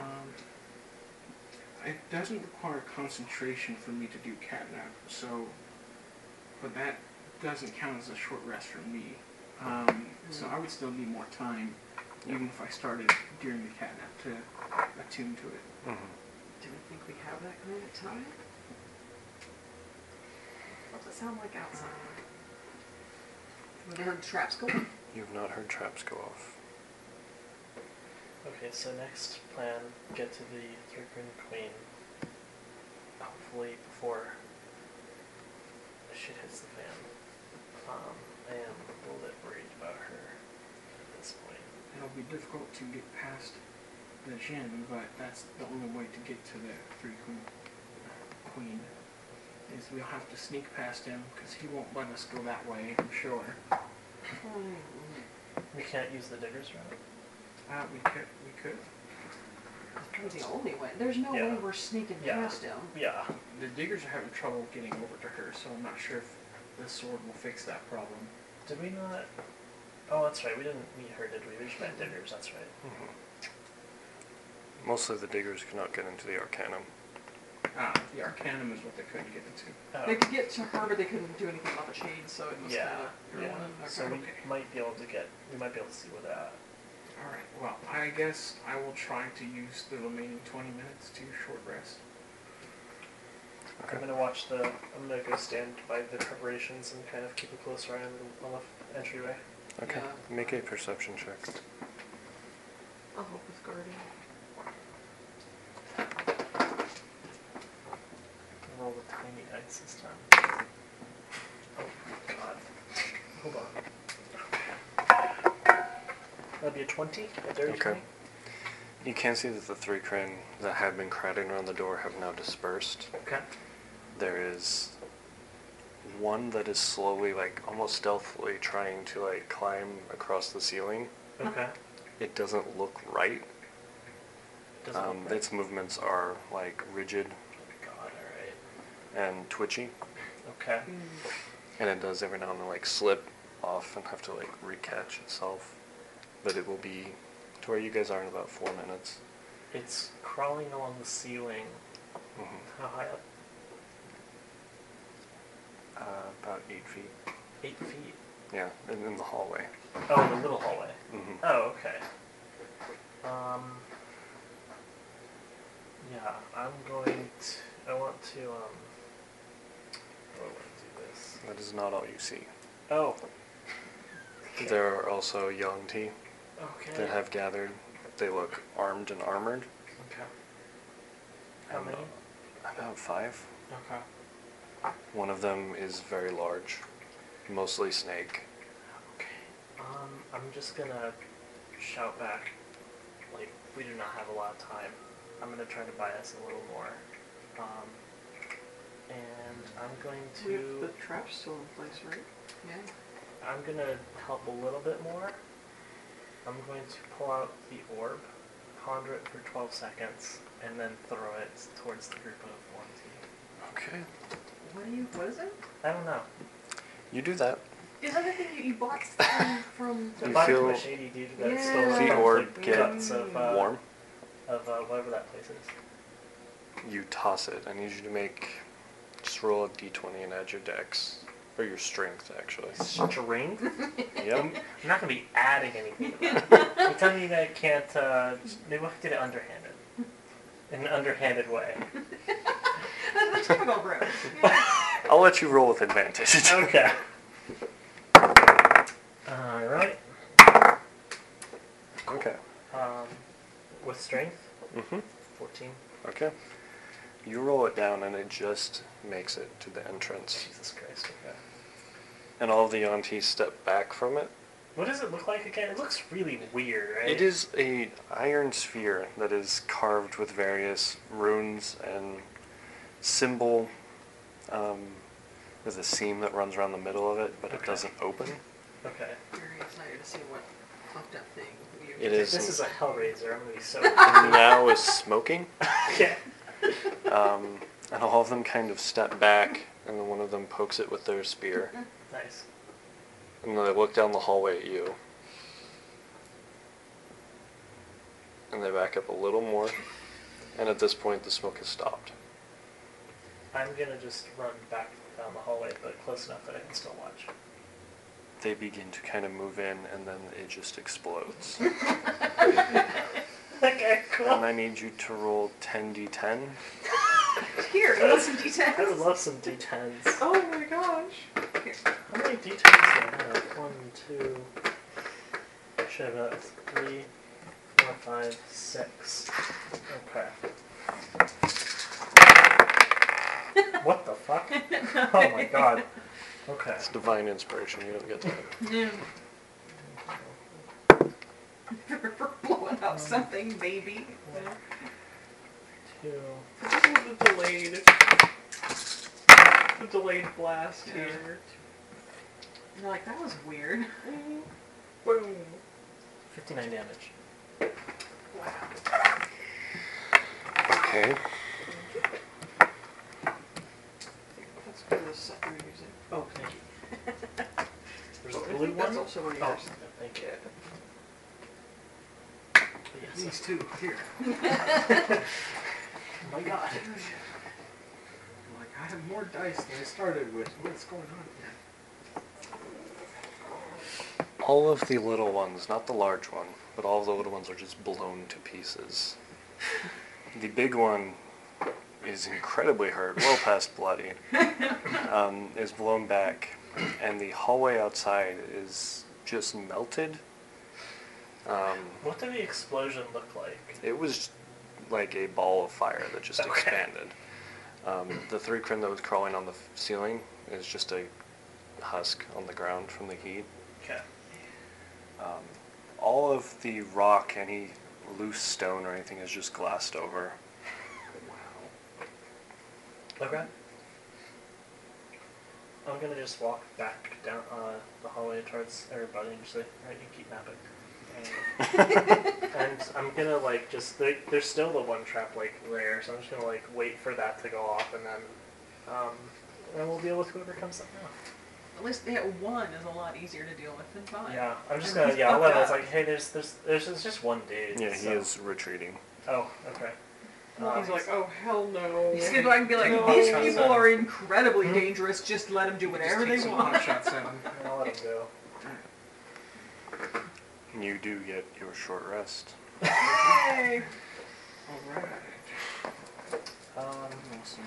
[SPEAKER 6] um, it doesn't require concentration for me to do catnap, so but that doesn't count as a short rest for me. Um, So I would still need more time, even if I started during the catnap to attune to it.
[SPEAKER 1] Mm-hmm.
[SPEAKER 5] Do we think we have that kind of time? What does it sound like outside? Have we heard traps going?
[SPEAKER 1] You've not heard traps go off.
[SPEAKER 3] Okay, so next plan, get to the Three Green Queen. Hopefully before shit hits the fan. Um, I am a little bit worried about her at this point.
[SPEAKER 6] It'll be difficult to get past the Jin, but that's the only way to get to the Three Queen. Queen is we'll have to sneak past him because he won't let us go that way. I'm sure.
[SPEAKER 3] We can't use the diggers route.
[SPEAKER 6] Uh, we could. We could.
[SPEAKER 5] That's the only way. There's no way
[SPEAKER 3] Yeah.
[SPEAKER 5] we're sneaking
[SPEAKER 3] Yeah.
[SPEAKER 5] past him.
[SPEAKER 3] Yeah.
[SPEAKER 6] The diggers are having trouble getting over to her, so I'm not sure if the sword will fix that problem.
[SPEAKER 3] Did we not? Oh, that's right. We didn't meet her, did we? We just met diggers. That's right.
[SPEAKER 1] Mm-hmm. Mostly the diggers could not get into the Arcanum.
[SPEAKER 6] Ah, the Arcanum is what they couldn't get into.
[SPEAKER 5] They
[SPEAKER 3] Oh,
[SPEAKER 5] could get to her, but they couldn't do anything about the chain, so it was
[SPEAKER 3] yeah.
[SPEAKER 5] kind of.
[SPEAKER 3] Yeah. So we
[SPEAKER 6] Okay.
[SPEAKER 3] might be able to get. We might be able to see what that.
[SPEAKER 6] All right. Well, I guess I will try to use the remaining 20 minutes to short rest.
[SPEAKER 3] I'm gonna watch the. I'm gonna go stand by the preparations and kind of keep a closer eye on the, on the entryway.
[SPEAKER 1] Okay.
[SPEAKER 5] Yeah.
[SPEAKER 1] Make a perception check.
[SPEAKER 7] I'll help with guarding.
[SPEAKER 3] Roll with tiny dice this time. Oh my god. Hold on. That'd be a 20? A dirty
[SPEAKER 1] Okay. You can see that the three crin that had been crowding around the door have now dispersed.
[SPEAKER 3] 20? Okay.
[SPEAKER 1] There is one that is slowly, like almost stealthily, trying to like climb across the ceiling.
[SPEAKER 3] Okay.
[SPEAKER 1] It doesn't look right.
[SPEAKER 3] Doesn't
[SPEAKER 1] Um,
[SPEAKER 3] look right.
[SPEAKER 1] its movements are like rigid
[SPEAKER 3] Oh my god, alright.
[SPEAKER 1] and twitchy,
[SPEAKER 3] Okay.
[SPEAKER 1] and it does every now and then like slip off and have to like recatch itself. But it will be to where you guys are in about four minutes.
[SPEAKER 3] It's crawling along the ceiling.
[SPEAKER 1] hmm
[SPEAKER 3] How high up?
[SPEAKER 1] Uh, about eight feet.
[SPEAKER 3] Eight feet.
[SPEAKER 1] Yeah, in, in the hallway.
[SPEAKER 3] Oh, the little hallway.
[SPEAKER 1] hmm
[SPEAKER 3] Oh, okay. Um. Yeah, I'm going to. I want to, um. Oh, I want to do this.
[SPEAKER 1] That is not all you see.
[SPEAKER 3] Oh.
[SPEAKER 1] There are also young T
[SPEAKER 3] Okay.
[SPEAKER 1] that have gathered. They look armed and armored.
[SPEAKER 3] Okay. How
[SPEAKER 1] Um,
[SPEAKER 3] many?
[SPEAKER 1] About five.
[SPEAKER 3] Okay.
[SPEAKER 1] One of them is very large, mostly snake.
[SPEAKER 3] Okay. Um, I'm just gonna shout back. Like, we do not have a lot of time. I'm gonna try to buy us a little more. Um, and I'm going
[SPEAKER 7] We have the
[SPEAKER 3] to.
[SPEAKER 7] trap's still in place, right?
[SPEAKER 5] Yeah.
[SPEAKER 3] I'm gonna help a little bit more. I'm going to pull out the orb, ponder it for 12 seconds, and then throw it towards the group of one team.
[SPEAKER 1] Okay.
[SPEAKER 7] What do you? What is it?
[SPEAKER 3] I don't know.
[SPEAKER 1] You do that.
[SPEAKER 7] Is that the thing that you bought
[SPEAKER 5] um,
[SPEAKER 7] from? from
[SPEAKER 3] The
[SPEAKER 1] You
[SPEAKER 3] body
[SPEAKER 1] feel-
[SPEAKER 3] of a shady dude that
[SPEAKER 7] Yeah.
[SPEAKER 3] stole
[SPEAKER 1] The
[SPEAKER 3] from the
[SPEAKER 1] orb get
[SPEAKER 3] guts of, uh,
[SPEAKER 1] Warm.
[SPEAKER 3] of uh, whatever that place is.
[SPEAKER 1] You toss it. I need you to make. Just roll a d20 and add your dex. Or your strength, actually.
[SPEAKER 3] String?
[SPEAKER 1] yep.
[SPEAKER 3] I'm not gonna be adding anything. to that. You're telling me that I can't? Uh, maybe I did it underhanded, in an underhanded way.
[SPEAKER 5] That's the typical bro.
[SPEAKER 1] I'll let you roll with advantage.
[SPEAKER 3] Okay. All right.
[SPEAKER 1] okay.
[SPEAKER 3] Um, with strength,
[SPEAKER 1] Mm-hmm.
[SPEAKER 3] fourteen.
[SPEAKER 1] Okay. You roll it down and it just makes it to the entrance.
[SPEAKER 3] Jesus Christ. Okay.
[SPEAKER 1] And all the aunties step back from it.
[SPEAKER 3] What does it look like again? It looks really weird, right?
[SPEAKER 1] It is a iron sphere that is carved with various runes and symbol um, with a seam that runs around the middle of it, but it
[SPEAKER 3] Okay.
[SPEAKER 1] doesn't open.
[SPEAKER 3] Okay.
[SPEAKER 5] Very excited to see what fucked up thing you.
[SPEAKER 1] It is
[SPEAKER 3] This is a Hellraiser. I'm gonna be so.
[SPEAKER 1] now is smoking.
[SPEAKER 3] okay.
[SPEAKER 1] Um, and all of them kind of step back, and then one of them pokes it with their spear.
[SPEAKER 3] Nice.
[SPEAKER 1] And then they look down the hallway at you. And they back up a little more. And at this point, the smoke has stopped.
[SPEAKER 3] I'm gonna just run back down the hallway, but close enough that I can still watch.
[SPEAKER 1] They begin to kind of move in, and then it just explodes.
[SPEAKER 3] okay.
[SPEAKER 1] and
[SPEAKER 3] Cool.
[SPEAKER 1] I need you to roll 10d10.
[SPEAKER 7] Here, you want some details?
[SPEAKER 3] I would love some d10s.
[SPEAKER 7] Oh my gosh.
[SPEAKER 3] How many d10s do I have? One, two. I should have about three, four, five, six. Okay. what the fuck? Oh my god. Okay.
[SPEAKER 1] It's divine inspiration. You don't get that.
[SPEAKER 5] For blowing up something, maybe.
[SPEAKER 3] Two.
[SPEAKER 7] the delayed. The delayed blast
[SPEAKER 5] Yeah.
[SPEAKER 7] here. Mm-hmm.
[SPEAKER 5] You're like, that was weird.
[SPEAKER 3] Boom. 59 damage.
[SPEAKER 1] Okay.
[SPEAKER 7] That's for the set you're using. Oh, thank you.
[SPEAKER 3] There's a
[SPEAKER 7] I
[SPEAKER 3] blue
[SPEAKER 7] think that's
[SPEAKER 3] one.
[SPEAKER 7] also one of
[SPEAKER 3] Oh,
[SPEAKER 7] yours.
[SPEAKER 3] thank you.
[SPEAKER 7] Yeah.
[SPEAKER 3] Yes,
[SPEAKER 6] These two here.
[SPEAKER 3] oh my god.
[SPEAKER 6] I'm like, I have more dice than I started with. What's going on here?
[SPEAKER 1] All of the little ones, not the large one, but all of the little ones are just blown to pieces. The big one is incredibly hurt, well past bloody, um, is blown back, and the hallway outside is just melted. Um,
[SPEAKER 3] What did the explosion look like?
[SPEAKER 1] it was like a ball of fire that just
[SPEAKER 3] Okay.
[SPEAKER 1] expanded. Um, the three crim that was crawling on the f- ceiling is just a husk on the ground from the heat.
[SPEAKER 3] Okay.
[SPEAKER 1] Um, all of the rock, any loose stone or anything is just glassed over.
[SPEAKER 3] Okay. I'm gonna just walk back down uh, the hallway towards everybody and just say, alright, you keep mapping. And- and I'm gonna like just there, there's still the one trap like there, so I'm just gonna like wait for that to go off and then um and we'll deal with whoever comes up now.
[SPEAKER 5] At least that one is a lot easier to deal with than
[SPEAKER 7] Oh,
[SPEAKER 5] five.
[SPEAKER 3] Yeah, I'm just gonna yeah, I'll let it's like, hey there's there's there's just- just one dude.
[SPEAKER 1] Yeah, he
[SPEAKER 3] so-
[SPEAKER 1] is retreating.
[SPEAKER 3] Oh, okay. Um,
[SPEAKER 7] He's like, oh hell no.
[SPEAKER 5] He's gonna go out and be like,
[SPEAKER 3] No,
[SPEAKER 5] these
[SPEAKER 3] that's
[SPEAKER 5] people
[SPEAKER 3] not-
[SPEAKER 5] are incredibly
[SPEAKER 3] Hmm?
[SPEAKER 5] dangerous, just let them do whatever
[SPEAKER 6] Just take
[SPEAKER 5] they
[SPEAKER 6] some
[SPEAKER 5] want.
[SPEAKER 6] pot shots at 'em.
[SPEAKER 3] I'll let him go.
[SPEAKER 1] You do get your short rest.
[SPEAKER 5] Yay!
[SPEAKER 6] Alright.
[SPEAKER 3] Um
[SPEAKER 6] Awesome.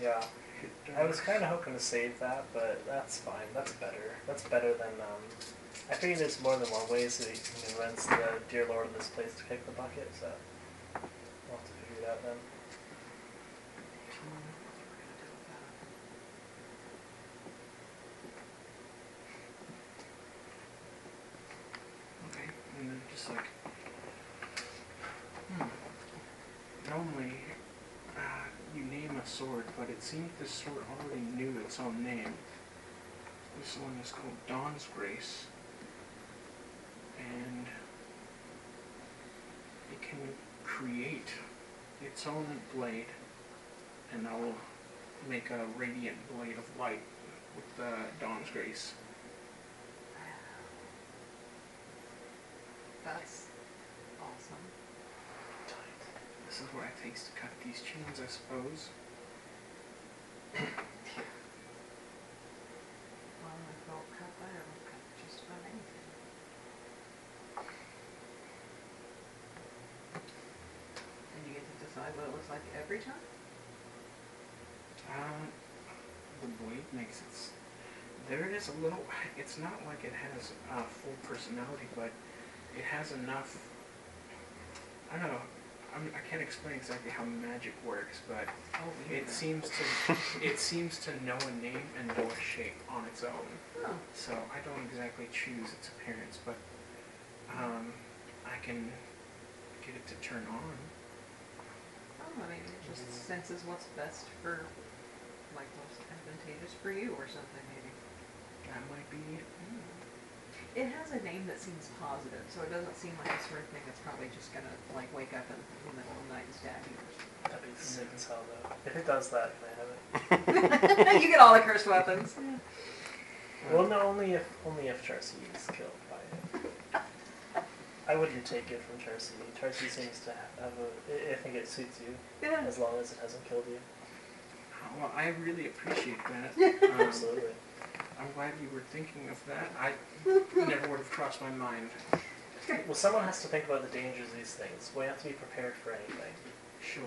[SPEAKER 3] yeah. I was kind of hoping to save that, but that's fine. That's better. That's better than. Um, I figured there's more than one way so you can convince the dear lord of this place to kick the bucket. So we'll have to figure that then.
[SPEAKER 6] Okay, and then just like, hmm. Normally, uh, you name a sword, but it seems this sword already knew its own name. This one is called Dawn's Grace, and it can create its own blade, and I will make a radiant blade of light with the Dawn's Grace.
[SPEAKER 5] That's awesome.
[SPEAKER 6] This is what it takes to cut these chains, I suppose.
[SPEAKER 5] Well, if I don't cut that, I will cut just about anything.
[SPEAKER 7] And you get to decide what it looks like every time?
[SPEAKER 6] Uh, the blade makes its. There is a little. It's not like it has a full personality, but it has enough. I don't know. I'm, I can't explain exactly how magic works, but
[SPEAKER 5] Oh,
[SPEAKER 6] it seems to it seems to know a name and know a shape on its own.
[SPEAKER 5] Oh.
[SPEAKER 6] So I don't exactly choose its appearance, but um, I can get it to turn on.
[SPEAKER 5] Oh, I mean, it just senses what's best for, like, what's advantageous for you or something, maybe.
[SPEAKER 6] That might be it.
[SPEAKER 5] Hmm. It has a name that seems positive, so it doesn't seem like the sort of thing that's probably just gonna, like, wake up in the middle of the night and stab you or something.
[SPEAKER 3] That'd be sick as hell though. If it does that, can I have it?
[SPEAKER 5] you get all the cursed weapons.
[SPEAKER 3] Well, no, only if only if Charcy is killed by it. I wouldn't take it from Charcy. Charcy seems to have a. I- I think it suits you
[SPEAKER 5] Yeah.
[SPEAKER 3] as long as it hasn't killed you.
[SPEAKER 6] Oh, Well, I really appreciate that. Um,
[SPEAKER 3] Absolutely.
[SPEAKER 6] I'm glad you were thinking of that. I never would have crossed my mind.
[SPEAKER 3] Well, someone has to think about the dangers of these things. We have to be prepared for anything.
[SPEAKER 6] Sure.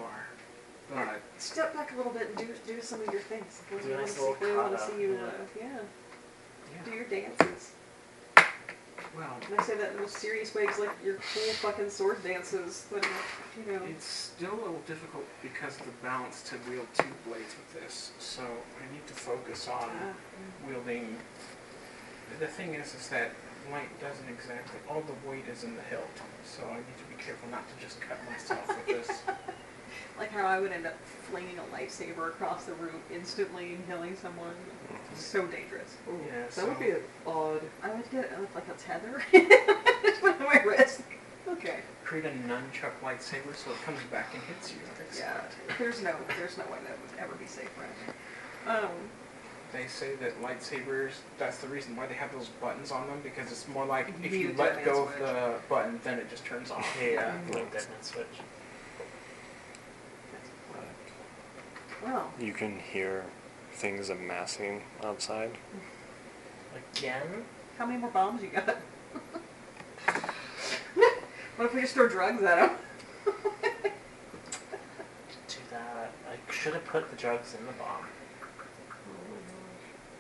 [SPEAKER 6] But
[SPEAKER 7] Step back a little bit and do, do some of your things. We
[SPEAKER 3] Do a
[SPEAKER 7] want
[SPEAKER 3] nice
[SPEAKER 7] to see,
[SPEAKER 3] little
[SPEAKER 5] uh,
[SPEAKER 7] we wanna
[SPEAKER 3] kata,
[SPEAKER 7] see you,
[SPEAKER 3] yeah.
[SPEAKER 7] uh, yeah, do
[SPEAKER 6] yeah,
[SPEAKER 7] your dances.
[SPEAKER 6] Well,
[SPEAKER 5] And I say that in the most serious way, 'cause, like your cool fucking sword dances, but you know,
[SPEAKER 6] It's still a little difficult because of the balance to wield two blades with this, so I need to focus on
[SPEAKER 5] uh,
[SPEAKER 6] wielding. The thing is, is that light doesn't exactly. All the weight is in the hilt, so I need to be careful not to just cut myself with this.
[SPEAKER 5] like how I would end up flinging a lightsaber across the room instantly and killing someone. So dangerous.
[SPEAKER 15] Ooh,
[SPEAKER 6] Yeah,
[SPEAKER 15] that
[SPEAKER 6] so-
[SPEAKER 15] would be an odd.
[SPEAKER 5] I would get uh, like a tether Just put it on my wrist. Okay.
[SPEAKER 6] Create a nunchuck lightsaber so it comes back and hits you. It's-
[SPEAKER 5] Yeah. There's no there's no way that would ever be safe for anything. Um
[SPEAKER 6] They say that lightsabers. That's the reason why they have those buttons on them because it's more like if
[SPEAKER 5] You
[SPEAKER 6] you let
[SPEAKER 5] don't
[SPEAKER 6] go of
[SPEAKER 5] switch.
[SPEAKER 6] the button, then it just turns off.
[SPEAKER 3] Yeah, like Dead Man Switch.
[SPEAKER 5] well,
[SPEAKER 1] You can hear things amassing outside.
[SPEAKER 3] Again?
[SPEAKER 5] how many more bombs you got? what if we just throw drugs at them?
[SPEAKER 3] Do that. I should have put the drugs in the bomb.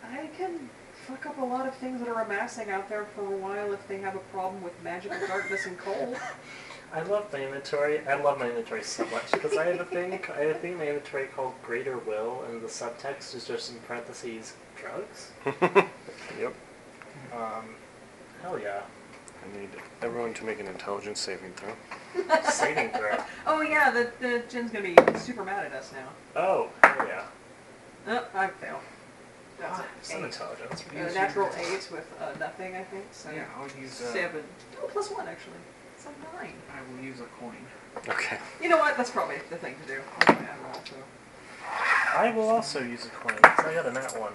[SPEAKER 5] I can fuck up a lot of things that are amassing out there for a while if they have a problem with magical darkness and cold.
[SPEAKER 3] I love my inventory. I love my inventory so much because I have a thing. I have a thing in my inventory called Greater Will, and the subtext is just in parentheses drugs.
[SPEAKER 1] Yep.
[SPEAKER 3] Um, hell yeah,
[SPEAKER 1] I need everyone to make an intelligence saving throw.
[SPEAKER 3] saving throw.
[SPEAKER 5] Oh yeah, the the Jin's gonna be super mad at us now.
[SPEAKER 3] Oh hell yeah,
[SPEAKER 5] Oh, I fail.
[SPEAKER 15] That's
[SPEAKER 3] Ah, some
[SPEAKER 15] an eight.
[SPEAKER 3] intelligence.
[SPEAKER 5] A natural eight with uh, nothing, I think. So
[SPEAKER 6] Yeah, I'll use. Uh,
[SPEAKER 15] Seven.
[SPEAKER 5] Oh, plus one actually. So nine.
[SPEAKER 6] I will use a coin.
[SPEAKER 1] Okay.
[SPEAKER 5] You know what? That's probably the thing to do. I'm gonna add roll, so.
[SPEAKER 3] I will also use a coin. 'cause I got a nat one.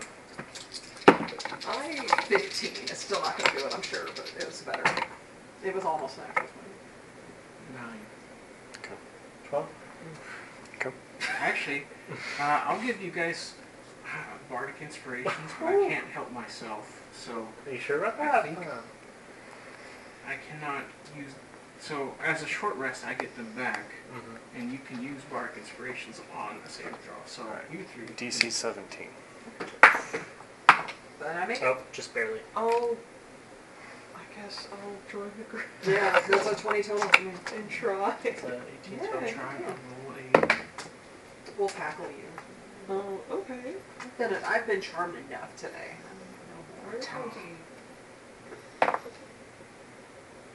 [SPEAKER 5] I fifteen is still not gonna do it, I'm sure, but it was better. It was almost an actual twenty.
[SPEAKER 6] Nine.
[SPEAKER 1] Okay.
[SPEAKER 3] Twelve.
[SPEAKER 1] Okay.
[SPEAKER 6] Actually, uh, I'll give you guys uh, bardic inspirations, but I can't help myself, so
[SPEAKER 3] Are you sure about
[SPEAKER 6] I
[SPEAKER 3] that?
[SPEAKER 6] think I cannot use. So as a short rest, I get them back,
[SPEAKER 3] Mhm.
[SPEAKER 6] and you can use bardic inspirations on a save throw. So you three.
[SPEAKER 1] DC 17.
[SPEAKER 5] Then I make
[SPEAKER 3] Oh, just barely.
[SPEAKER 15] I'll. I guess I'll join the group
[SPEAKER 5] Yeah, that's a twenty total for me.
[SPEAKER 15] and try.
[SPEAKER 3] It's a 18
[SPEAKER 5] Yeah.
[SPEAKER 6] I'll try and roll a.
[SPEAKER 5] We'll tackle you.
[SPEAKER 15] Oh, okay.
[SPEAKER 5] I've been, I've been charmed enough today.
[SPEAKER 15] Where are we?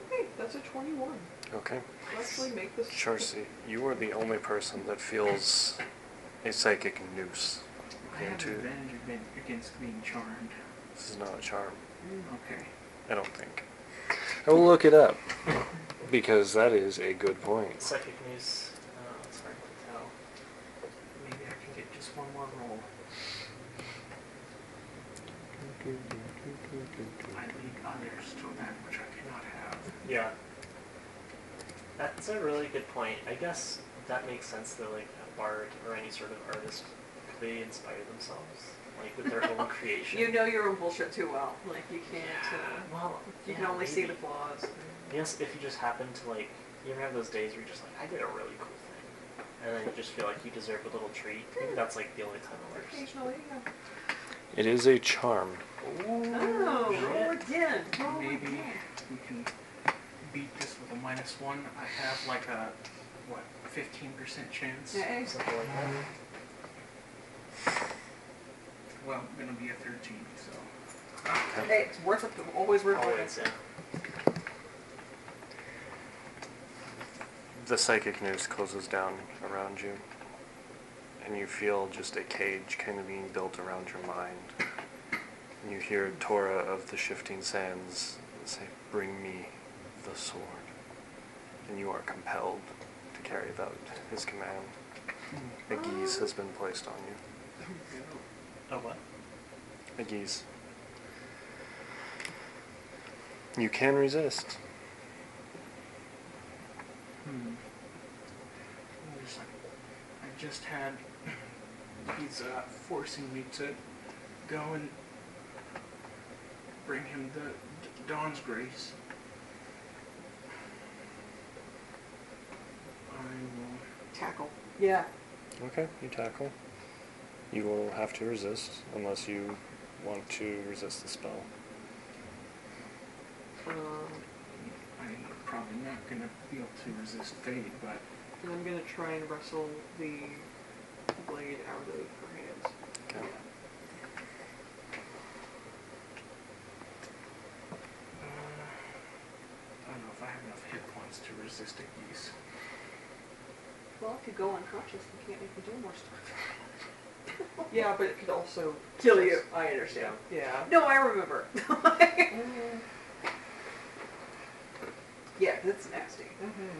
[SPEAKER 15] Hey, that's a 21.
[SPEAKER 1] Okay.
[SPEAKER 15] I'll actually make this.
[SPEAKER 1] Charcy, you are the only person that feels a psychic noose.
[SPEAKER 6] I have
[SPEAKER 1] Into-
[SPEAKER 6] advantage agen- against being charmed.
[SPEAKER 1] This is not a charm.
[SPEAKER 6] Okay.
[SPEAKER 1] I don't think. I will look it up because that is a good point.
[SPEAKER 3] Psychic news. Oh, it's hard to tell.
[SPEAKER 6] Maybe I can get just one more roll. I lead others to that which I cannot have.
[SPEAKER 3] Yeah. That's a really good point. I guess that makes sense though, like a bard or any sort of artist, they inspire themselves, like with their own creation.
[SPEAKER 5] You know your own bullshit too well. Like you can't. Uh,
[SPEAKER 3] well,
[SPEAKER 5] you
[SPEAKER 3] yeah,
[SPEAKER 5] can only see the
[SPEAKER 3] maybe.
[SPEAKER 5] flaws.
[SPEAKER 3] Yes, if you just happen to like, you ever have those days where you're just like, I did a really cool thing, and then you just feel like you deserve a little treat. Maybe that's like the only time it works.
[SPEAKER 5] Occasionally. Yeah.
[SPEAKER 1] It is a charm.
[SPEAKER 5] Oh, roll again. Roll
[SPEAKER 6] Maybe.
[SPEAKER 5] again.
[SPEAKER 6] we can beat this with a minus one. I have like a what, fifteen percent chance.
[SPEAKER 5] Yeah, it's-
[SPEAKER 3] Something like that.
[SPEAKER 6] Well, gonna be a thirteen, so
[SPEAKER 5] Hey, it's worth it. to- Always worth
[SPEAKER 3] Always,
[SPEAKER 5] it.
[SPEAKER 3] yeah.
[SPEAKER 1] The psychic noose closes down around you, and you feel just a cage kind of being built around your mind. And you hear Torah of the Shifting Sands say, Bring me the sword. And you are compelled to carry out his command. A geese has been placed on you.
[SPEAKER 3] Oh what?
[SPEAKER 1] A geese. You can resist.
[SPEAKER 6] hmm. I'm just like I just had he's uh, forcing me to go and bring him the D- Dawn's grace. I will
[SPEAKER 15] Tackle.
[SPEAKER 5] Yeah.
[SPEAKER 1] Okay, you tackle. You will have to resist unless you want to resist the spell.
[SPEAKER 5] Um,
[SPEAKER 6] I'm probably not gonna be able to resist fate, but
[SPEAKER 5] and I'm gonna try and wrestle the blade out of her hands.
[SPEAKER 1] Okay.
[SPEAKER 6] uh, I don't know if I have enough hit points to resist a geese.
[SPEAKER 7] Well, if you go unconscious, you can't make me do more stuff.
[SPEAKER 5] Yeah, but it could also
[SPEAKER 7] Kill you. I understand.
[SPEAKER 5] Yeah. Mm-hmm.
[SPEAKER 7] No, I remember. yeah, that's nasty.
[SPEAKER 5] Mm-hmm.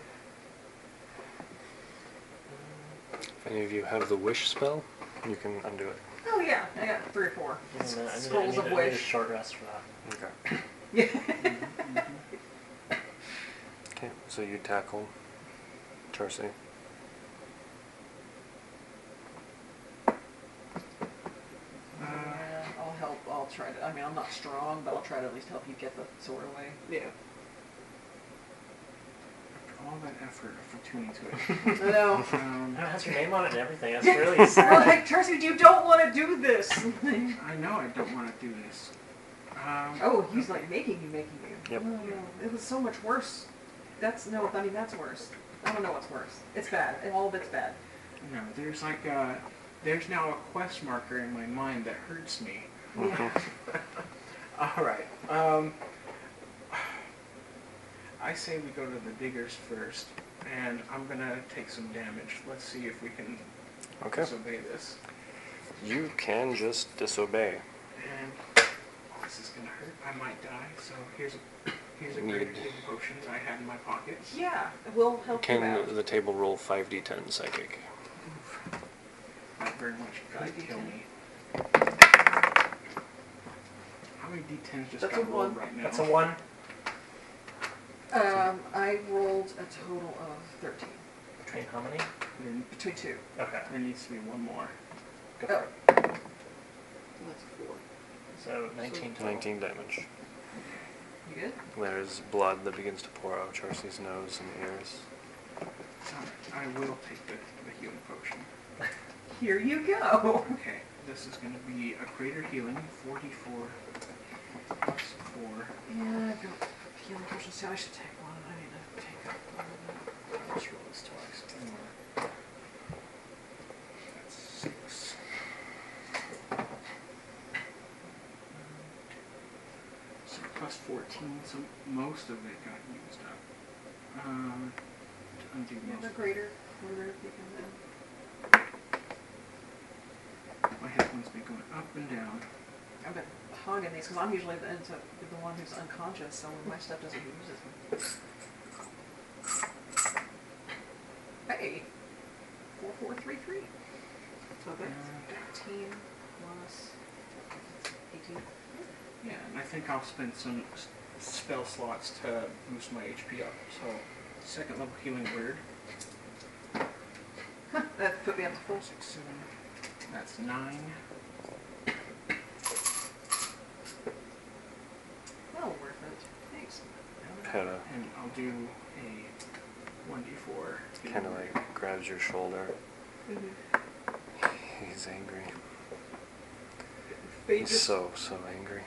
[SPEAKER 1] If any of you have the wish spell, you can undo it.
[SPEAKER 7] Oh yeah, I got three or four.
[SPEAKER 3] Wait a minute, I need, I
[SPEAKER 7] Scrolls
[SPEAKER 3] need,
[SPEAKER 7] of
[SPEAKER 3] I need a
[SPEAKER 7] wish.
[SPEAKER 3] short rest for that.
[SPEAKER 1] Okay.
[SPEAKER 7] Yeah.
[SPEAKER 5] Mm-hmm.
[SPEAKER 1] Okay, so you tackle Charcy.
[SPEAKER 6] Uh,
[SPEAKER 7] Yeah, I'll help. I'll try to. I mean, I'm not strong, but I'll try to at least help you get the sword away.
[SPEAKER 5] Yeah.
[SPEAKER 6] After all that effort for tuning to it.
[SPEAKER 7] I know.
[SPEAKER 6] um,
[SPEAKER 3] No, it has your name on it and everything. That's really sad.
[SPEAKER 7] like, Tracy, you don't want to do this.
[SPEAKER 6] I know I don't want to do this. Um,
[SPEAKER 7] oh, he's like making you, making you.
[SPEAKER 1] Yep.
[SPEAKER 7] No, no, it was so much worse. That's no. I mean, that's worse. I don't know what's worse. It's bad. All of it's bad.
[SPEAKER 6] No, there's like a, there's now a quest marker in my mind that hurts me.
[SPEAKER 3] Mm-hmm.
[SPEAKER 7] Yeah.
[SPEAKER 1] Mm-hmm.
[SPEAKER 6] All right. Um, I say we go to the diggers first, and I'm gonna take some damage. Let's see if we can
[SPEAKER 1] Okay.
[SPEAKER 6] disobey this.
[SPEAKER 1] You can just disobey.
[SPEAKER 6] And this is gonna hurt. I might die. So here's a here's a
[SPEAKER 1] Need-
[SPEAKER 6] great big potion I had in my pocket.
[SPEAKER 7] Yeah, we'll help you out.
[SPEAKER 1] Can the table roll 5d10 psychic?
[SPEAKER 6] Not very much. Gotta
[SPEAKER 7] Good
[SPEAKER 6] kill
[SPEAKER 7] D10.
[SPEAKER 6] me. How many d10s just
[SPEAKER 5] That's a
[SPEAKER 6] got rolled
[SPEAKER 5] one.
[SPEAKER 6] right now?
[SPEAKER 3] That's a one.
[SPEAKER 7] Um, I rolled a total of 13.
[SPEAKER 3] Between how many?
[SPEAKER 6] There,
[SPEAKER 7] Between two. Oh.
[SPEAKER 3] Okay.
[SPEAKER 6] there needs to be one more.
[SPEAKER 3] Go for it.
[SPEAKER 5] That's four.
[SPEAKER 3] So 19 total.
[SPEAKER 1] 19 damage.
[SPEAKER 7] You good?
[SPEAKER 1] There's blood that begins to pour out Charcy's nose and ears.
[SPEAKER 6] Alright, I will take the, the healing potion.
[SPEAKER 7] Here you go.
[SPEAKER 6] Okay, this is going to be a greater healing, 44 plus 4.
[SPEAKER 7] Yeah, I've got healing potions too. I should take one. I need to take up one of them.
[SPEAKER 6] Let's roll this twice. Two more. That's 6. So plus 14, so most of it got used up. Um, to undo
[SPEAKER 7] You have
[SPEAKER 6] most
[SPEAKER 7] a
[SPEAKER 6] of
[SPEAKER 7] greater order if you can.
[SPEAKER 6] My hit points be going up and down.
[SPEAKER 7] I've been hogging these because I'm usually the, into, the one who's unconscious, so when my stuff doesn't use it. Hey, 4433.
[SPEAKER 5] So
[SPEAKER 6] And,
[SPEAKER 5] that's
[SPEAKER 7] 13 plus 18.
[SPEAKER 6] yeah, and I think I'll spend some s- spell slots to boost my HP up. So, second level healing word.
[SPEAKER 7] That put me up to four.
[SPEAKER 6] Four, six, seven. That's nine.
[SPEAKER 7] Well worth it. Thanks.
[SPEAKER 1] Kinda,
[SPEAKER 6] And I'll do a 1d4. healing
[SPEAKER 1] kinda
[SPEAKER 6] word.
[SPEAKER 1] like grabs your shoulder. He's angry.
[SPEAKER 5] Fade
[SPEAKER 1] He's
[SPEAKER 5] just-
[SPEAKER 1] so, so angry.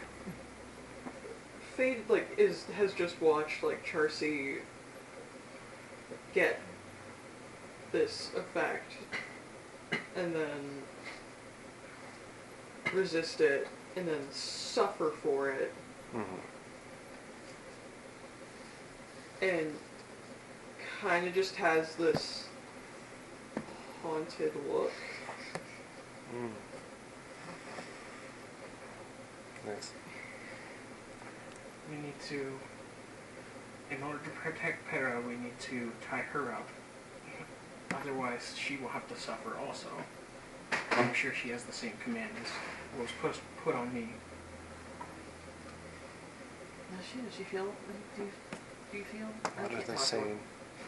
[SPEAKER 5] Fade like is has just watched like Charcy get this effect and then resist it and then suffer for it
[SPEAKER 1] Mm-hmm.
[SPEAKER 5] and kind of just has this haunted look.
[SPEAKER 1] Mm. Nice.
[SPEAKER 6] We need to, in order to protect Pera, we need to tie her up. Otherwise, she will have to suffer also. I'm sure she has the same command as was put, put on me.
[SPEAKER 7] Now, she, does she feel? Do you, do you feel? I
[SPEAKER 1] What are
[SPEAKER 7] can't
[SPEAKER 1] they
[SPEAKER 7] talk.
[SPEAKER 1] saying?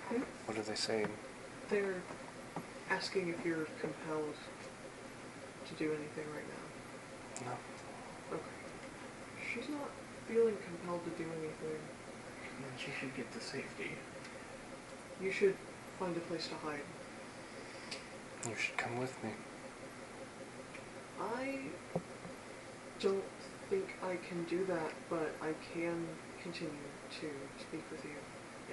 [SPEAKER 5] Hmm?
[SPEAKER 1] What are they saying?
[SPEAKER 5] They're asking if you're compelled to do anything right now.
[SPEAKER 1] No.
[SPEAKER 5] Okay. She's not feeling compelled to do anything.
[SPEAKER 6] And she should get to safety.
[SPEAKER 5] You should find a place to hide.
[SPEAKER 1] You should come with me.
[SPEAKER 5] I don't think I can do that, but I can continue to speak with you,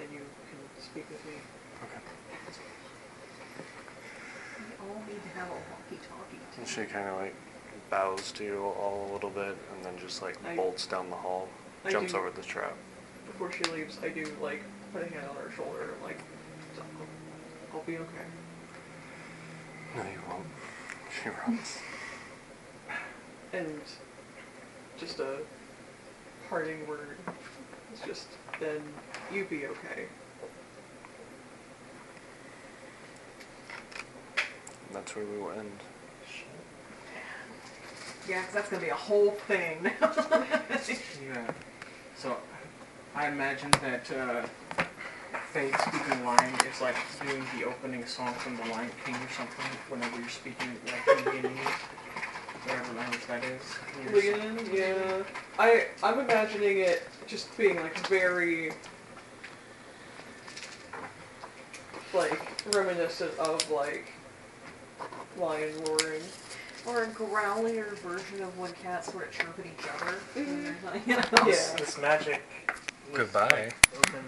[SPEAKER 5] and you can speak with me.
[SPEAKER 1] Okay.
[SPEAKER 5] We all need to have a walkie-talkie.
[SPEAKER 1] And she kind of like bows to you all a little bit and then just like
[SPEAKER 5] I-
[SPEAKER 1] bolts down the hall,
[SPEAKER 5] I
[SPEAKER 1] jumps
[SPEAKER 5] do-
[SPEAKER 1] over the trap.
[SPEAKER 5] Before she leaves, I do like put a hand on her shoulder, like "So, I'll- I'll be okay.
[SPEAKER 1] No, you won't. She runs.
[SPEAKER 5] And just a parting word. It's just then you be okay.
[SPEAKER 1] And that's where we will end.
[SPEAKER 5] Yeah, 'cause that's gonna be a whole thing now.
[SPEAKER 6] Yeah. So, I imagine that uh, Fate speaking line is like doing the opening song from The Lion King or something. Whenever you're speaking like the beginning, whatever language that is. You're just-
[SPEAKER 5] Leon, yeah. I I'm imagining it just being like very like reminiscent of like lion roaring.
[SPEAKER 7] Or a growlier version of when cats were at chirpity jabber.
[SPEAKER 5] Mhm.
[SPEAKER 7] You know?
[SPEAKER 5] Yeah.
[SPEAKER 3] This, this magic. was,
[SPEAKER 1] Goodbye.
[SPEAKER 3] like, open